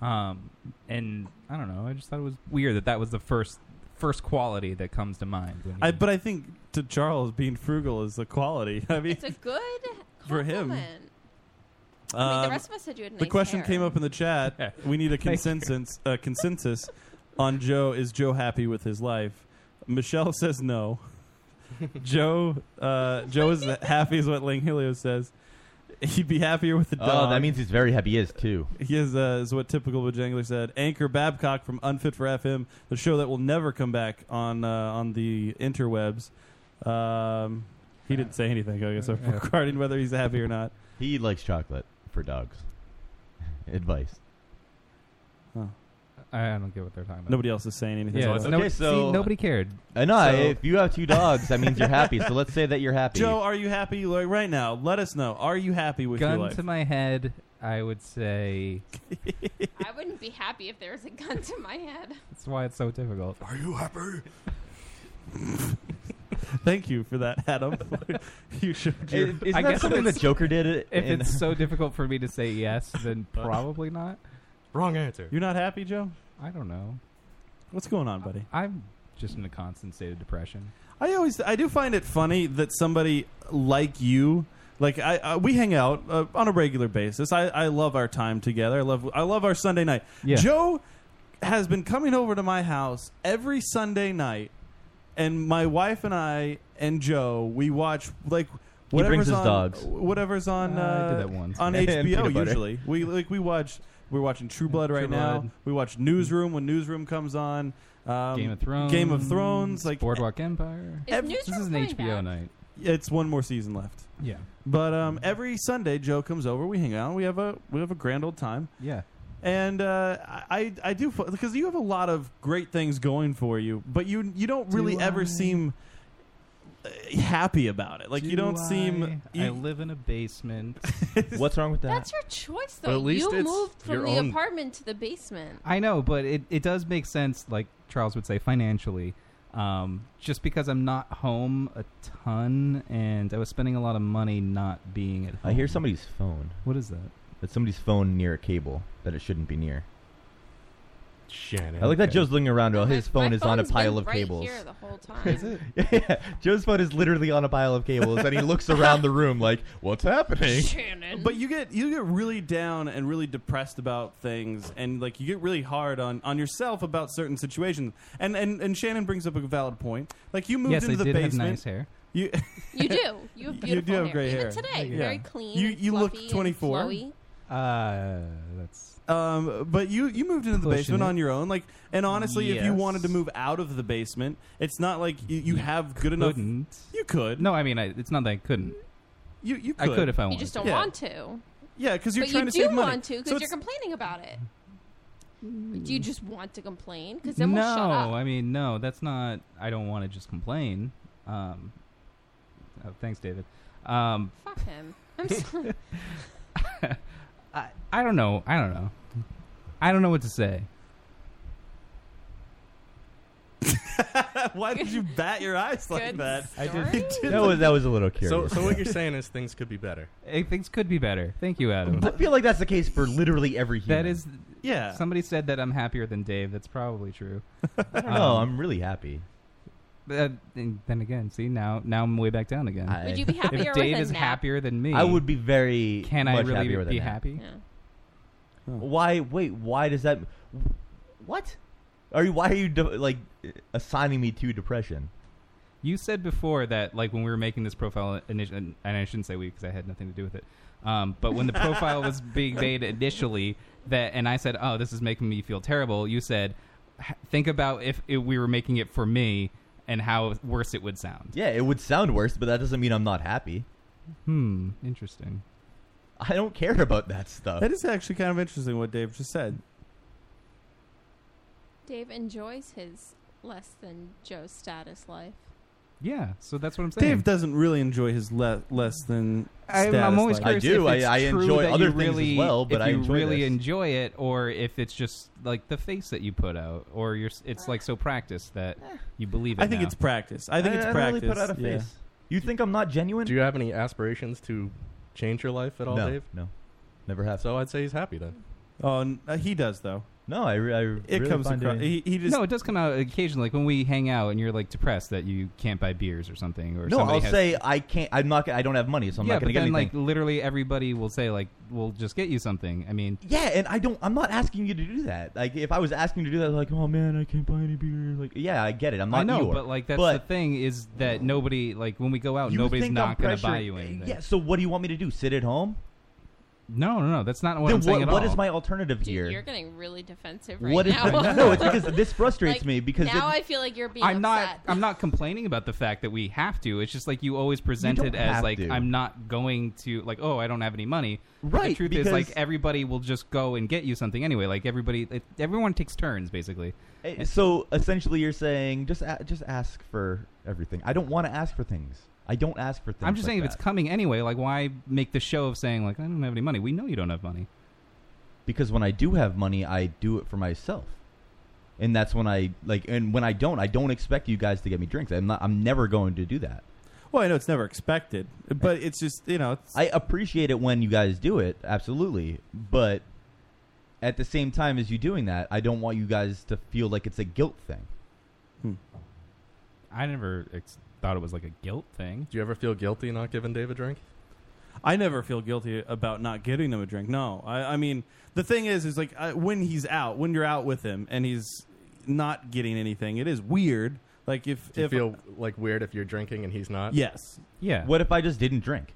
Um, and I don't know. I just thought it was weird that that was the first first quality that comes to mind. When I, but I think to Charles, being frugal is the quality. I mean, It's a good Hmm. For him. compliment. I mean, the Um, rest of us said you had the nice question hair. came up in the chat. We need a consensus. Uh, consensus on Joe. Is Joe happy with his life? Michelle says no. Joe. Uh, Joe is happy, is what Lang Helio says. He'd be happier with the Oh, dog. that means he's very happy. He is too. He is, uh, is what typical Bojangler said. Anchor Babcock from Unfit for FM, the show that will never come back on uh, on the interwebs. Um, he didn't say anything, I guess, regarding whether he's happy or not. He likes chocolate for dogs. Advice. I I don't get what they're talking about. Nobody else is saying anything. Yeah, about so it. no- Okay, see, so- nobody cared. I know. I- So- if you have two dogs, that means you're happy. So let's say that you're happy. Joe, are you happy like, right now? Let us know. Are you happy with your Gun life? to my head, I would say I wouldn't be happy if there was a gun to my head. that's why it's so difficult. Are you happy? Thank you for that, Adam. you showed your. I guess if something it's- the Joker did it If in- it's so difficult for me to say yes, then probably not. Wrong answer. You're not happy, Joe? I don't know. What's going on, buddy? I'm just in a constant state of depression. I always I do find it funny that somebody like you like I, I we hang out uh, on a regular basis. I, I love our time together. I love I love our Sunday night. Yeah. Joe has been coming over to my house every Sunday night and my wife and I and Joe we watch like He brings whatever's his on dogs. whatever's I on did uh, that once. on And HBO peanut butter. usually. We like we watch we're watching True Blood right True now. Blood. We watch Newsroom when Newsroom comes on. Um, Game of Thrones, Game of Thrones, like Boardwalk Empire. Is Newsroom this is an coming HBO back? night. It's one more season left. Yeah. But um, every Sunday, Joe comes over. We hang out. We have a we have a grand old time. Yeah. And uh, I I do because you have a lot of great things going for you, but you you don't really Do ever I? seem uh, happy about it. Like you don't seem. e- you- I live in a basement. What's wrong with That's your choice, though. But at least you it's moved from your the own- apartment to the basement. I know, but it, it does make sense, like Charles would say, financially. Um, just because I'm not home a ton, and I was spending a lot of money not being at home. I hear somebody's phone. What is that? That's somebody's phone near a cable that it shouldn't be near. Shannon. I like that Okay. Joe's looking around while his phone is on a phone's pile been of right cables. here the whole time. Is it? yeah, Joe's phone is literally on a pile of cables, and he looks around the room like, "What's happening?" But you get you get really down and really depressed about things, and like you get really hard on, on yourself about certain situations. And, and and Shannon brings up a valid point. Like you moved Yes, I into the did have basement. nice hair. You You do. You have beautiful you do have hair. great Even hair today, very clean. You and you look fluffy and twenty four. flowy. Uh, that's Um, but you you moved into the Pushing basement it. on your own, like, and honestly, if you Yes. wanted to move out of the basement, it's not like you, you have good enough. couldn't. You could. No, I mean, I, it's not that I couldn't. You you I could. could if I wanted. You just don't Yeah. want to. Yeah, because you're but trying you to do save money. want to because So you're it's- complaining about it. Do you just want to complain? Because Hmm. no, then we'll shut up. I mean, no, that's not. I don't want to just complain. Um, oh, thanks, David. Um, Fuck him. I'm sorry. I, I don't know. I don't know. I don't know what to say. Why did you bat your eyes like Good that? I did. You did That was- that was a little So, curious, so what yeah. you're saying is things could be better. Hey, things could be better. Thank you, Adam. I feel like that's the case for literally every human. That is, Yeah. Somebody said that I'm happier than Dave. That's probably true. I don't know. Oh, I'm really happy. and then again, see now, now I'm way back down again. Would you be happier if with Dave a is nap? happier than me? I would be very. Can I much really happier with be a nap. happy? Why? Wait. Why does that? What? Are you? Why are you de- like assigning me to depression? You said before that, like when we were making this profile, initi- and I shouldn't say we because I had nothing to do with it. Um, but when the profile was being made initially, that and I said, "Oh, this is making me feel terrible." You said, "H- "Think about if, if we were making it for me and how worse it would sound." Yeah, it would sound worse, but that doesn't mean I'm not happy. Hmm. Interesting. I don't care about that stuff. That is actually kind of interesting what Dave just said. Dave enjoys his less than Joe status life. Yeah, so that's what I'm saying. Dave doesn't really enjoy his le- less than. I'm, status I'm always like- curious if it's true that you really, if you really enjoy it, or if it's just like the face that you put out, or you're, s- it's like so practiced that you believe it. I think now. it's practice. I think it's practice. yeah. You think I'm not genuine? Do you have any aspirations to change your life at all, No, Dave? No, never have. So I'd say he's happy then. Oh, n- uh, he does though. No, I. Re- I It really comes find across. He, he just no, it does come out occasionally, like when we hang out and you're like depressed that you can't buy beers or something. Or No, somebody I'll has- say I can't. I'm not. gonna- I don't have money, so I'm yeah, not but going to get then anything. like literally everybody will say like, "We'll just get you something." I mean, yeah, and I don't. I'm not asking you to do that. Like, if I was asking you to do that, like, oh man, I can't buy any beer. Like, yeah, I get it. I'm not. I know, Eeyore. but like that's But the thing is that nobody like when we go out, you nobody's think not I'm going to buy pressuring- you anything. Yeah. So what do you want me to do? Sit at home? No, no, no. That's not what then I'm saying at what all. is my alternative here? You're getting really defensive right What is now. my, no? It's because this frustrates Like, me because now it- I feel like you're being I'm upset. not. I'm not complaining about the fact that we have to. It's just like you always present don't it as have like to. I'm not going to like oh I don't have any money. But The Right, truth is because- like everybody will just go and get you something anyway. Like everybody, it, everyone takes turns basically. Eh, So essentially, you're saying just a- just ask for everything. I don't want to ask for things. I don't ask for things. I'm just like saying if that. it's coming anyway, like why make the show of saying like I don't have any money? We know you don't have money. because when I do have money, I do it for myself, and that's when I like. And when I don't, I don't expect you guys to get me drinks. I'm not. I'm never going to do that. Well, I know it's never expected, but it's just you know. It's, I appreciate it when you guys do it, absolutely. But at the same time as you doing that, I don't want you guys to feel like it's a guilt thing. Hmm. I never ex- thought it was like a guilt thing. Do you ever feel guilty not giving Dave a drink? I never feel guilty about not getting him a drink. No, I, I mean the thing is, is like I, when he's out, when you're out with him, and he's not getting anything, it is weird. Like if Do you if feel like weird if you're drinking and Uh, he's not? yes, Yeah. What if I just didn't drink?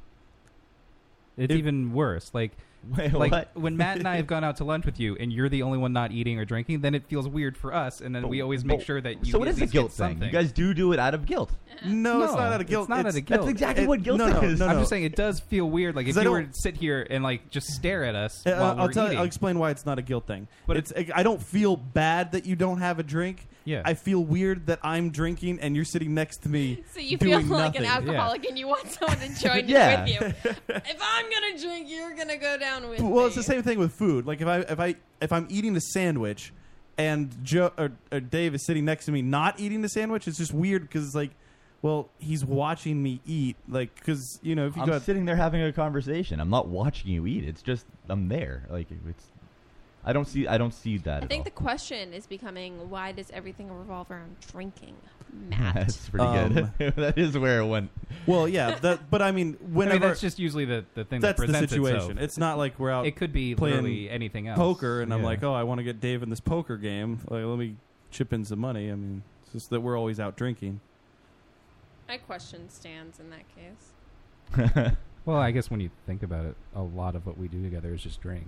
It's even worse. Like Wait, like what? when Matt and I have gone out to lunch with you, and you're the only one not eating or drinking, then it feels weird for us, and then we always make But- sure that you. so it at is a least guilt get thing. something. You guys do do it out of guilt. No, it's not out of guilt. It's not out It's- of guilt. That's exactly what guilt no, is. No, No, I'm no. just saying it does feel weird. Like if 'Cause I you were don't- to sit here and like just stare at us Uh, while I'll we're tell eating. you. I'll explain why it's not a guilt thing. But it's I don't feel bad that you don't have a drink. Yeah. I feel weird that I'm drinking and you're sitting next to me. So you feel doing like an nothing. alcoholic and you want someone to join Yeah. you with you. If I'm gonna drink, you're gonna go down with Well, it's the same thing with food. Like if I if I if I'm eating a sandwich and Joe or, or Dave is sitting next to me not eating the sandwich, it's just weird because it's like, well, he's watching me eat. Like because you know if you I'm go sitting there having a conversation. I'm not watching you eat. It's just I'm there. Like it's, I don't see. I don't see that. I at think the all. question is becoming why does everything revolve around drinking? That's pretty good. that is where it went. Um, Well, yeah, that, but I mean, whenever that's just usually the- the thing that That's the presents itself. situation. It's not like we're out. It could be playing literally anything else. Poker, and I'm Yeah. like, oh, I want to get Dave in this poker game. Like, let me chip in some money. I mean, it's just that we're always out drinking. I question stands in that case. well, I guess when you think about it, a lot of what we do together is just drink.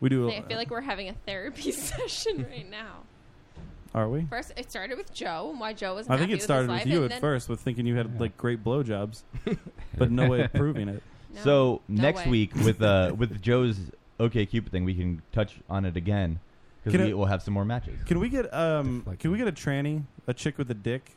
We do. I feel like we're having a therapy session right now. Are we? First, it started with Joe and why Joe was. I think happy it started with, his with life, you and at then- first, with thinking you had like great blowjobs, but no way of proving it. so no next way. week with uh with Joe's OK Cupid thing, we can touch on it again because Can we I- will have some more matches. Can we get um? Can we get a tranny, a chick with a dick?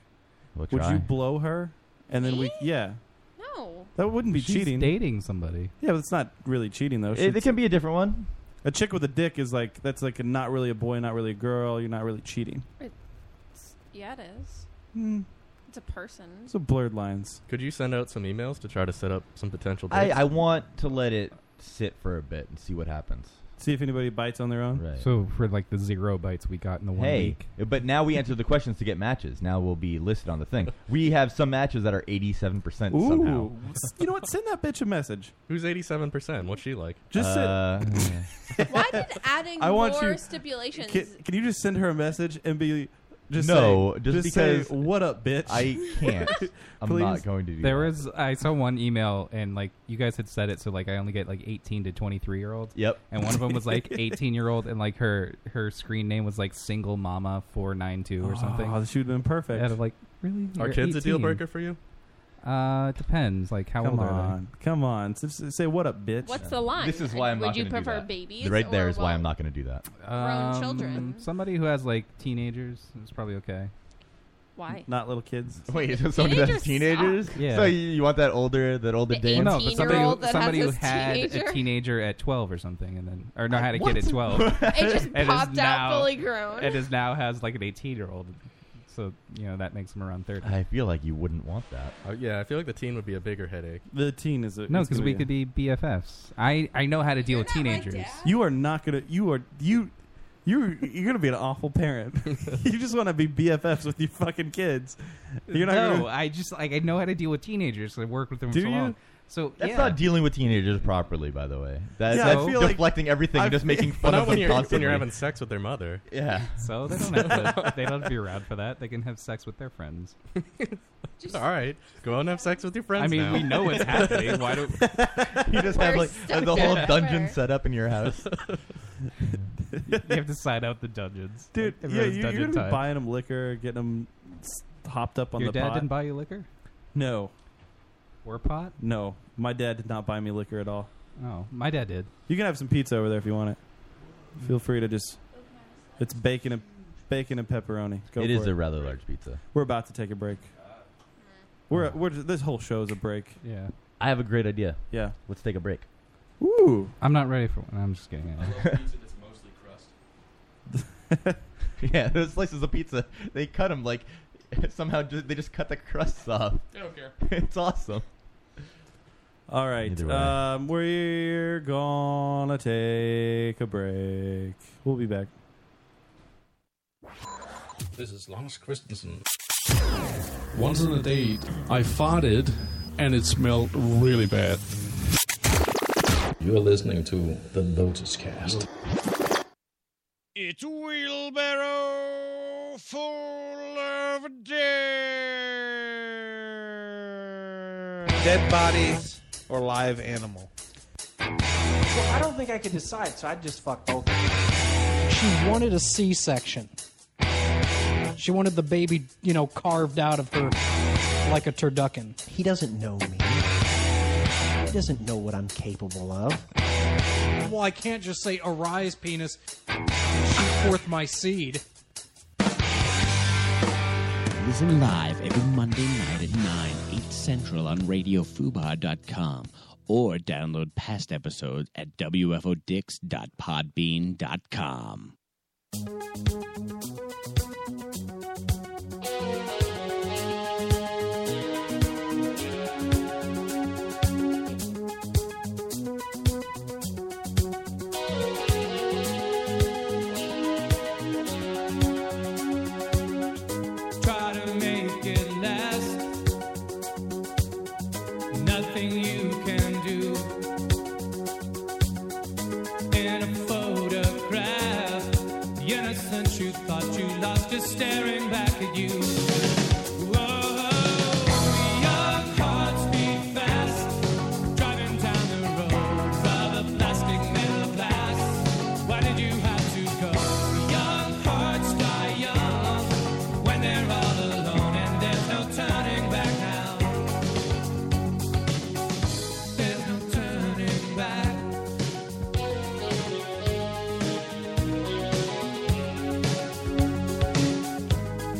We'll Would try. you blow her? And then we, yeah, No. that wouldn't be She's cheating. Dating somebody. Yeah, but it's not really cheating though. It- She's- it can be a different one. A chick with a dick is like that's like a not really a boy, not really a girl. You're not really cheating. It's, yeah, it is. Hmm. It's a person. So blurred lines. Could you send out some emails to try to set up some potential I, dates? I want to let it sit for a bit and see what happens. See if anybody bites on their own. Right. So for like the zero bites we got in the one hey, week. but now we answer the questions to get matches. Now we'll be listed on the thing. We have some matches that are 87% somehow. Ooh. S- you know what? Send that bitch a message. Who's 87%? What's she like? Just send- Uh, Why did adding I want more you- stipulations? Can, can you just send her a message and be just No, say- just say, because what up, bitch? I can't. I'm not going to do There that. was I saw one email and like you guys had said it, so like I only get like 18 to 23 year olds. Yep. And one of them was like 18 year old, and like her her screen name was like single mama 492 or something. Oh, she would have been perfect. Out of like really, Are You're kids a deal 18? breaker for you? Uh, it depends. Like how Come old are they? on, come on. S- s- Say what up, bitch. What's the line? This is why I'm Would not you going to do prefer that. babies Right there or is why I'm not going to do that. Grown children. Um, Somebody who has like teenagers is probably okay. Why? Not little kids. Wait, so somebody that's teenagers? Yeah. So you, you want that older, that older dame? Well, no, but somebody who, 18-year-old that somebody has who his had teenager? a teenager at 12 or something, and then or no, had a What? kid at 12. It just and is popped out fully grown. And is now has like an 18 year old. So you know that makes him around 30. I feel like you wouldn't want that. Oh, yeah, I feel like the teen would be a bigger headache. The teen is a, no, is because gonna we be a- could be BFFs. I I know how to deal with teenagers. You are not gonna. You are you. You you're gonna be an awful parent. you just want to be BFFs with your fucking kids. You're not no, gonna, I just like I know how to deal with teenagers. 'cause I work with them Do for so you? long. So That's yeah. not dealing with teenagers properly, by the way. That, Yeah, that's I feel like- deflecting everything I and just making feel- fun Not of when them you're- when constantly. You're having sex with their mother. Yeah. So they don't have to, they don't have to be around for that. They can have sex with their friends. All right, go and have sex with your friends. I mean, now. we know what's happening. Why do you just have like the whole dungeon set up in your house? you have to sign out the dungeons, dude. Like, yeah, everyone's you're dungeon gonna time. be buying them liquor, getting them hopped up on Your the dad pot. didn't buy you liquor No, or pot. no, my dad did not buy me liquor at all. Oh, my dad did. You can have some pizza over there if you want it. Feel free to just. It's bacon and bacon and pepperoni. Go It for is a rather large pizza. We're about to take a break. We're, we're this whole show is a break. Yeah. I have a great idea. Yeah. Let's take a break. Ooh. I'm not ready for one. I'm just kidding. yeah, those slices of pizza, they cut them like somehow ju- they just cut the crusts off. I don't care. it's awesome. All right. Either way. Um, we're gonna take a break. We'll be back. This is Lars Christensen. Once on a date, I farted and it smelled really bad. You're listening to the Lotus Cast. It's wheelbarrow full of dead. Dead bodies or live animal? Well, I don't think I could decide, so I just fuck both. She wanted a C-section. She wanted the baby, you know, carved out of her like a turducken. He doesn't know me. He doesn't know what I'm capable of. Well, I can't just say arise, penis, and shoot forth my seed. Listen live every Monday night at 9, 8 central on radiofubar.com or download past episodes at wfodix.podbean.com. Try to make it last. Nothing you can do. In a photograph, the innocence you thought you lost is staring back at you. Whoa, your hearts beat fast, driving down the road of a plastic middle class. Why did you have to go? Young hearts die young when they're all alone and there's no turning back now. There's no turning back.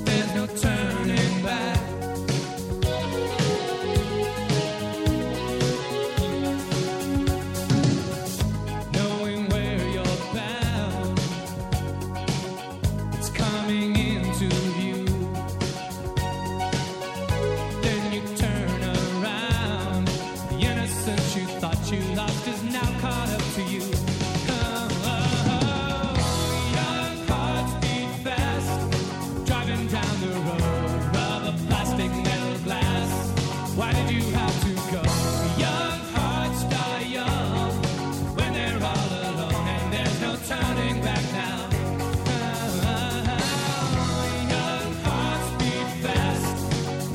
There's no turning back. Knowing where you're bound, it's coming into view. Then you turn around. The innocence you thought you lost is now caught up to you. Oh, oh, oh. Your hearts beat fast, driving down the road of a plastic metal glass. Why did you have to go? Young hearts die young when they're all alone, and there's no turning back now. Oh, oh, oh. Young hearts beat fast.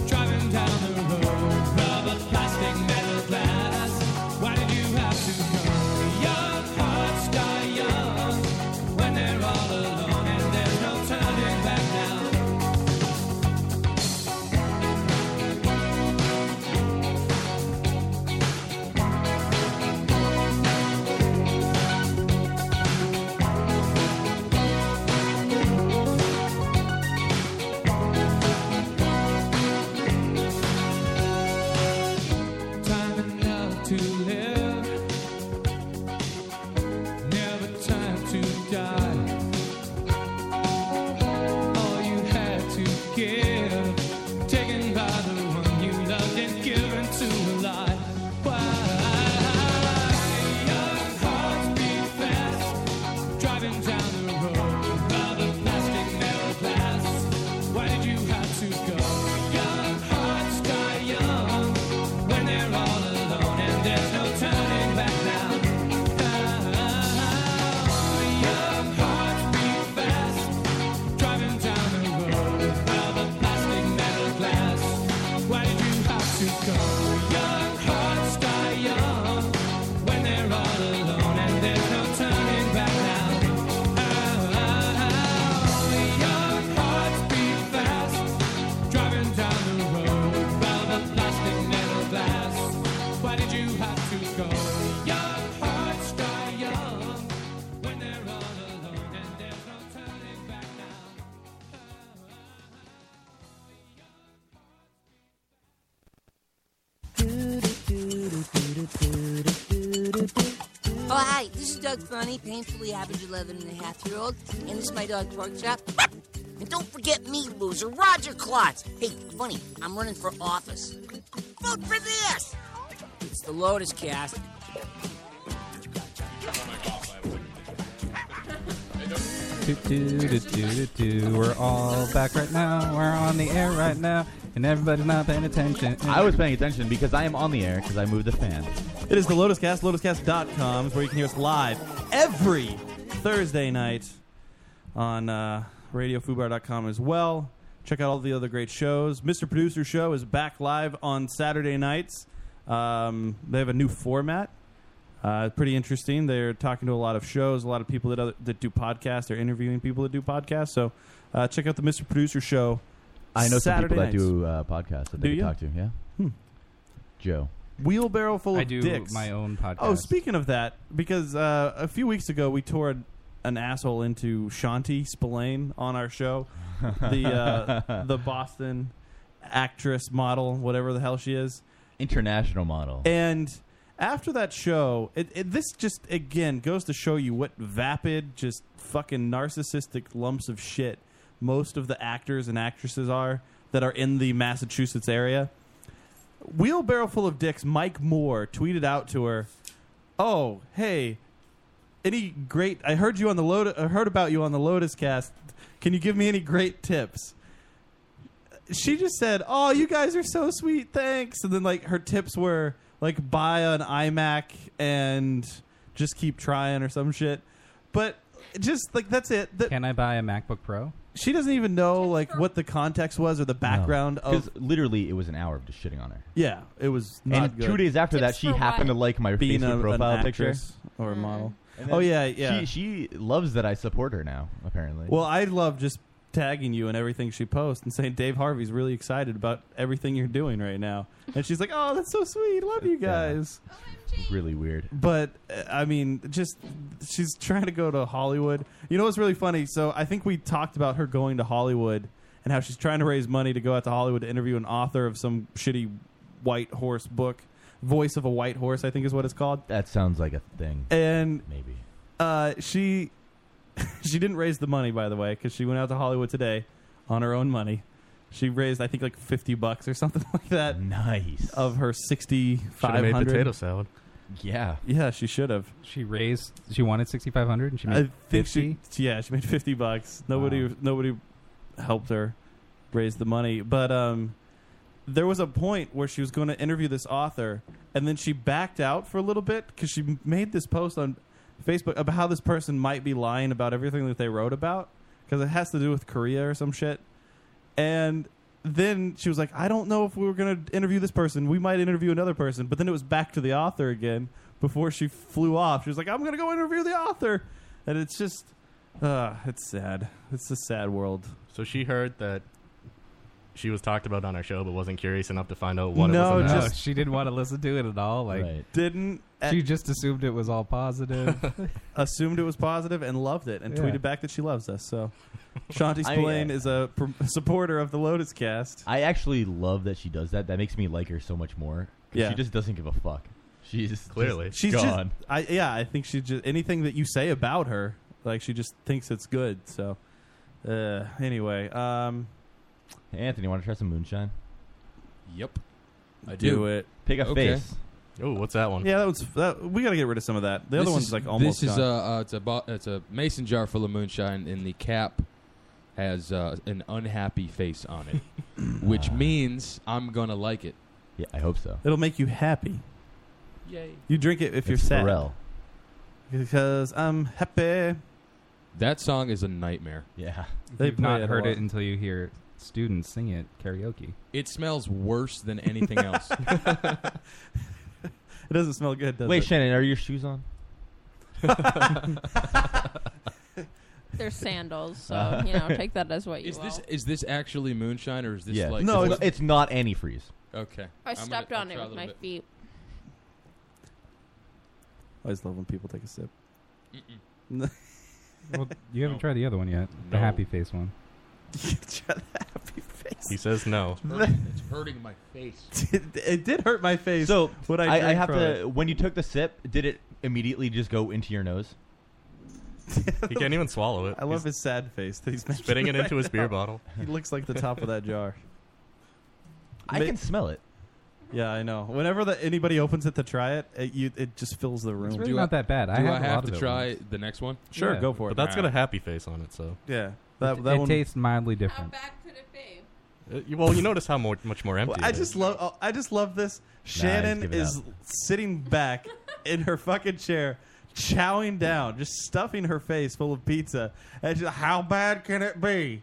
Driving down the road, rubber, plastic, metal, glass. Why did you have to go? Young hearts die young when they're all alone, and there's no turning back now. Time enough to live, never time to die. All you had to give, taken by the one you loved and given to a lie. Why? Young hearts beat fast, driving down the road by the plastic metal glass. Why did you have to go? Young hearts die young when they're all alone and there's no turning back now. Young hearts beat fast, driving down the road of a plastic metal glass. Why did you have to go? Young hearts die young when they're all alone and there's no turning back now. Oh, Young oh. hearts beat fast, driving down the road of a plastic metal glass. Why did you have to go? Young hearts die young when they're all alone and there's no turning back now. Oh, hi. This is Doug Funny, painfully average 11 and a half year old. And this is my dog, Porkchop. And don't forget me, loser, Roger Klotz. Hey, Funny, I'm running for office. Vote for this! It's the Lotus Cast. Do, do, do, do, do, do. We're all back right now. We're on the air right now, and everybody's not paying attention. I was paying attention because I am on the air because I moved the fan. It is the Lotus Cast, lotuscast.com, is where you can hear us live every Thursday night on uh, radiofubar.com as well. Check out all the other great shows. Mr. Producer Show is back live on Saturday nights. Um, they have a new format. Uh, pretty interesting. They're talking to a lot of shows, a lot of people that other, that do podcasts. They're interviewing people that do podcasts. So uh, check out the Mr. Producer Show. I know Saturday some nights. people that do uh, podcasts that they Do could you? talk to. Yeah. Hmm. Joe. Wheelbarrow full I of do dicks. my own podcast. Oh, speaking of that, because uh, a few weeks ago we toured an asshole into Shanti Spillane on our show, the uh, the Boston actress, model, whatever the hell she is, international model. And after that show, it, it, this just again goes to show you what vapid, just fucking narcissistic lumps of shit most of the actors and actresses are that are in the Massachusetts area. Wheelbarrow full of dicks. Mike Moore tweeted out to her, "Oh, hey, any great? I heard you on the Lotus. I heard about you on the Lotus Cast. Can you give me any great tips?" she just said, "Oh, you guys are so sweet, thanks." And then like her tips were like buy an iMac and just keep trying or some shit. But just like that's it. The- Can I buy a MacBook Pro? she doesn't even know like what the context was or the background of. Because literally, it was an hour of just shitting on her. Yeah, it was not And good. two days after that, she happened to like my Being a- Facebook an profile picture actress or a model. And then Oh yeah, yeah. She, she loves that I support her now. Apparently. Well, I love just tagging you and everything she posts and saying Dave Harvey's really excited about everything you're doing right now. And she's like, "Oh, that's so sweet. Love you guys." It's really weird. But uh, I mean, just she's trying to go to Hollywood. You know what's really funny? So I think we talked about her going to Hollywood and how she's trying to raise money to go out to Hollywood to interview an author of some shitty white horse book, Voice of a White Horse, I think is what it's called. That sounds like a thing. And maybe uh, she she didn't raise the money by the way because she went out to Hollywood today on her own money. She raised I think like fifty bucks or something like that. Nice of her sixty five Should've made hundred potato salad. Yeah. yeah, she should have. She raised. She wanted sixty five hundred, and she made I think 50? she yeah she made fifty bucks. Nobody nobody helped her raise the money, but um, there was a point where she was going to interview this author, and then she backed out for a little bit because she m- made this post on Facebook about how this person might be lying about everything that they wrote about because it has to do with Korea or some shit, and. Then she was like, I don't know if we were going to interview this person. We might interview another person. But then it was back to the author again before she flew off. She was like, I'm going to go interview the author. And it's just, uh, it's sad. It's a sad world. So she heard that she was talked about on our show, but wasn't curious enough to find out what No, it was. about. just- she didn't want to listen to it at all. Like Didn't. eh. she just assumed it was all positive. assumed it was positive and loved it and Yeah. tweeted back that she loves us. So, Shanti I- Spillane is a pr- supporter of the Lotus Cast. I actually love that she does that. That makes me like her so much more. 'Cause Yeah. She just doesn't give a fuck. She's just she's gone. Just, I yeah, I think she just anything that you say about her, like she just thinks it's good. So, uh, anyway, um, hey, Anthony, want to try some moonshine? Yep. I do it. Pick a Okay. face. Oh, what's that one? Yeah, that was that, we got to get rid of some of that. The other This one's is- like almost. This is gone. a uh, it's a bo- it's a mason jar full of moonshine, and the cap has uh, an unhappy face on it, which means I'm gonna like it. Yeah, I hope so. It'll make you happy. Yay! You drink it if you're It's sad. Pharrell. Because I'm happy. That song is a nightmare. Yeah, You've not heard it until you hear students sing it karaoke. It smells worse than anything else. It doesn't smell good, does Wait, it? Shannon, are your shoes on? They're sandals, Uh-huh. so you know, take that as what you is will. this is this actually moonshine or is this like no, it's, it's not antifreeze. okay? I I'm gonna- stepped I'll on it try a with little my bit. feet. I always love when people take a sip. Well, you haven't tried the other one yet. The No. happy face one. He says no. It's hurting my face. it did hurt my face. So when I I, drank have from to. it. When you took the sip, did it immediately just go into your nose? He can't even swallow it. I love his sad face that he's making spitting it right into his beer now. bottle. He looks like the top of that jar. I can smell it. Yeah, I know. Whenever the, anybody opens it to try it, it, you, it just fills the room. really Do not I- that bad. I Do had I a have lot to of it try the next one? Sure, go for it. But that's got a Alright. happy face on it, so Yeah, that it that it one. tastes mildly different. Uh, you- well, you notice how more, much more empty. I it is. just love. oh, I just love this. Shannon giving is up. sitting back in her fucking chair, chowing down, just stuffing her face full of pizza. And she's like, how bad can it be?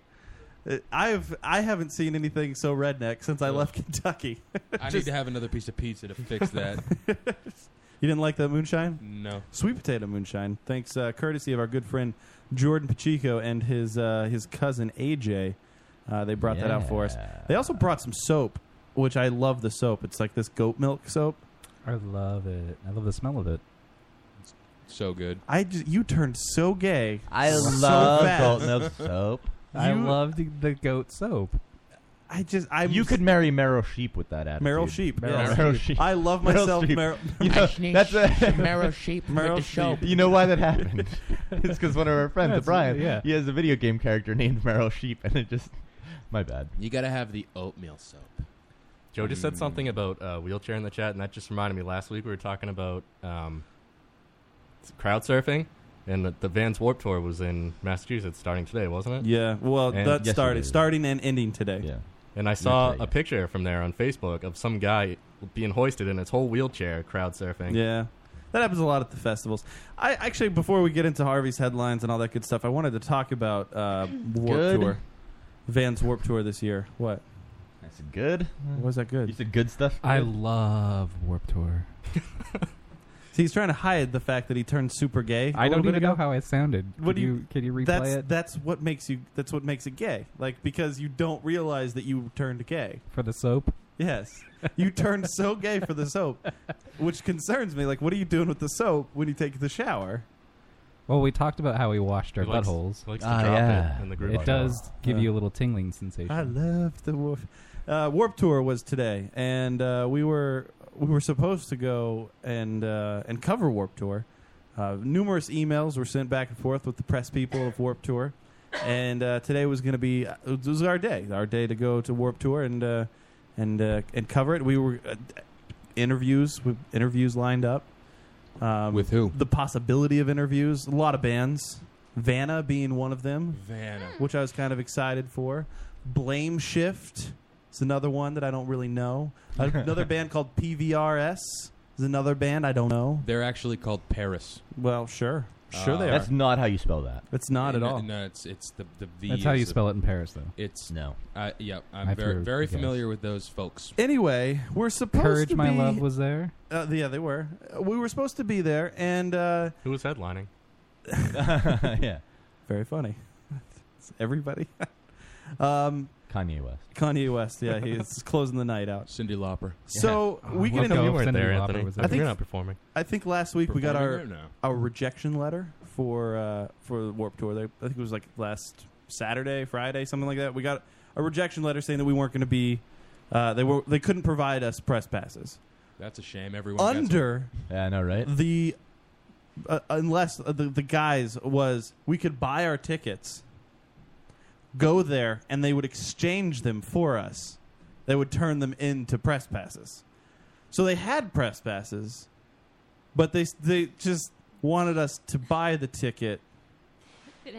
Uh, I've I haven't seen anything so redneck since I left Kentucky. I need Just- to have another piece of pizza to fix that. You didn't like that moonshine? No. Sweet potato moonshine. Thanks, uh, courtesy of our good friend Jordan Pacheco and his uh, his cousin AJ. Uh, they brought that out for us. They also brought some soap, which I love the soap. It's like this goat milk soap. I love it. I love the smell of it. So good. I just, you turned so gay. I so love fast. goat milk soap. I loved the goat soap. I just I you could marry Meryl Sheep with that attitude. Meryl Sheep, Meryl, yes. Meryl Sheep. I love myself Streep. Meryl- You I know, snitched that's a to Meryl Sheep with Meryl the show. Sheep. You know why that happened? it's because one of our friends, That's- Brian, yeah. he has a video game character named Meryl Sheep, and it just my bad. You gotta have the oatmeal soap. Joe just said something Mm. about uh, wheelchair in the chat, and that just reminded me. Last week we were talking about um, s- crowd surfing, and the, the Vans Warp Tour was in Massachusetts starting today, wasn't it? Yeah, well, And- that started starting and ending today. Yeah, And I saw a picture from there on Facebook of some guy being hoisted in his whole wheelchair crowd surfing. Yeah. That happens a lot at the festivals. I actually, before we get into Harvey's headlines and all that good stuff, I wanted to talk about uh, Warp Good. Tour, Van's Warp Tour this year. What? I said good. Was that good? You said good stuff. I love Warp Tour. See, he's trying to hide the fact that he turned super gay. I I don't even know how I sounded. What Could do you? you- could you replay that's, it? That's what makes you. That's what makes it gay. Like because you don't realize that you turned gay for the soap. Yes, you turned so gay for the soap, which concerns me. Like, what are you doing with the soap when you take the shower? Well, we talked about how we washed our He likes- buttholes. likes to Ah, drop it yeah. in the group It chat. does give Yeah. you a little tingling sensation. I love the Warp. Uh, Warp Tour was today, and uh, we were we were supposed to go and uh, and cover Warp Tour. Uh, numerous emails were sent back and forth with the press people of Warp Tour, and uh, today was going to be uh, it was our day, our day to go to Warp Tour and uh, and uh, and cover it. We were uh, interviews with interviews lined up. Um, with who? The possibility of interviews. A lot of bands. Vanna being one of them. Vanna. Which I was kind of excited for. Blame Shift is another one that I don't really know. Another band called PVRS is another band I don't know. They're actually called Paris. Well, sure. Sure they are. That's not how you spell that. It's not at no, all. No, it's it's the the V. That's how is you the- spell it in Paris, though. It's no. I yeah, I'm I very threw- very okay. familiar with those folks. Anyway, we're supposed Courage, to my be- love, was there. Uh, yeah, they were. Uh, We were supposed to be there, and uh, who was headlining? yeah, very funny. It's everybody. um, Kanye West. Kanye West. Yeah, he's closing the night out. Cindy Lauper. So Yeah. we Well, get no, into you weren't Cyndi there, Lauper Anthony. was there. I think You're not performing. I think last week we got our Performing there? No. our rejection letter for uh, for the Warp Tour. They, I think it was like last Saturday, Friday, something like that. We got a rejection letter saying that we weren't going to be. Uh, they were they couldn't provide us press passes That's a shame. Everyone gets under yeah, I know, right? the uh, unless uh, the the guys was we could buy our tickets, go there, and they would exchange them for us. They would turn them into press passes. So they had press passes, but they they just wanted us to buy the ticket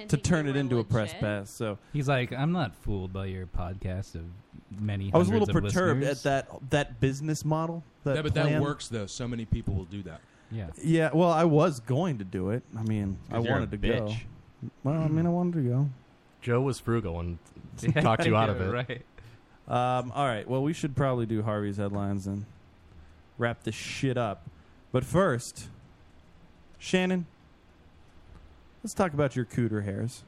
to turn it into a press pass. So He's like, I'm not fooled by your podcast of many. I was a little hundreds of perturbed listeners." at that that business model. That yeah, but that plan. works though. So many people will do that. Yeah. Yeah, well, I was going to do it. I mean, I 'Cause you're a wanted to go. bitch. Well, I mean, I wanted to go. Joe was frugal and talked you out of it. Um, all right. Well, we should probably do Harvey's headlines and wrap this shit up. But first, Shannon, let's talk about your cooter hairs.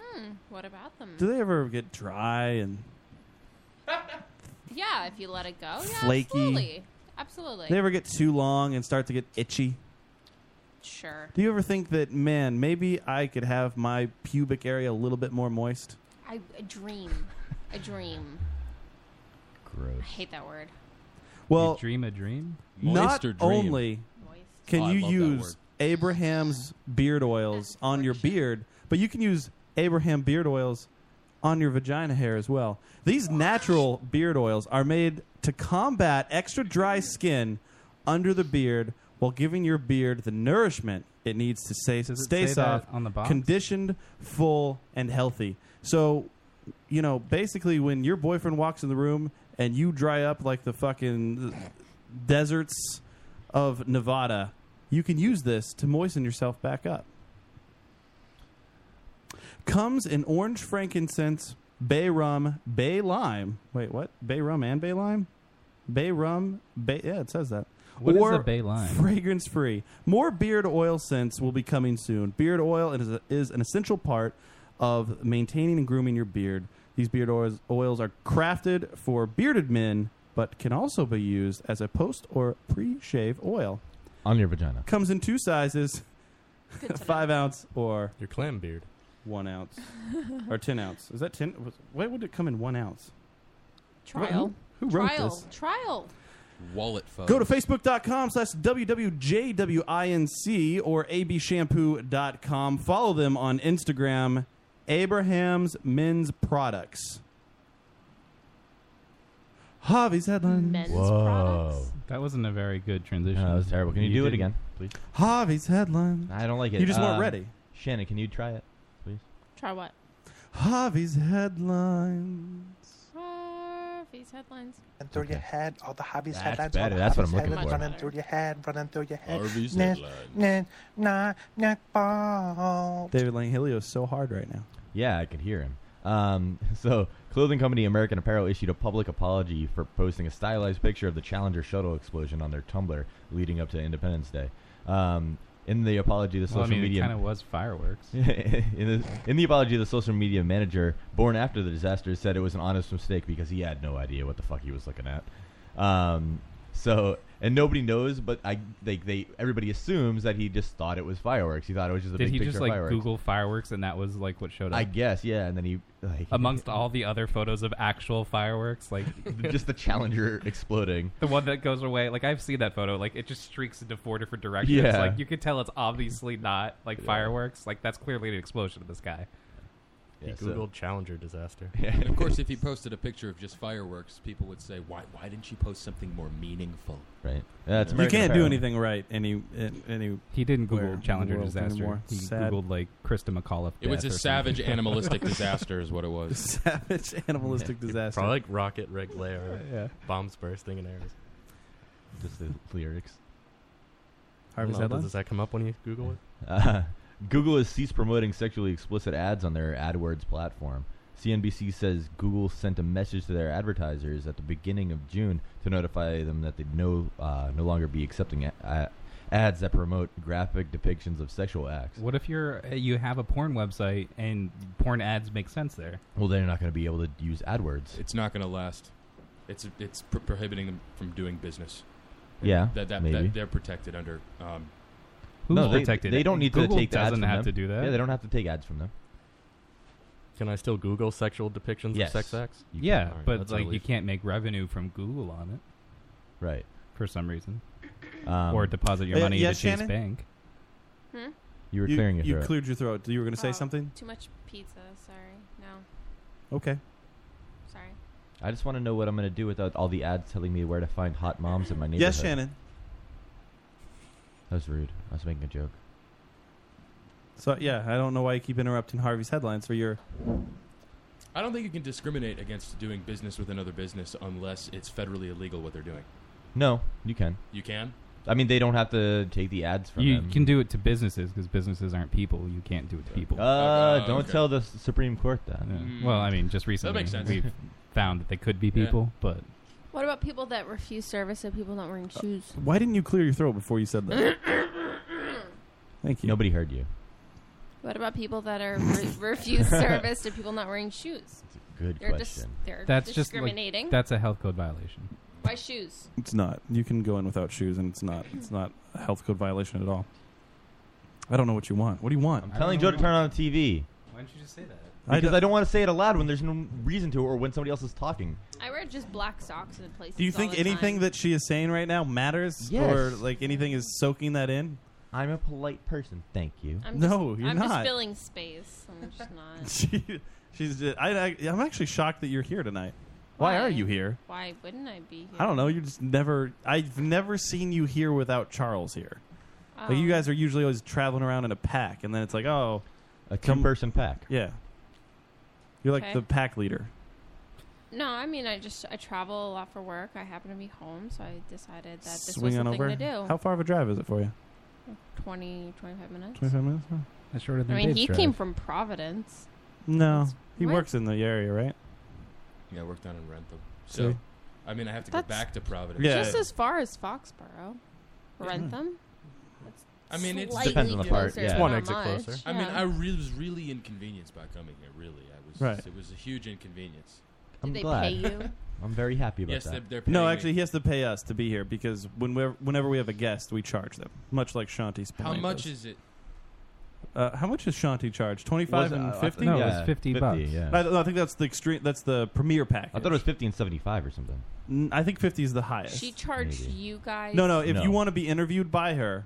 Hmm, what about them? Do they ever get dry and Yeah, if you let it go. Yeah, Flaky. Absolutely. Absolutely. they ever get too long and start to get itchy? Sure. Do you ever think that, man, maybe I could have my pubic area a little bit more moist? I, I dream. I dream. I Gross. hate that word. Well, dream a dream. Not Moist or dream? only can Oh, I you love that use Abraham's beard oils on your beard, but you can use Abraham beard oils on your vagina hair as well. These natural beard oils are made to combat extra dry skin under the beard while giving your beard the nourishment it needs to stay, it stay say that soft, on the box? conditioned, full, and healthy. So, you know, basically, when your boyfriend walks in the room and you dry up like the fucking deserts of Nevada, you can use this to moisten yourself back up. Comes in orange frankincense, bay rum, bay lime. Wait, what? Bay rum and bay lime? Bay rum, bay. Yeah, it says that. What is or a bay line? Fragrance free. More beard oil scents will be coming soon. Beard oil is, a, is an essential part of maintaining and grooming your beard. These beard oils, oils are crafted for bearded men, but can also be used as a post or pre shave oil. On your vagina. Comes in two sizes five ounce or. Your clam beard. One ounce. or 10 ounce. Is that 10? was- Why would it come in one ounce? Trial. Who wrote Trial. this? Trial. Wallet phone. Go to facebook.com slash WWJWINC or abshampoo.com. Follow them on Instagram, Abraham's Men's Products. Hobbies headlines. Men's Whoa. That wasn't a very good transition. that was terrible. Can you, do it did- again, please? Hobbies headlines. I don't like it. You just weren't Um, ready. Shannon, can you try it, please? Try what? Hobbies headlines. These headlines. And through your head, all the hobbies That's headlines. better. All the That's what I'm hobbies looking headlines for. Running through your head, running through your head. Hobbies Nah, headlines. nah, nah, nah, ball. David Langhelio is so hard right now. Yeah, I could hear him. Um, so, clothing company American Apparel issued a public apology for posting a stylized picture of the Challenger shuttle explosion on their Tumblr leading up to Independence Day. Um, in the apology, the Well, social I mean, media it kind of was fireworks. in, the, in the apology, the social media manager, born after the disaster, said it was an honest mistake because he had no idea what the fuck he was looking at. Um, so, and nobody knows, but I like they everybody assumes that he just thought it was fireworks. He thought it was just a Did big he picture just of like fireworks. Google fireworks and that was like what showed up? I guess, yeah. And then he like amongst all the other photos of actual fireworks, like just the Challenger exploding. the one that goes away. Like I've seen that photo. Like it just streaks into four different directions. Yeah. Like you can tell it's obviously not like fireworks. Like that's clearly an explosion in the sky. He googled Challenger disaster. And of course, if he posted a picture of just fireworks, people would say, "Why? Why didn't you post something more meaningful?" Right. you can't do anything right. Any, any. He didn't where Google in the Challenger world disaster. anymore. He Sad. googled like Krista McAuliffe. It was death a or something. savage animalistic disaster, is what it was. Savage animalistic disaster. Probably like rocket rig glare, Yeah. bombs bursting in arrows. Just the lyrics. Harvey's headlines? Does that come up when you Google it? Uh, Google has ceased promoting sexually explicit ads on their AdWords platform. CNBC says Google sent a message to their advertisers at the beginning of June to notify them that they'd no, uh, no longer be accepting a- a- ads that promote graphic depictions of sexual acts. What if you're you have a porn website and porn ads make sense there? Well, they're not going to be able to use AdWords. It's not going to last. It's it's pro- prohibiting them from doing business. Yeah, that that, maybe. that they're protected under. Um, Who's No, they- protected? they don't need to Google take the ads doesn't from have them. to do that. Yeah, they don't have to take ads from them. Can I still Google sexual depictions Yes. of sex acts? You All yeah, right, but that's a like you relief. can't make revenue from Google on it Right. for some reason, Um, or deposit your Yeah, money yes, into Chase Shannon? Bank. Hmm? You were you, clearing your You throat. cleared your throat. You were going to say Oh, something? Too much pizza. Sorry. No. Okay. Sorry. I just want to know what I'm going to do without all the ads telling me where to find hot moms in my neighborhood. Yes, Shannon. That was rude. I was making a joke. So, yeah, I don't know why you keep interrupting Harvey's headlines for your. I don't think you can discriminate against doing business with another business unless it's federally illegal what they're doing. No, you can. You can. I mean, they don't have to take the ads from You them. can do it to businesses because businesses aren't people. You can't do it to people. Uh, don't tell the S- Supreme Court that. Yeah. Well, I mean, just recently makes sense. we've found that they could be people, but What about people that refuse service so people don't wearing shoes? Why didn't you clear your throat before you said that? Thank you. Nobody heard you. What about people that are re- refuse service to people not wearing shoes? Good They're dis- question. they're that's just like, discriminating. that's a health code violation. Why shoes? It's not. You can go in without shoes, and it's not. It's not a health code violation at all. I don't know what you want. What do you want? I'm telling Joe to turn on the TV. Why didn't you just say that? I Because I, don't want to say it aloud when there's no reason to or when somebody else is talking. I wear just black socks in places. Do you all think the time. anything that she is saying right now matters, Yes. or like anything is soaking that in? I'm a polite person. Thank you. I'm no, just, you're I'm just not. filling space. I'm just not. she, she's. Just, I, I, I'm actually shocked that you're here tonight. Why, are you here? Why wouldn't I be here? I don't know. You just never. I've never seen you here without Charles here. Oh. Like you guys are usually always traveling around in a pack, and then it's like, oh, a ten-person pack. Yeah, you're like Okay. the pack leader. No, I mean I just I travel a lot for work. I happen to be home, so I decided that this Swing was on the over. thing to do. How far of a drive is it for you? 20, 25 minutes. 25 minutes? Huh? That's shorter I mean, he came from Providence. No, he What? works in the area, right? Yeah, I work down in Rentham. So- So I mean, I have to go That's back to Providence. Just as far as Foxborough. Hmm. Rentham? That's I mean, it's slightly closer, but not much. I mean, Yeah. I re- was really inconvenienced by coming here. Really, I was. Right. It was a huge inconvenience. I'm glad. I'm very happy about Yes, that. they're- they're no, paying actually, he has to pay us to be here because when we're, whenever we have a guest, we charge them, much like Shanti's. How point much was. is it? Uh, how much does Shanti charge? Twenty five Was it- uh, and I fifty? think- No, it was yeah, 50 50, bucks. yeah. I, no, I think that's the extreme. That's the premier package. I thought it was fifty and seventy-five or something. N- I think fifty is the highest. She charged you guys. No, no. If No. you want to be interviewed by her,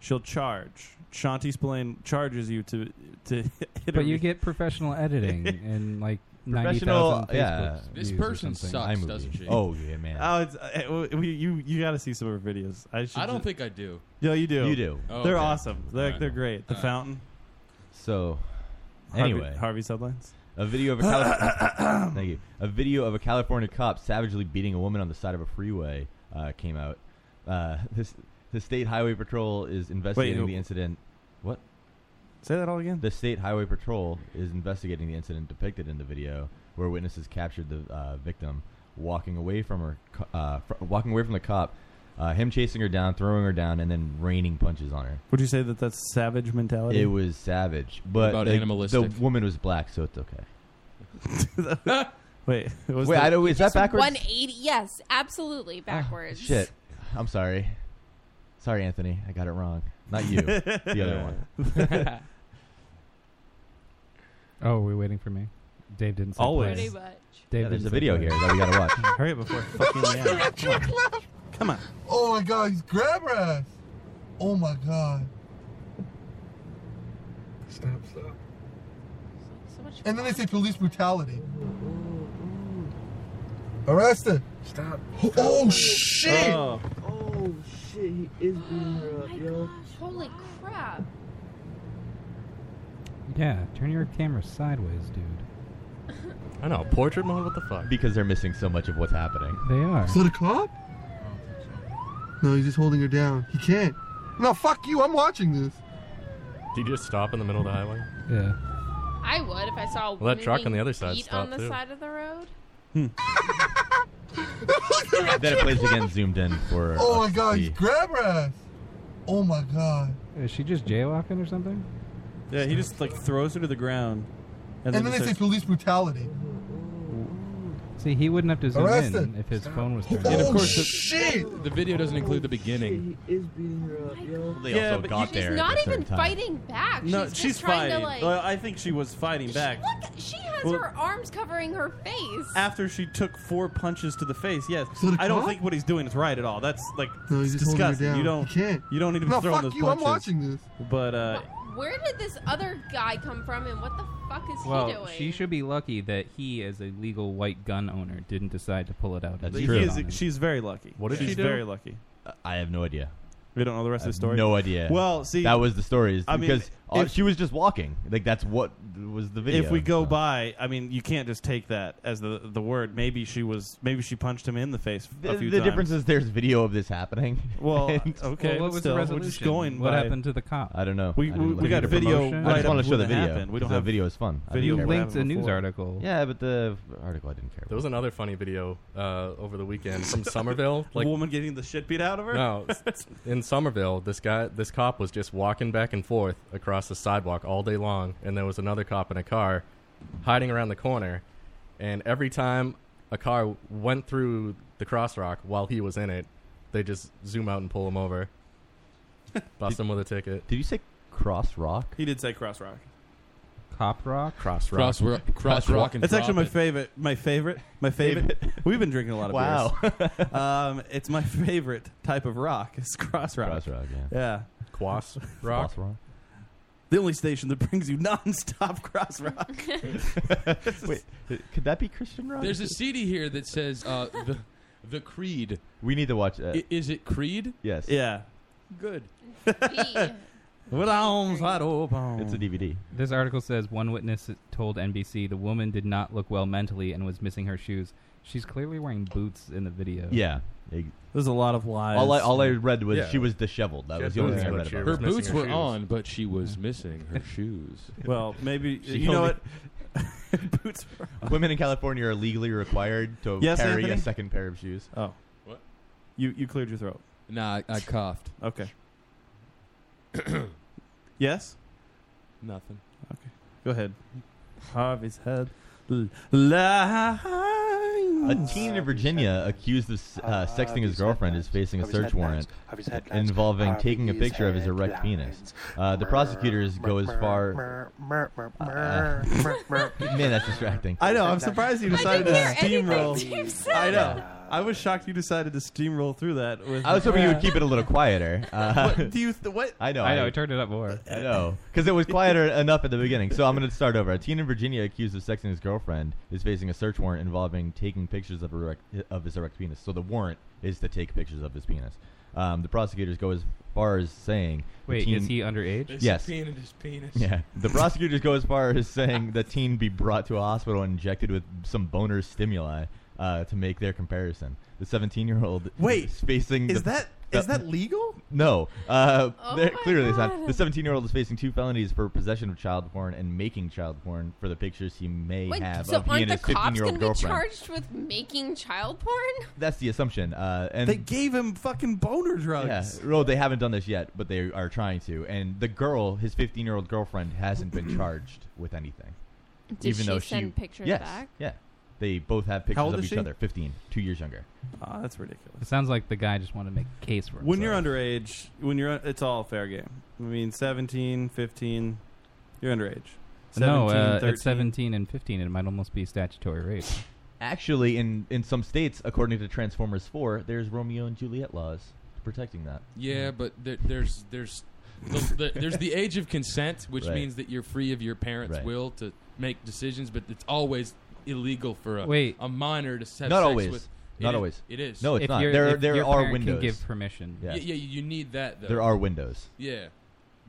she'll charge. Shanti Spillane charges you to to. But you get professional editing and like ninety Professional- thousand. yeah. This person sucks, doesn't she? Oh, yeah, man. Oh, it's, uh, uh, we- you you got to see some of her videos. I, should I don't ju- think I do. No, you do. You do. Oh, they're okay. awesome. They're, Alright. they're great. The Alright. fountain. So, Harvey- anyway, Harvey, Sublines. A video of a Cali- thank you. A video of a California cop savagely beating a woman on the side of a freeway uh, came out. Uh, this the state highway patrol is investigating who- the incident. What? Say that all again. The state highway patrol is investigating the incident depicted in the video, where witnesses captured the uh, victim walking away from her, co- uh, fr- walking away from the cop, uh, him chasing her down, throwing her down, and then raining punches on her. Would you say that that's savage mentality? It was savage, but about the, animalistic? the woman was black, so it's okay. Wait, was wait, the- I don't, Oh, is that Just backwards? 180. Yes, absolutely backwards. Ah, Shit, I'm sorry. Sorry, Anthony, I got it wrong. Not you, the other one. Oh, we're waiting for me. Dave didn't say Always. play. Pretty much. Dave Yeah, there's didn't a say video play. here that we gotta watch. Hurry up before fucking yeah. Come on. Oh my god, he's grab her ass. Oh my god. Stop, stop. and then they say police brutality. Arrest her. Stop. Oh shit. Oh. Oh shit, he is beating Oh her up, yo. Holy crap. Yeah, turn your camera sideways, dude. I know portrait mode. What the fuck? Because they're missing so much of what's happening. They are. Is that a cop? No, he's just holding her down. He can't. No, fuck you. I'm watching this. Do you just stop in the middle of the highway? Yeah. I would if I saw a Well, that truck woman on the being other side beat stopped, on the too. side of the road. then it plays again, zoomed in for. Oh my us to god, he's see. grab her ass. Oh my god. Uh, Is she just jaywalking or something? Yeah, he just like throws her to the ground, And, then, they say police brutality. See, he wouldn't have to zoom Arrested. in if his phone was turned. And of on. course, the, shit. The video doesn't include the beginning. He is beating her up, yo. They Yeah, also but got you- She's there. at not a certain even time. fighting back. No, she's, she's, just trying fighting. to like. Well, I think she was fighting back. Look, she has Well- her arms covering her face. After she took four punches to the face, yes. that a I don't cop? think what he's doing is right at all. That's like No, he's it's just holding her disgusting. down. You don't He can't. you don't need to be No, throwing fuck those you, I'm punches. watching this. But uh, Where did this other guy come from, and what the fuck is he Well, doing? she should be lucky that he, as a legal white gun owner, didn't decide to pull it out. and he shoot is- on him. she's very lucky. What did she's she do? very lucky. I have no idea. We don't know the rest I have of the story. No idea. Well, see, that was the story. Is I mean, because all- if- she was just walking. Like that's what was the video. If we go by, I mean, you can't just take that as the the word. Maybe she was. Maybe she punched him in the face the, a few the times. difference is there's video of this happening. Well, And- okay. Well, what but was the still, We're just resolution? going What by- happened to the cop? I don't know. I We- didn't we- look we got into a it. video I right just want up to show when the it video. happened. We don't because the have video is fun. I video don't care. what Linked a news article. Yeah, but the article I didn't care. There was another funny video uh, over the weekend from Somerville. A woman getting the shit beat out of her. No, s- in Somerville, this guy, this cop was just walking back and forth across the sidewalk all day long, and there was another cop in a car hiding around the corner, and every time a car went through the crosswalk while he was in it, they just zoom out and pull him over, bust him with a ticket. Did you say cross rock? He did say cross rock. Cop rock? Cross rock. Cross rock. Cross rock. And It's actually my drop favorite. My favorite. My favorite. We've been drinking a lot of Wow. beers. um, it's my favorite type of rock. It's cross rock. Cross rock, yeah. Yeah. Quas rock. Cross rock. The only station that brings you nonstop cross rock. Wait, could that be Christian rock? There's a CD here that says uh, the the Creed. We need to watch that. I, is it Creed? yes. Yeah. Good. With arms wide open. It's a DVD. This article says one witness told NBC the woman did not look well mentally and was missing her shoes. She's clearly wearing boots in the video. Yeah. Ex- There's a lot of lies. All I, all I read was Yeah. she was disheveled. That She was had the only boots, thing I but read she about. was Her boots were shoes. on, but she was missing her shoes. Well, maybe She you know only- what. boots. were on. Women in California are legally required to Yes, carry a Anthony? second pair of shoes. Oh, What? You you cleared your throat. No, I, I coughed. Okay. yes. Nothing. Okay. Go ahead. Harvey's head. L- lines. A teen in Virginia accused of s- uh, sexting his girlfriend is facing a search warrant involving taking a picture of his erect penis. Uh, the prosecutors go as far. Uh, man, that's distracting. I know. I'm surprised you decided to I didn't hear steamroll. anything you said. I know. I was shocked you decided to steamroll through that. With I was hoping you would keep it a little quieter. Uh, What do you? Th- what? I know. I know, I turned it up more. I know. Because Uh, it was quieter enough at the beginning. So I'm going to start over. A teen in Virginia accused of sexting his girlfriend is facing a search warrant involving taking pictures of, erect, of his erect penis. So the warrant is to take pictures of his penis. Um, the prosecutors go as far as saying. the Wait, teen- is he underage? There's a yes. peen in his penis. Yeah. The prosecutors go as far as saying the teen be brought to a hospital and injected with some boner stimuli uh, to make their comparison. The 17 year old Wait, is facing. is the- uh, that- the- is that legal? No. Uh, Oh there- my clearly it's God. not. The 17 year old is facing two felonies for possession of child porn and making child porn for the pictures he may Wait, have so of he aren't and the his cops 15 year going old to be girlfriend. charged with making child porn? That's the assumption. Uh, and They gave him fucking boner drugs. Yeah. Well, they haven't done this yet, but they are trying to. And the girl, his 15 year old girlfriend, hasn't been charged with anything. Did she send pictures yes, back? Yeah. They both have pictures old of is each she? other. 15, two years younger. Ah, that's ridiculous. It sounds like the guy just wanted to make a case for himself. When you're underage, when you're it's all fair game. I mean, 17, 15, you're underage. 17, no, uh, at 13. 17 and 15, it might almost be statutory rape. Actually, in, in some states, according to Transformers 4, there's Romeo and Juliet laws protecting that. Yeah, but there, there's there's the, the, there's the age of consent, which Right. means that you're free of your parents' Right. will to make decisions, but it's always illegal for a Wait. a minor to have Not sex always. with. it Not is- always. It is. No, it's If not. your- There, if there your are parent can windows. give permission. Yeah. Yeah. yeah, you need that though. There are windows. Yeah,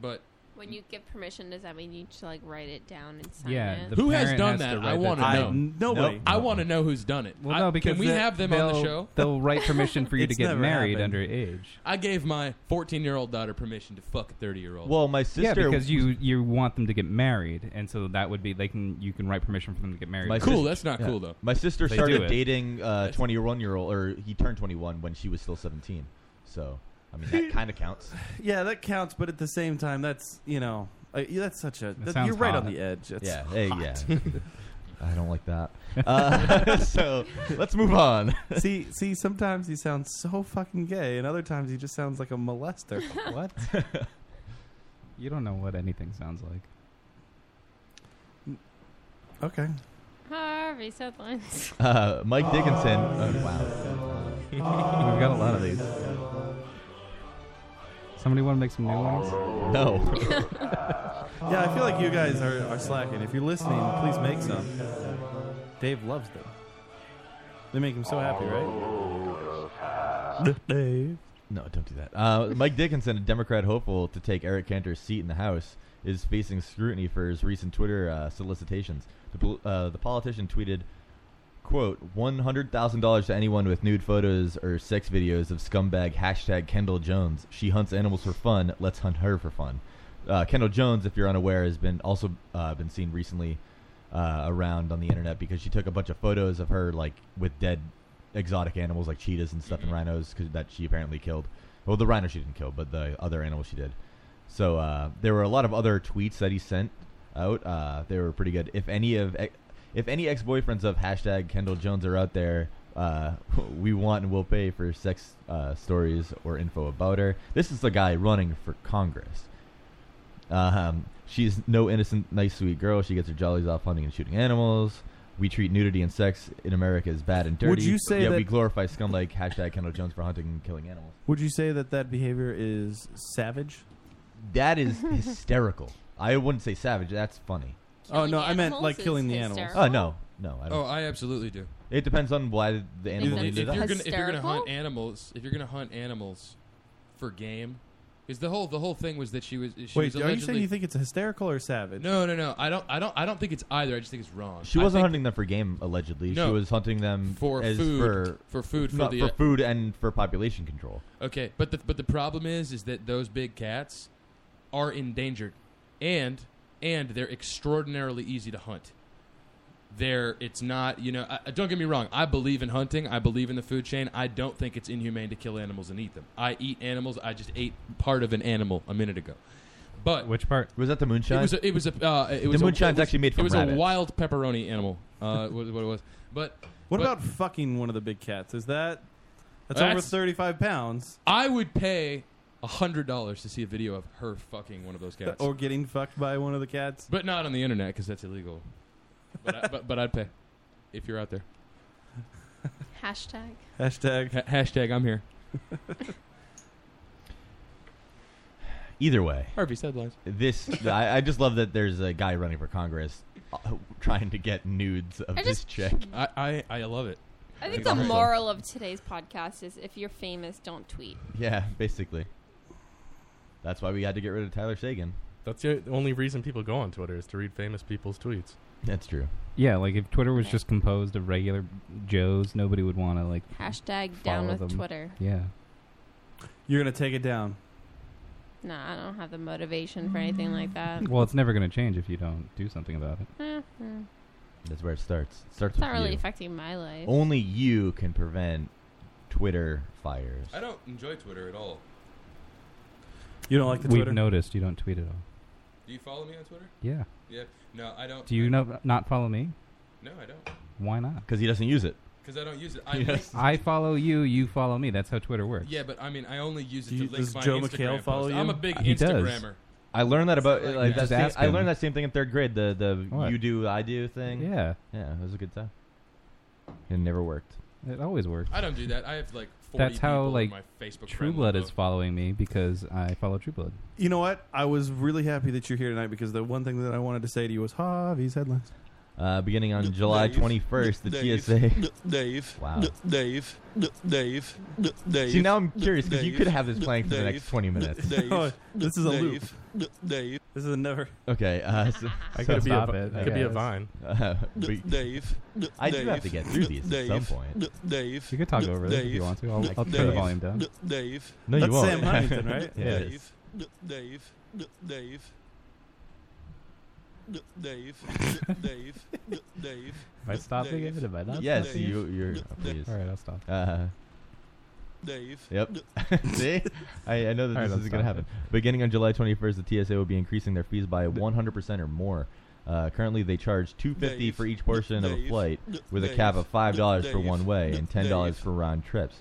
but When you give permission, does that mean you should like write it down and sign Yeah, it? the who has parent done has to that? write I that want to know. down. No, Nope. wait. I want to know who's done it. Well, I- no, because can we that- have them on the they'll- show? They'll write permission for you to get married underage. I gave my 14 year old daughter permission to fuck a 30 year old. Yeah, because you you want them to get married, and so that would be they can you can write permission for them to get married. My sis- yeah. My sister They do started it. dating uh, 21 year old, or he turned 21 when she was still 17. So, I mean, that kind of counts. Yeah, that counts. But at the same time, that's you know, uh, that's such a. that- sounds you're right hot. on the edge. It's Yeah, hey, hot. yeah. I don't like that. Uh, so let's move on. see, see. Sometimes he sounds so fucking gay, and other times he just sounds like a molester. what? You don't know what anything sounds like. Okay. Harvey Sutherland. Uh, Mike Dickinson. Oh, wow. We've got a lot of these. Somebody want to make some new ones? No. Yeah, I feel like you guys are, are slacking. If you're listening, please make some. Dave loves them. They make him so happy, right? Dave. Oh, No, don't do that. Uh, Mike Dickinson, a Democrat hopeful to take Eric Cantor's seat in the House, is facing scrutiny for his recent Twitter uh, solicitations. The, pol- uh, the politician tweeted, "Quote: One hundred thousand dollars to anyone with nude photos or sex videos of scumbag hashtag Kendall Jones. She hunts animals for fun. Let's hunt her for fun." Uh, Kendall Jones, if you're unaware, has been also uh, been seen recently uh, around on the internet because she took a bunch of photos of her like with dead exotic animals like cheetahs and stuff and rhinos 'cause that she apparently killed. Well, the rhino she didn't kill, but the other animal she did. So uh, there were a lot of other tweets that he sent out. Uh, they were pretty good. If any of e, if any ex boyfriends of hashtag Kendall Jones are out there. Uh, we want and will pay for sex uh, stories or info about her. This is the guy running for Congress. Um, she's no innocent, nice, sweet girl. She gets her jollies off hunting and shooting animals. We treat nudity and sex in America as bad and dirty. Would you say yeah, that- we glorify scum like hashtag Kendall Jones for hunting and killing animals? Would you say that that behavior is savage? That is hysterical. I wouldn't say savage. That's funny. oh no, I meant like killing the animals. Oh no, no. I don't. Oh, I absolutely do. It depends on why the animal if, ended if up. you're gonna, if you're gonna Hysterical? hunt animals, if you're gonna hunt animals for game, because the whole the whole thing was that she was. She Wait, was are you saying allegedly- you think it's hysterical or savage? No, no, no. I don't. I don't. I don't think it's either. I just think it's wrong. She I wasn't think- hunting them for game allegedly. No. she was hunting them For as food. for For food, for not- the- food and for population control. Okay, but the but the problem is is that those big cats are endangered, and and they're extraordinarily easy to hunt. there it's not you know I, I- don't get me wrong i believe in hunting i believe in the food chain i don't think it's inhumane to kill animals and eat them i eat animals i just ate part of an animal a minute ago but which part was that the moonshine? it was a, it was a uh, it the was a- moonshine's it was- actually made from it was rabbit. a wild pepperoni animal uh was what it was but What but- about fucking one of the big cats? Is that that's, over That's- thirty-five pounds? I would pay hundred dollars to see a video of her fucking one of those cats, Or getting fucked by one of the cats, but not on the internet because that's illegal. But I, but, but I'd pay if you're out there. Hashtag. Hashtag hashtag I'm here. Either way, Harvey's headlines. This I, I just love that there's a guy running for Congress uh, trying to get nudes of I this just- chick. I, I I love it. I think the Awesome. moral of today's podcast is if you're famous, don't tweet. Yeah, basically. That's why we had to get rid of Tyler Sagan. That's the only reason people go on Twitter is to read famous people's tweets. That's true. Yeah, like if Twitter was just composed of regular Joes, nobody would want to like Hashtag down follow with them. Twitter. Yeah. you're gonna take it down. Nah, I don't have the motivation for anything like that. Well, it's never going to change if you don't do something about it. Eh, mm. That's where it starts. It starts It's not with really you. affecting my life. Only you can prevent Twitter fires. I don't enjoy Twitter at all. You don't like the We've Twitter? noticed you don't tweet at all. Do you follow me on Twitter? Yeah. Yeah. No, I don't. Do you know, not follow me? No, I don't. Why not? Because he doesn't use it. 'Cause I don't use it. I make- I follow you. You follow me. That's how Twitter works. Yeah, but I mean, I only use it Do you- to link does my Joe Instagram. McHale post. follow you? I'm a big He does. Instagrammer. I learned that about Something like that that. Just same- ask I him. learned that same thing in third grade. The the What? you do I do thing. Yeah. yeah, it was a good time. It never worked. It always works. I don't do that. I have like 40 That's how people in like my Facebook True friend Blood list. is following me because I follow True Blood. You know what? I was really happy that you're here tonight because the one thing that I wanted to say to you was Harvey's headlines. Uh, beginning on July twenty first, the TSA. Dave. Wow. Dave. Dave. Dave. See, now I'm curious, 'cause you could have this playing for the next 20 minutes. Oh, this is a loop. Dave. This is a never. Okay, uh, so, I so could be a stop vi- it, I could be a guess. vine. Uh, D- but- Dave. D- I do Dave. have to get through these D- at Dave. some point. D- Dave. You could talk D- over this if you Dave. want to. I'll- D- I'll turn the Dave. volume down. D- Dave. No, you That's won't. Sam Huntington, right? Yeah. Dave. D- Dave. D- Dave. D- Dave. D- Dave. D- Dave. Am I stopping it? Am I not? Yes, stopping it? you, you're. oh, please. All right, I'll stop. Uh, Dave. Yep. See, I, I know that All right, this is I'll going to stop happen. Beginning on July 21st, the TSA will be increasing their fees by 100 percent or more. Uh, currently, they charge 250 for each portion of a Dave. flight, Dave. with a cap of five dollars for Dave. one way and ten dollars Dave. for round trips.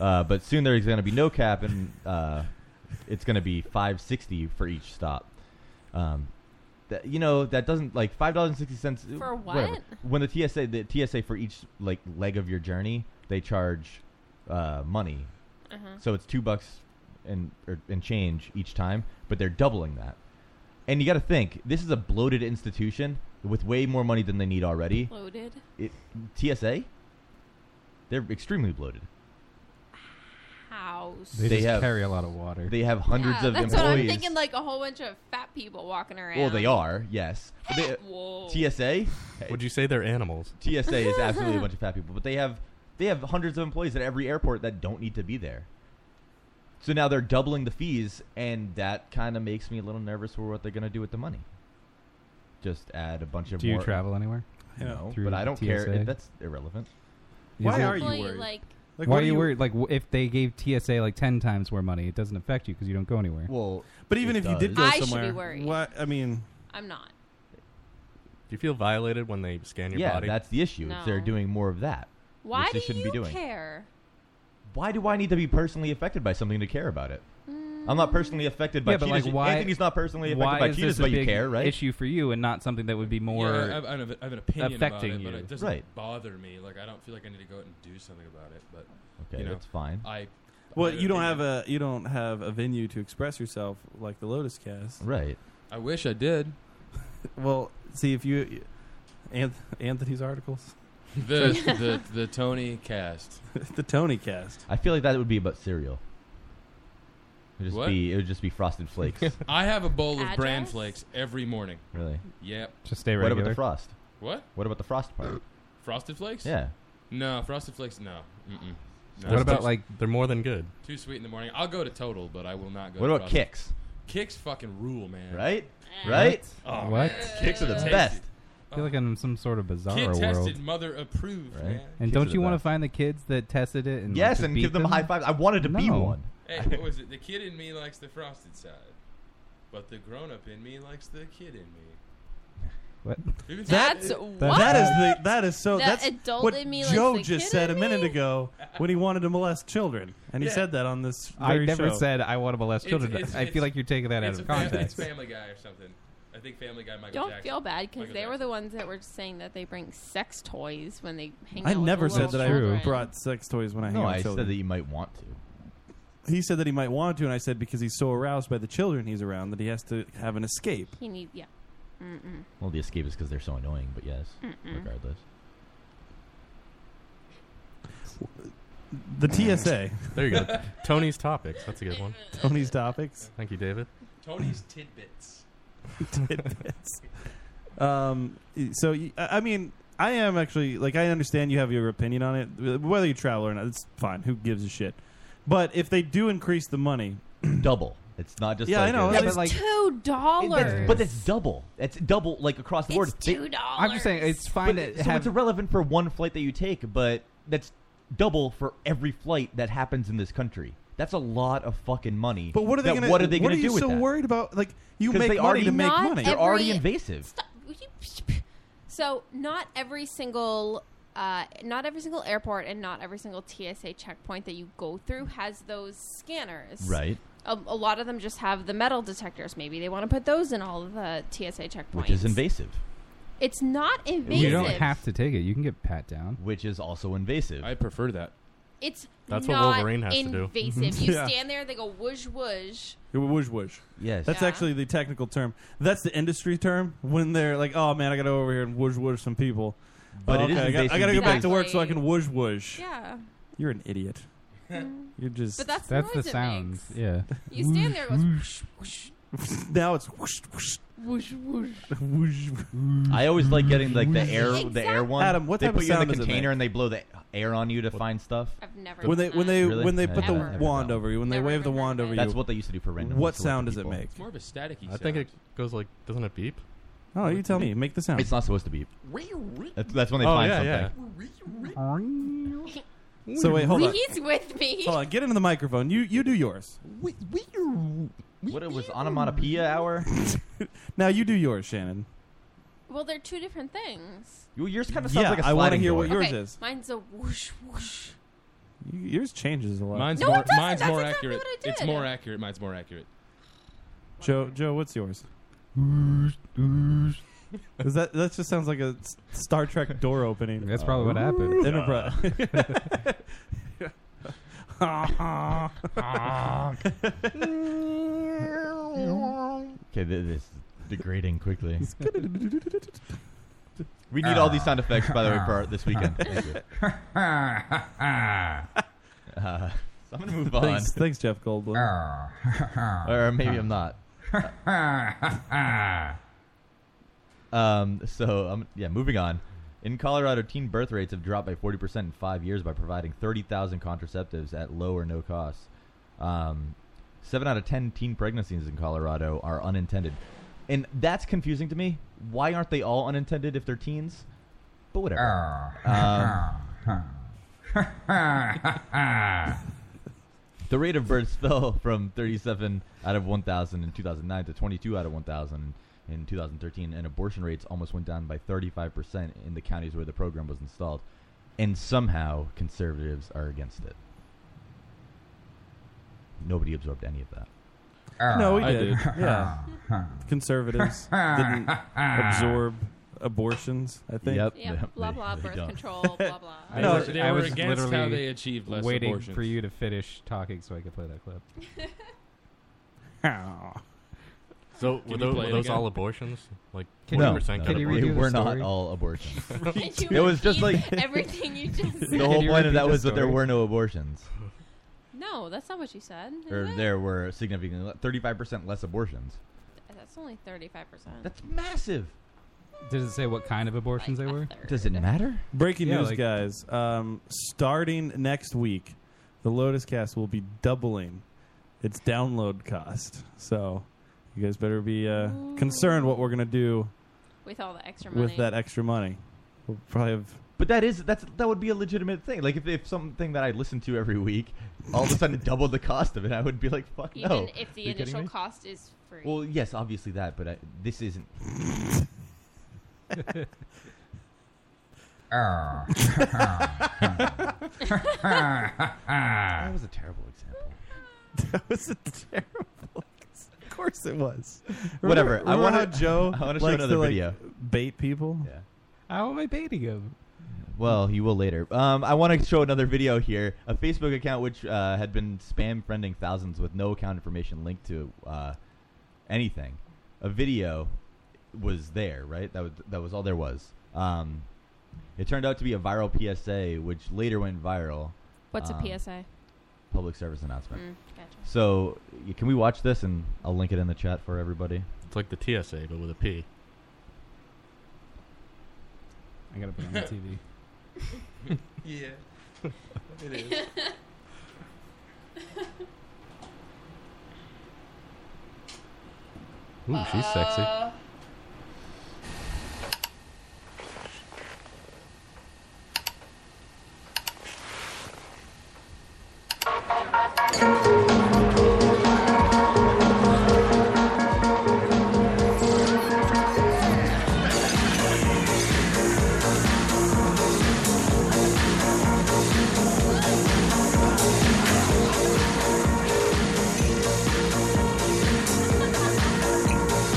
Uh, but soon there's going to be no cap, and uh, it's going to be 560 for each stop. Um, that, you know that doesn't like five dollars and sixty cents For what? When the TSA the TSA for each like leg of your journey, they charge uh, money. Uh-huh. So it's two bucks and or, and change each time, but they're doubling that. And you got to think this is a bloated institution with way more money than they need already. Bloated? It, TSA, they're extremely bloated. House. They just carry a lot of water. They have hundreds yeah, of that's employees. what I'm thinking. Like a whole bunch of fat people walking around. Well, they are, yes. But they- Whoa. TSA. Would you say they're animals? TSA is absolutely a bunch of fat people, but they have they have hundreds of employees at every airport that don't need to be there. So now they're doubling the fees, and that kind of makes me a little nervous for what they're going to do with the money. Just add a bunch of. Do you more- travel anywhere? No, Through but I don't care. TSA? It, that's irrelevant. Why Is it- are you Probably, worried? like- Like, Why what are do you you- worried? Like, w- if they gave TSA like ten times more money, it doesn't affect you because you don't go anywhere. Well, But even if you did go I should be somewhere, worried. what I mean, I'm not. Do you feel violated when they scan your yeah, body? that's the issue. is They're No. doing more of that. Why which they do shouldn't you be doing. care? Why do I need to be personally affected by something to care about it? I'm not Mm. personally affected by yeah, but cheetahs. like, why? Anthony's not personally affected why by is cheetahs, this a but you big care, right? Issue for you, and not something that would be more. Yeah, I have, I have, I have an opinion affecting about it, you. but it doesn't Right. bother me. Like I don't feel like I need to go out and do something about it. But Okay, you know, that's fine. I well, I you don't have a you don't have a venue to express yourself like the Lotus Cast, right? I wish I did. well, see if you, Anth- Anthony's articles, the the the Tony cast. the Tony Cast. I feel like that would be about cereal. It would just What? be it would just be frosted flakes. I have a bowl of bran Address? flakes every morning. really? Yep. Just stay What about regular. the frost? What? What about the frost part? Frosted flakes? Yeah. No, frosted flakes. No. Mm-mm. No. What about like they're more than good? Too sweet in the morning. I'll go to total, but I will not go. What to about Frosted. Kicks? Kicks fucking rule, man. Right? Right? Oh, What? man. Kicks are the Tasty. best. I feel like I'm in some sort of bizarre Kid world. tested, mother approved, Right? man. And Kids don't are you the want to best. find the kids that tested it and like, Yes, to and beat give them them high fives. I wanted to be No. one. Hey, what was it? The kid in me likes the frosted side, but the grown up in me likes the kid in me. What? Who That's said- what? That is the that is so The that's adult what in me likes Joe the just kid said in a minute ago when he wanted to molest children, and he Yeah. said that on this. I very never show. said I want to molest It's- children. it's- I feel it's- like you're taking that out it's of a fam- context. it's Family Guy or something. I think Family Guy. Michael Don't Jackson. feel bad because Michael they were the ones that were just saying that they bring sex toys when they hang I out. with never the said little that children. I brought sex toys when I hang No, out with I said children. that you might want to. He said that he might want to, and I said because he's so aroused by the children he's around that he has to have an escape. He need yeah. Mm-mm. Well, the escape is because they're so annoying, but yes, Mm-mm. regardless. The TSA. There you go. Tony's topics. That's a good one. Tony's topics. Thank you, David. Tony's tidbits. tidbits. Um, so y- I I mean, I am actually like I understand you have your opinion on it, whether you travel or not. It's fine. Who gives a shit? But if they do increase the money, double. It's not just yeah, like I know. a- That's That's like Two dollars. But it's double. It's double, like across the board. It's They- $2. I'm just saying, it's fine But, to so have- it's irrelevant for one flight that you take, but that's double for every flight that happens in this country. That's a lot of fucking money. But what are they that- gonna- What are they what going are to you do with so that? worried about? Like you 'Cause make they money already to make Not money. They're already every- invasive. Stop. Will you- So not every single. Uh, not every single airport and not every single TSA checkpoint that you go through has those scanners. Right. A, a lot of them just have the metal detectors. Maybe they want to put those in all of the TSA checkpoints. Which is invasive. It's not invasive. You don't have to take it. You can get pat down. Which is also invasive. I prefer that. It's That's what not Wolverine has to do. invasive. You Yeah. stand there, they go whoosh whoosh. Whoosh whoosh. Yes. That's Yeah. actually the technical term. That's the industry term when they're like, "Oh man, I got to go over here and whoosh whoosh some people." But Oh, it is okay, I got, invasive to go back to because- work so I can whoosh whoosh. Yeah. Mm-hmm. You're an idiot. You're just But that's the That's the noise it sound, makes. Yeah. You stand there, it goes whoosh whoosh now it's whoosh whoosh. whoosh whoosh. whoosh. I always like getting like the air, the air one. Adam, what they type put of you in sound the does it container and they blow the air on you to find stuff. I've never. When they when they Really? when they Yeah, put the I've never done wand over you, when they wave the wand over you, That's what they used to do for random What selected sound does it people. make? It's more of a staticky. I think it goes like, doesn't it beep? Oh, you tell me. Make the sound. It's not supposed to be. That's, that's when they Oh, find yeah, something. So wait, hold on. He's with me. Hold on, get into the microphone. You you do yours. What it was onomatopoeia hour? now you do yours, Shannon. Well, they're two different things. Your- Yours kind of sounds Yeah, like a I sliding wanna hear door. what yours okay, is. Mine's a whoosh whoosh. Y- Yours changes a lot. Mine's No, it more. doesn't. Mine's That's more exactly accurate. what I It's did. more accurate. Mine's more accurate. Joe Joe, what's yours? Does that that just sounds like a S- Star Trek door opening? That's probably what happened. Okay, th- this is degrading quickly. we need all these sound effects, by the way, for our- this weekend. Thank you. Uh, so I'm going to move on. Thanks, thanks, Jeff Goldblum. or maybe I'm not. um, so, um, yeah, moving on. In Colorado, teen birth rates have dropped by 40% in five years by providing 30,000 contraceptives at low or no cost. Um, seven out of 10 teen pregnancies in Colorado are unintended. And that's confusing to me. Why aren't they all unintended if they're teens? But whatever. Um, The rate of births fell from 37 out of 1,000 in 2009 to 22 out of 1,000 in 2013, and abortion rates almost went down by 35% in the counties where the program was installed. And somehow, conservatives are against it. Nobody absorbed any of that. No, we did. Yeah. Conservatives didn't absorb abortions, I think. Yep. Yeah, blah blah. Birth control. Blah blah. I No, was- they I were was against literally how they achieved less waiting abortions. for you to finish talking so I could play that clip. So Can were you those, play were it those again? all abortions? Like Can one you- percent no, got no, aborted? they were not all abortions. Did you it was just repeat like everything you just said? the whole point of that was that there were no abortions, No, that's not what you said. is Er, or it? there were significantly 35% less abortions. That's only thirty-five percent. That's massive. Does it say what kind of abortions they were? Does it matter? Breaking Yeah, news, like- guys. Um, starting next week, the Lotus Cast will be doubling its download cost. So you guys better be uh, concerned what we're going to do with all the extra money. with that extra money. We'll probably have But that is that's that would be a legitimate thing. Like if, if something that I listen to every week, all of a sudden doubled the cost of it, I would be like, "Fuck Even no!" if the Are you kidding initial me? cost is free. Well, yes, obviously that, but I, this isn't. that was a terrible example. That was a terrible. Of course it was. Whatever. Remember- I remember wanna- how Joe. I wanna show likes another to, like, video. bait people. Yeah. How am I baiting him? Well, you will later. Um, I want to show another video here. A Facebook account which uh, had been spam friending thousands with no account information linked to uh, anything. A video was there, right? That was that was all there was. Um, it turned out to be a viral PSA, which later went viral. What's Um, a PSA? Public service announcement. Mm, gotcha. So, y- can we watch this and I'll link it in the chat for everybody? It's like the TSA, but with a P. I gotta put it on the TV. yeah. it is. Ooh, she's sexy.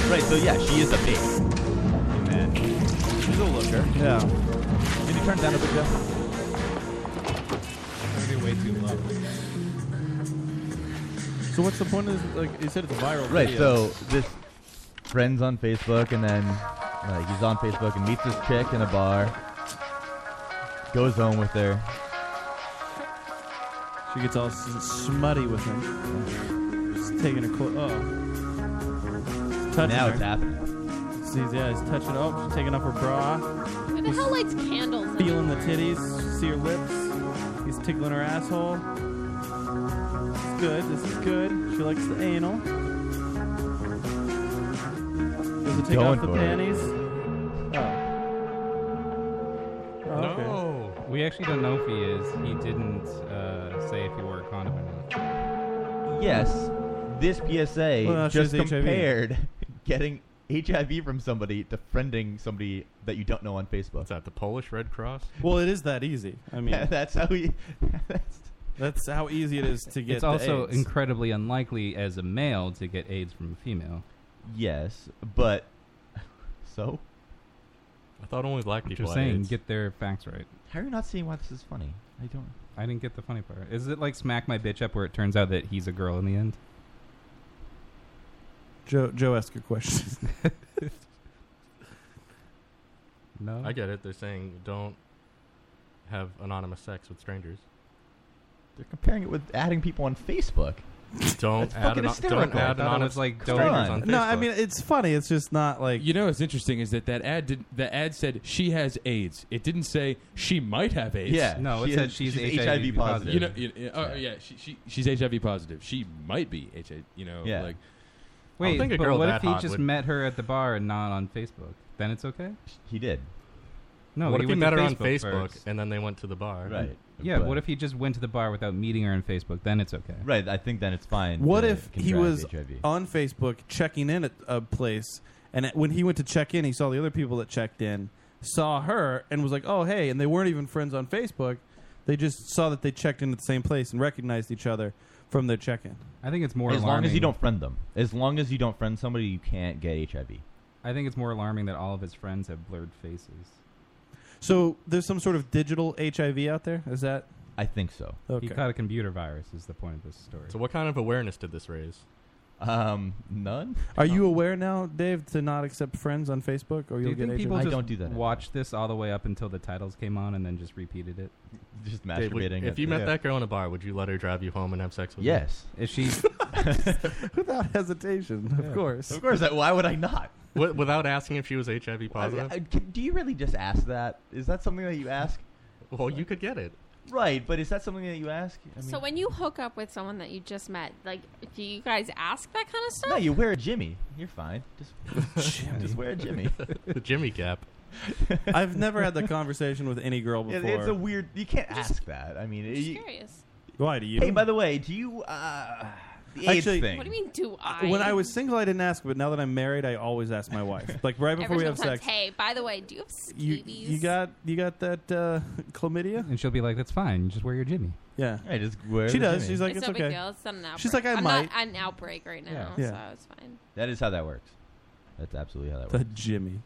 Right. So yeah, she is a bait. Man, she's a looker. Yeah. Can you turn it down a bit, Jeff? way too low. So what's the point of like you said it's a viral Right. So video. this friends on Facebook, and then like he's on Facebook and meets this chick in a bar. Goes home with her. she gets all s- smutty with him. Just taking a clo- oh. Touching Now her. it's happening. She's, yeah, he's touching. Oh, she's taking off her bra, Who the hell lights candles? in feeling the titties. See her lips. He's tickling her asshole. It's good. This is good. She likes the anal. Does it take Going off the for it. panties? Oh. Oh, okay. No. We actually don't know if he is. He didn't uh, say if he wore a condom or not. Yes, this PSA Well, that's just just HIV. compared getting HIV from somebody to friending somebody that you don't know on Facebook. Is that the Polish Red Cross? Well, it is that easy. I mean, that's how we. That's, that's how easy it is to get. it's the also AIDS. incredibly unlikely as a male to get AIDS from a female. Yes, but so I thought only black people. Just had saying, AIDS. get their facts right. how are you not seeing why this is funny? I don't. I didn't get the funny part. Is it like smack my bitch up where it turns out that he's a girl in the end? Joe, Joe, ask your question. No. I get it. They're saying don't have anonymous sex with strangers. They're comparing it with adding people on Facebook. Don't That's add fucking ano- hysterical. don't add I thought it anonymous was like strangers don't- on no, I Facebook. mean it's funny. It's just not like You know what's interesting is that that ad did, the ad said she has AIDS. It didn't say she might have AIDS. Yeah, No, it she said has- she's she's HIV HIV positive. You know, you- you- oh, yeah, she, she she's HIV positive. She might be HIV. You know, Yeah. like Wait, I don't think a but girl what that if he hot just would- met her at the bar and not on Facebook? Then it's okay. He did. No, what he if he went met to her on Facebook Facebook first. and then they went to the bar? Yeah. What if he just went to the bar without meeting her on Facebook? Then it's okay. Right. I think then it's fine. What to if he contract was HIV. on Facebook checking in at a place, and at- when he went to check in, he saw the other people that checked in, saw her, and was like, "Oh, hey!" And they weren't even friends on Facebook. They just saw that they checked in at the same place and recognized each other from their check-in. I think it's more as alarming. long as you don't friend them. As long as you don't friend somebody, you can't get HIV. I think it's more alarming that all of his friends have blurred faces. So there's some sort of digital HIV out there. Is that? I think so. Okay. He caught a computer virus. Is the point of this story? So what kind of awareness did this raise? Um, none. Are you aware now, Dave, to not accept friends on Facebook, or do you'll you get HIV? think people just watch this all the way up until the titles came on and then just repeated it? Just Dave, would- if you met that girl in a bar, would you let her drive you home and have sex with Yes. her? Is she? without hesitation, of course. Of course. I- Why would I not? Wi- without asking if she was HIV I- positive? I- can- do you really just ask that? Is that something that you ask? Well, you could get it. Right, but is that something that you ask? I mean, so when you hook up with someone that you just met, like, do you guys ask that kind of stuff? no, you wear a Jimmy. You're fine. Just, just wear a Jimmy. the Jimmy cap. I've never had that conversation with any girl It- before. it's a weird. You can't ask that. I mean, you- Curious. Why do you? Hey, by the way, do you uh, the AIDS Actually, uh, thing? What do you mean? Do I? When I was single, I didn't ask, but now that I'm married, I always ask my wife. Like right before Every we single have time, sex, Hey, by the way, do you have scabies? you you got you got that uh, chlamydia? And she'll be like, "That's fine. You just wear your Jimmy." Yeah. Hey, just She does. She's like, it's, no okay. big deal. It's not an outbreak. She's like, I am might. not an outbreak right now, Yeah. so it's fine. That is how that works. That's absolutely how that The works. Jimmy.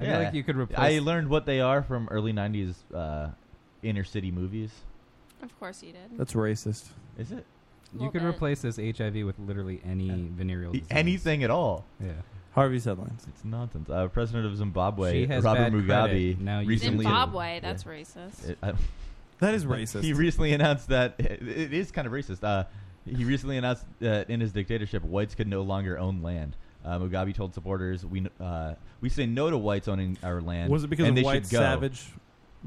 I feel like you could replace- I learned what they are from early '90s uh, inner city movies. Of course you did. That's racist. Is it? You could replace this HIV with literally any venereal disease. E, Anything at all. Yeah. Harvey's headlines. It's nonsense. Uh, President of Zimbabwe, She has Robert bad Mugabe, credit. Now you recently Zimbabwe, that's racist. It- I- That is racist. He recently announced that it- it is kind of racist. Uh, he recently announced that in his dictatorship, whites could no longer own land. Uh, Mugabe told supporters, "We n- uh, we say no to whites owning our land." Was it because and of they should white go." savage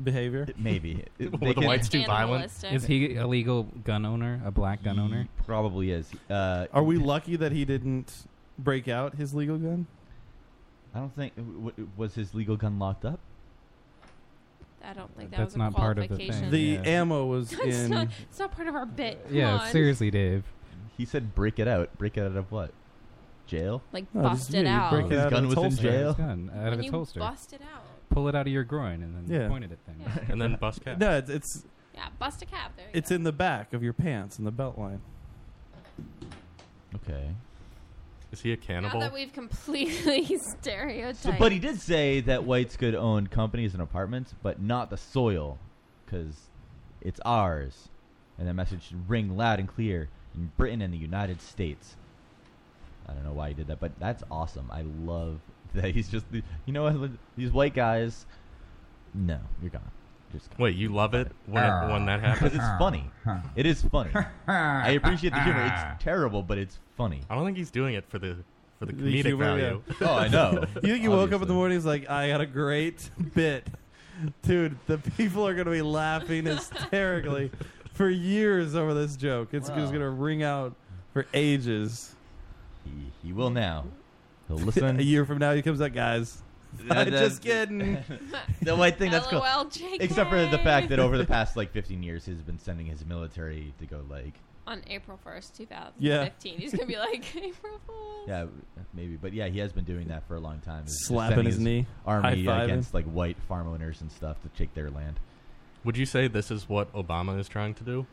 behavior? Maybe. It- Were they the could- whites too violent? Is he a legal gun owner? A black gun owner? Probably is. Uh, Are we lucky that he didn't break out his legal gun? I don't think w- w- was his legal gun locked up. I don't think that That's was a not part of the qualification. thing, The yeah. ammo was That's in- Not, it's not part of our bit. Come on. Dave. He said, "Break it out. Break it out of what? Jail? Like, No, bust just- it yeah, you out. break it His out of gun was its in holster. jail. His gun out of When its you holster. bust it out. Pull it out of your groin and then Yeah. point it at things. And then bust cap. No, it's it's, Yeah, bust a cap. There you it's in the back of your pants in the belt line. Okay. Is he a go. Now cannibal? that we've completely stereotyped. So, but he did say that whites could own companies and apartments, but not the soil, because it's ours. And that message should ring loud and clear in Britain and the United States. I don't know why he did that, but that's awesome. I love that he's just, you know, what, these white guys. No, you're gone. Just gone. Wait, you love it when it, when that happens? Because it's funny. It is funny. I appreciate the humor. It's terrible, but it's funny. I don't think he's doing it for the for the The comedic humor, value. yeah. Oh, I know. you think you woke up in the morning? He's like, I got a great bit, dude. The people are gonna be laughing hysterically for years over this joke. It's just gonna ring out for ages. He, he will now. He'll listen. a year from now. He comes out, guys. That- I'm just that's- kidding. the white thing that's cool. LOL, JK. Except for the fact that over the past like 15 years, he's been sending his military to go like, On April 1st, 2015, he's going to be like, April Fool. yeah, maybe, but yeah, he has been doing that for a long time. He's Slapping sending his knee, army high-fiving. against like white farm owners and stuff to take their land. Would you say this is what Obama is trying to do?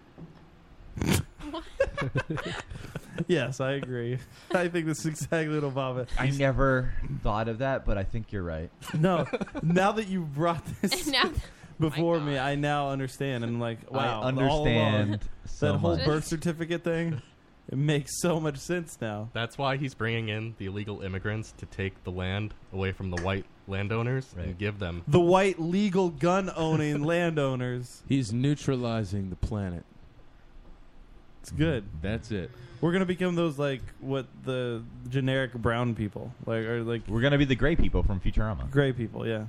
yes, I agree. I think this is exactly what Obama. I never thought of that, but I think you're right. No, now that you brought this Now that- before me, I now understand. And I'm like, wow, I all understand along, so that whole much. birth certificate thing. It makes so much sense now. That's why he's bringing in the illegal immigrants to take the land away from the white landowners and give them. The white legal gun owning landowners. He's neutralizing the planet. It's good. That's it. We're gonna become those like what the generic brown people like are like. We're gonna be the gray people from Futurama. Gray people, yeah.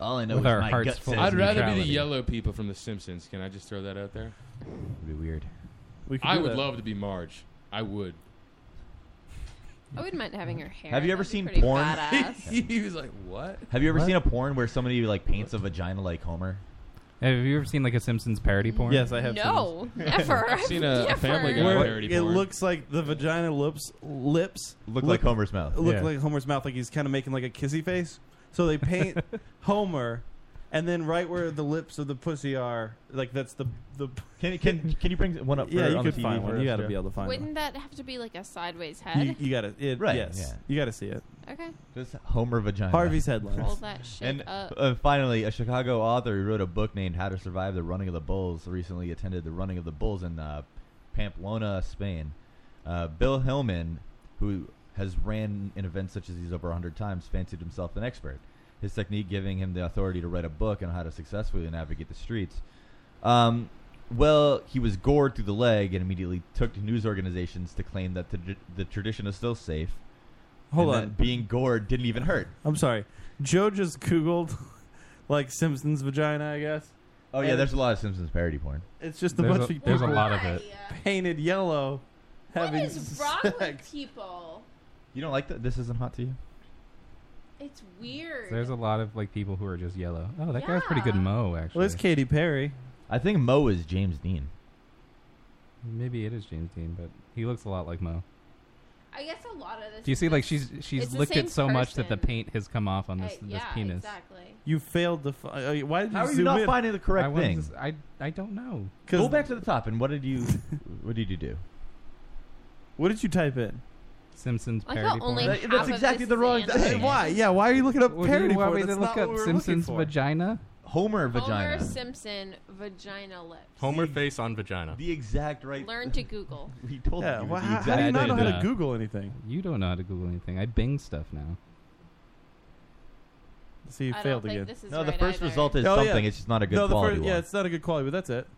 All I know is my gut says I'd rather be the neutrality. yellow people from The Simpsons. Can I just throw that out there? It'd be weird. We could I do would that. love to be Marge. I would. I wouldn't mind having her hair. Have you ever That'd be seen pretty porn? badass. he was like, "What?" Have you ever What? seen a porn where somebody like paints a vagina like Homer? Have you ever seen like a Simpsons parody porn? Yes, I have No, never. I've never. Where It looks like the vagina lips lips Look like Homer's mouth. Look Yeah. like Homer's mouth, like he's kind of making like a kissy face. So they paint Homer, and then right where the lips of the pussy are, like that's the the. Can can can you bring one up yeah, for- you on the could TV find for one. us, You got to yeah. be able to find one. Wouldn't that have to be like a sideways You, head? you gotta it Right, yes. yeah. You gotta see it. Okay. This Homer vagina. Harvey's headlines. Pull that shit and up. Uh, finally, a Chicago author who wrote a book named "How to Survive the Running of the Bulls" recently attended the running of the bulls in uh, Pamplona, Spain. Uh, Bill Hillman, who has ran in events such as these over 100 times, fancied himself an expert. His technique giving him the authority to write a book on how to successfully navigate the streets. Um, well, he was gored through the leg and immediately took to news organizations to claim that the, the tradition is still safe. Hold and that on. being gored didn't even hurt. I'm sorry. Joe just googled like Simpson's vagina, I guess, Oh yeah, And there's a lot of Simpsons parody porn. It's just a bunch of people painted yellow. What Having is wrong with people? You don't like that? This isn't hot to you? It's weird. There's a lot of like people who are just yellow. Oh, that guy's pretty good, Mo. Actually, it's Katy Perry. I think Mo is James Dean. maybe it is James Dean, but he looks a lot like Mo. I guess a lot of this. Do you see? Like she's she's It's the licked same it so much that the person. paint has come off on this I- this yeah, penis. exactly. You failed the. Fi- uh, why did you zoom in? I wasn't s- I I don't know. Go back to the top and what did you what did you do? What did you type in? Simpsons I thought parody porn. only half that's of exactly this the wrong stands. thing. Why? Yeah, why are you looking up Well, do you parody want porn? me to That's not look what up we were Simpsons looking for. vagina? Homer Homer Simpson vagina lips. Homer face on vagina. The exact right. Learn to Google. We told Yeah, you it was wha- the how- exact- how do you not know how to Google anything? You don't know how to Google anything. I Bing stuff now. See, you I don't failed think again. this is No, the right first either. result is something, it's just not a good no, the quality First, yeah, one. it's not a good quality, but that's it.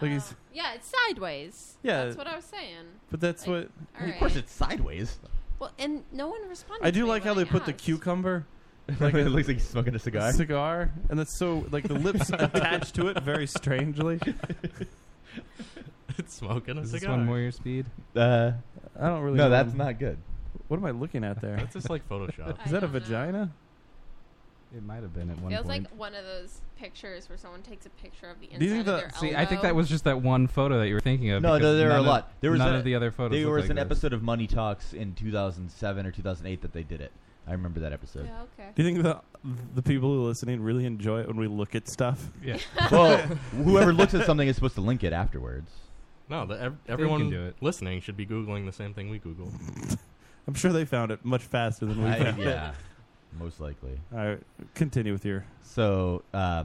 Like he's, Yeah, it's sideways. Yeah. Oh. that's what I was saying. but that's what. all Of course right. it's sideways. Well, and no one responded. I do to me like how when they I put the asked. cucumber. It looks like he's smoking a cigar. Cigar, and that's so like the lips attached to it very strangely. It's smoking a Is this cigar. one more your speed? Uh, I don't really. No, know. that's not good. What am I looking at there? That's just like Photoshop. Is that a vagina? It might have been at one Feels point. like one of those pictures where someone takes a picture of the inside Do you think of that- their See, elbow. I think that was just that one photo that you were thinking of. No, no, because there are a none of- lot. There was none a- of the other photos. There look was like an this. episode of Money Talks in 2007 or 2008 that they did it. I remember that episode. Yeah, okay. Do you think the the people who are listening really enjoy it when we look at stuff? Yeah. well, whoever looks at something is supposed to link it afterwards. No, the, ev- can everyone do listening should be googling the same thing we Google. I'm sure they found it much faster than we I- found yeah, it. most likely. All right, continue with your. So uh,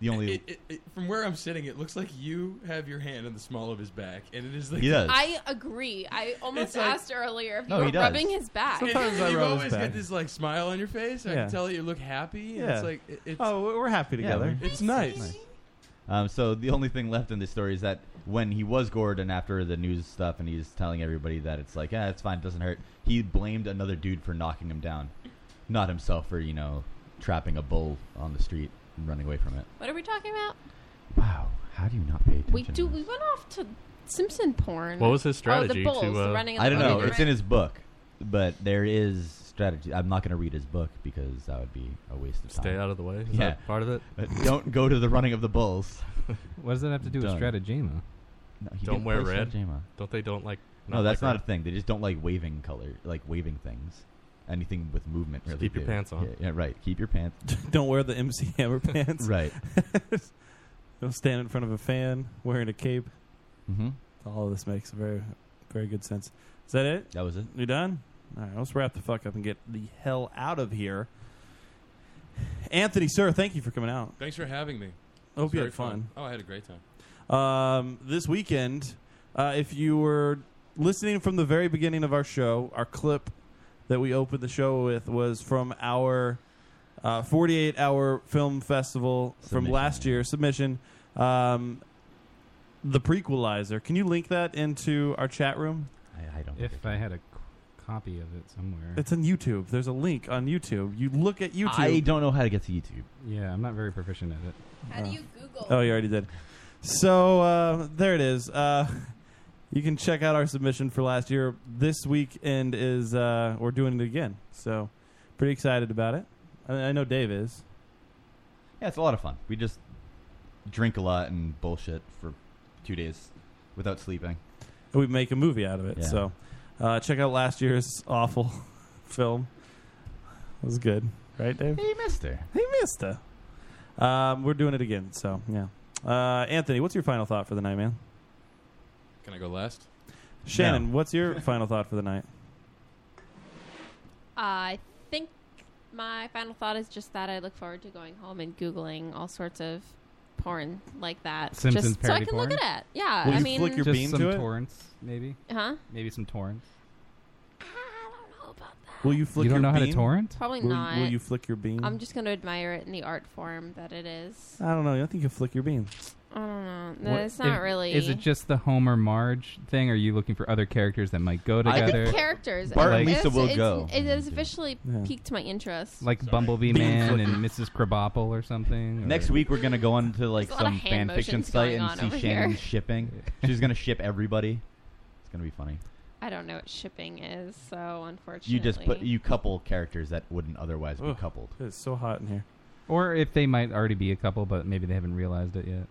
the only It, it, it, from where I'm sitting, it looks like you have your hand on the small of his back, and it is like He does. I agree. I almost It's like- asked earlier if No, you he were does. rubbing his back. Sometimes I I you rub his always back. get this like smile on your face. I Yeah. can tell that you look happy. And Yeah. It's like it- it's Oh, we're happy Yeah, together. we- It's nice. nice. Um, so the only thing left in this story is that when he was gored and after the news stuff and he's telling everybody that it's like, ah, it's fine, it doesn't hurt. He blamed another dude for knocking him down, not himself for you know trapping a bull on the street and running away from it. What are we talking about? Wow, how do you not pay attention? We do. We went off to Simpson porn. What was Oh, his the strategy bulls, to, the uh, running. of I the don't know. bulls, It's in right? his book, but there is strategy. I'm not going to read his book because that would be a waste of time. Stay out of the way? Is yeah, that part of it? But don't go to the running of the bulls. What does that have to do with Done. stratagema? No, he don't didn't wear play red. Stratagema. Don't they don't like? no, that's like not a thing. They just don't like waving color, like waving things, anything with movement. Just Really, keep your do. pants on. Yeah, yeah, right. Keep your pants. Don't wear the MC Hammer pants. Right. Don't stand in front of a fan wearing a cape. Mhm. Mm-hmm. All of this makes very, very good sense. Is that it? That was it. You done? All right, let's wrap the fuck up and get the hell out of here. Anthony, sir, thank you for coming out. Thanks for having me. I hope It's you very had fun. Oh, I had a great time. Um, this weekend, uh, if you were listening from the very beginning of our show, our clip that we opened the show with was from our uh, 48 hour film festival from last year submission. Um, the prequelizer. Can you link that into our chat room? I, don't. If I had a c- copy of it somewhere. It's on YouTube. There's a link on YouTube. You look at YouTube. I don't know how to get to YouTube. Yeah, I'm not very proficient at it. How do you Google? Oh, you already did. So uh, there it is. Uh, you can check out our submission for last year. This weekend is uh, we're doing it again. So pretty excited about it. I, I know Dave is. Yeah, it's a lot of fun. We just drink a lot and bullshit for two days without sleeping. We make a movie out of it. Yeah. So uh, check out last year's awful film. It was good, right, Dave? Hey, Mister. Hey, Mister. Um, we're doing it again. So yeah. Uh, Anthony, what's your final thought for the night, man? Can I go last? Shannon, what's your final thought for the night? I think my final thought is just that I look forward to going home and googling all sorts of porn like that, Simpsons just so I parody can look porn? at it. Yeah, Will I you mean, flick your Just beam some to it? torrent. Maybe. Huh? Maybe some torrents. Will you flick You your don't know how to beam? torrent? Probably Will you- not. Will you flick your beam? I'm just going to admire it in the art form that it is. I don't know. I think you'll flick your beam. I don't know. No, What- it's not is- really. Is it just the Homer Marge thing? Are you looking for other characters that might go I think together? characters? Bart I- and Lisa it's- will it's- go. It has officially Yeah. piqued my interest. Like Bumblebee Man and Mrs. Krabappel or something. Next week we're gonna go on to like There's a lot of some hand fan fiction motions site going on and over see Shannon here. shipping. She's gonna ship everybody. It's gonna be funny. I don't know what shipping is, so unfortunately. You just put you couple characters that wouldn't otherwise be Ugh. coupled. It's so hot in here. Or if they might already be a couple, but maybe they haven't realized it yet.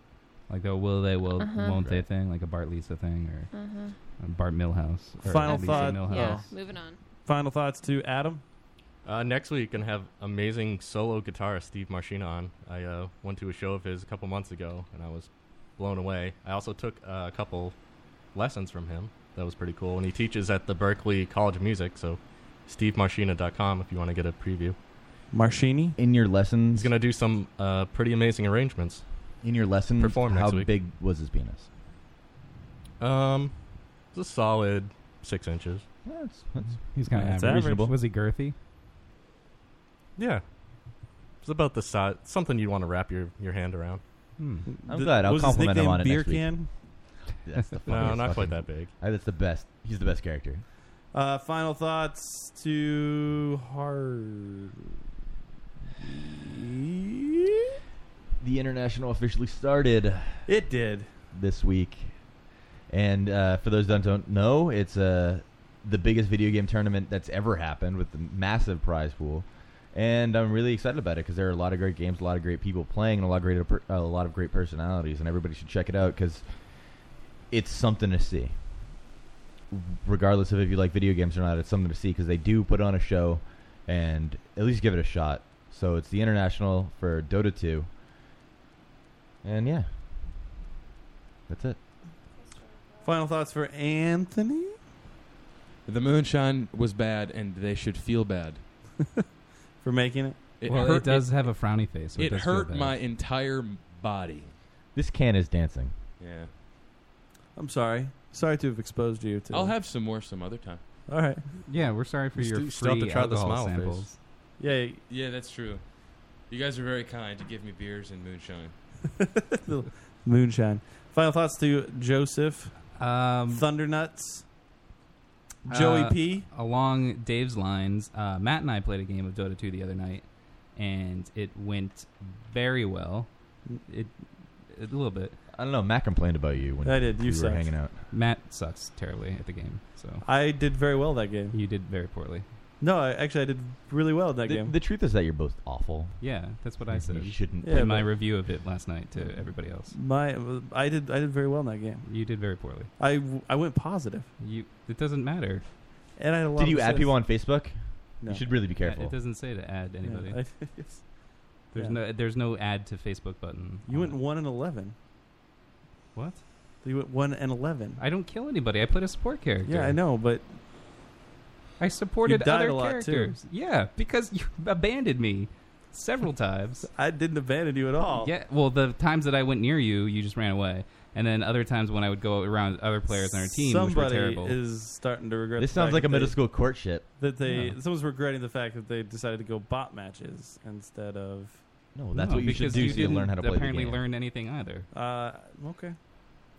Like the will they, will Uh-huh. won't they thing, like a Bart Lisa thing, or Uh-huh. a Bart Millhouse. Or Final Lisa thought. Milhouse. Yeah, moving on. Final thoughts to Adam. Uh, next week, gonna have amazing solo guitarist Steve Marchina on. I uh, went to a show of his a couple months ago, and I was blown away. I also took uh, a couple lessons from him. That was pretty cool. And he teaches at the Berkeley College of Music. So, stevemarchina.com if you want to get a preview. Marchini in your lessons. He's gonna do some uh, pretty amazing arrangements. In your lessons, Perform next how week. big was his penis? Um, it's a solid six inches. That's, that's He's kind That's of average. reasonable. Was he girthy? Yeah, it's about the size. Something you want to wrap your, your hand around. Hmm. I'm glad. I'll compliment him on it next week. That's the no, funniest not fucking- quite that big. Uh, That's the best. He's the best character. Uh, final thoughts to Hard. The international officially started. It did this week, and uh, for those that don't know, it's uh, the biggest video game tournament that's ever happened with the massive prize pool, and I'm really excited about it because there are a lot of great games, a lot of great people playing, and a lot of great per- a lot of great personalities, and everybody should check it out because it's something to see. Regardless of if you like video games or not, it's something to see because they do put on a show, and at least give it a shot. So it's the international for Dota 2, and yeah, that's it. Final thoughts for Anthony. The moonshine was bad, and they should feel bad for making it. Well, it does have a frowny face, so it it does feel hurt bad. my entire body. This can is dancing. Yeah, I'm sorry. Sorry to have exposed you to. I'll have some more some other time. All right. Yeah, we're sorry for We your still- free still have to try the alcohol smile face. samples. Yeah, Yeah, that's true. You guys are very kind to give me beers and moonshine. Moonshine. Final thoughts to Joseph. Um, Thundernuts. Joey Uh, P. Along Dave's lines, uh, Matt and I played a game of Dota 2 the other night, and it went very well. It, a little bit. I don't know. Matt complained about you when I did. You we were sucked. hanging out. Matt sucks terribly at the game, so I did very well that game. You did very poorly. No, I, actually, I did really well in that The, game. the truth is that you're both awful. yeah, that's what I You- said. You shouldn't. Yeah, in my but- review of it last night to everybody else. My, I did. I did very well in that game. You did very poorly. I, w- I went positive. You. It doesn't matter. And I had a lot Did you of add assists. people on Facebook? No. You should really be Yeah, careful. It doesn't say to add anybody. I- yes. There's Yeah. no. There's no add to Facebook button. You went one and eleven. What? You went one and eleven. I don't kill anybody. I played a support character. Yeah, I know, but I supported You died other a lot, too. characters. Yeah, because you abandoned me several times. I didn't abandon you at all. Yeah, well, the times that I went near you, you just ran away. And then other times when I would go around other players on our team, which somebody were terrible. is starting to regret. This the sounds fact like that a middle they- school courtship. That they No. someone's regretting the fact that they decided to go bot matches instead of. No, that's what you should because do you so you learn didn't how to play the apparently game. learn anything either. Uh, okay.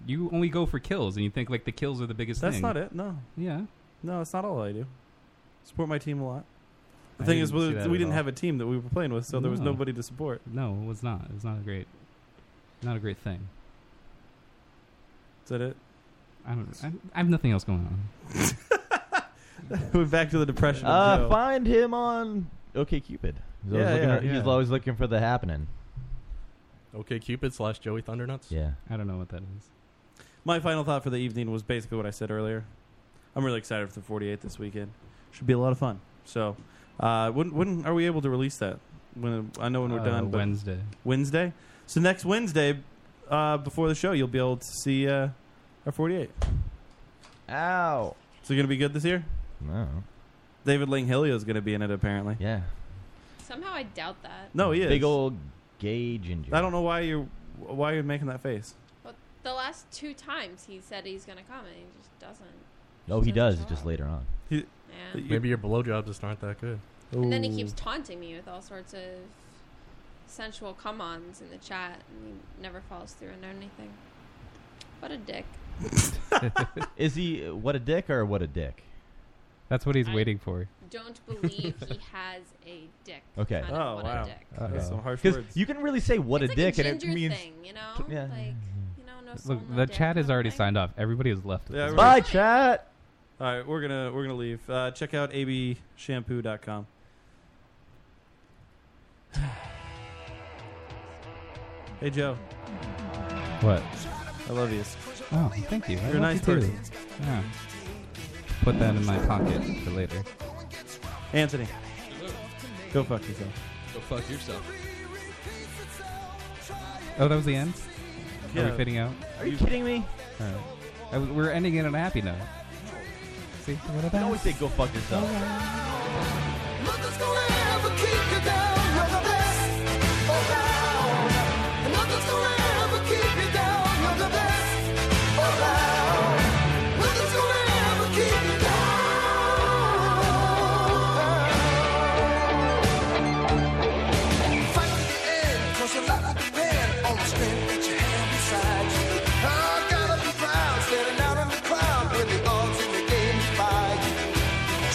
You only go for kills, and you think like the kills are the biggest That's thing. not it. No. Yeah. No, that's not all I do. Support my team a lot. The I thing is, didn't see we, that we at didn't all. have a team that we were playing with, so there was No. nobody to support. No, it was not. It was not a great, not a great thing. Is that it? I don't. I, I have nothing else going on. We're back to the depression. of Uh, Joe. find him on OKCupid. He's always, Yeah, looking yeah, at- he's yeah. always looking for the happening. Okay, Cupid slash Joey Thundernuts. Yeah. I don't know what that is. My final thought for the evening was basically what I said earlier. I'm really excited for the 48 this weekend. Should be a lot of fun. So, uh, when when are we able to release that? When I know when we're Uh, done. but- Wednesday. Wednesday. So next Wednesday, uh, before the show, you'll be able to see uh, our 48. Ow. So you're gonna be good this year. No. David Langhilio is gonna be in it apparently. Yeah. Somehow I doubt that. No, he is. Big old gay ginger. I don't know why you're why you're making that face. Well, the last two times he said he's going to come, and he just doesn't. No, Oh, he does. Just later on. He, Yeah. Maybe your blowjobs just aren't that good. And then he keeps taunting me with all sorts of sensual come ons in the chat and he never follows through on anything. What a dick. Is he uh, what a dick or what a dick? That's what he's waiting for. Don't believe he has a dick. Okay. Kind of what a dick. That's some harsh 'Cause words. You can really say what It's a like dick, a and it ginger means thing, you know? yeah. Like, you know, no soul, Look, no the dick. chat has already signed off. Everybody has left. at Yeah, this we're- point. Bye, chat. All right, we're gonna we're gonna leave. Uh, check out abshampoo.com. Hey Joe. What? I love you. Oh, thank you. I You're a love nice you too. person. Yeah. Put that in my pocket for later. Anthony. Go fuck yourself. Go fuck yourself. Oh, that was the end. Are Yeah. we fading out? Are you kidding me? All right. I w- we're ending it on a happy note. See what about? always say go fuck yourself.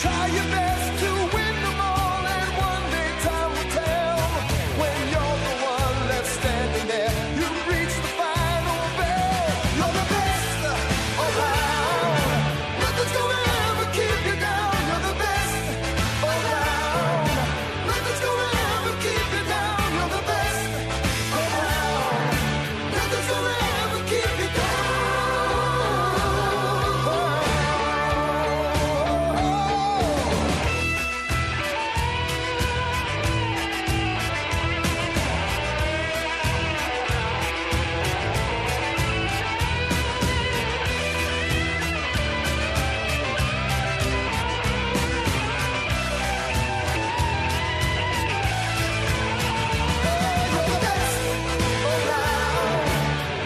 Try your best to win them all, and one day time will tell. When you're the one left standing there, you reach the final bell. You're the best around. Nothing's gonna ever keep you down. You're the best around. Nothing's gonna ever keep you down. You're the best around. Nothing's gonna ever keep you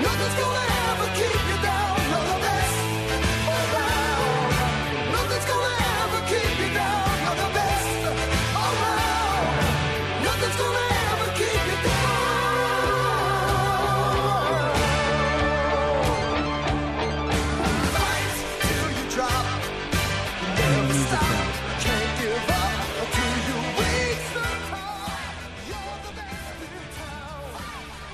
Nothing's gonna ever keep you down. You're the best around. Nothing's gonna ever keep you down. You're the best around. Nothing's gonna ever keep you down. Fight till you drop. Never stop. Can't give up until you reach the top. You're the best in town.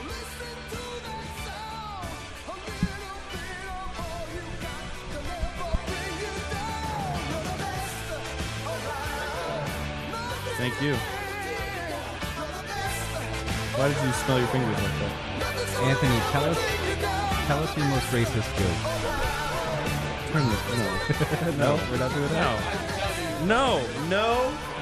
Listen to that sound. A little bit of all you got can never bring you down. You're the best around. Thank you. Why did you smell your fingers like that? Anthony, tell us, tell us your most racist joke. No. no, we're not doing that. No. No. No.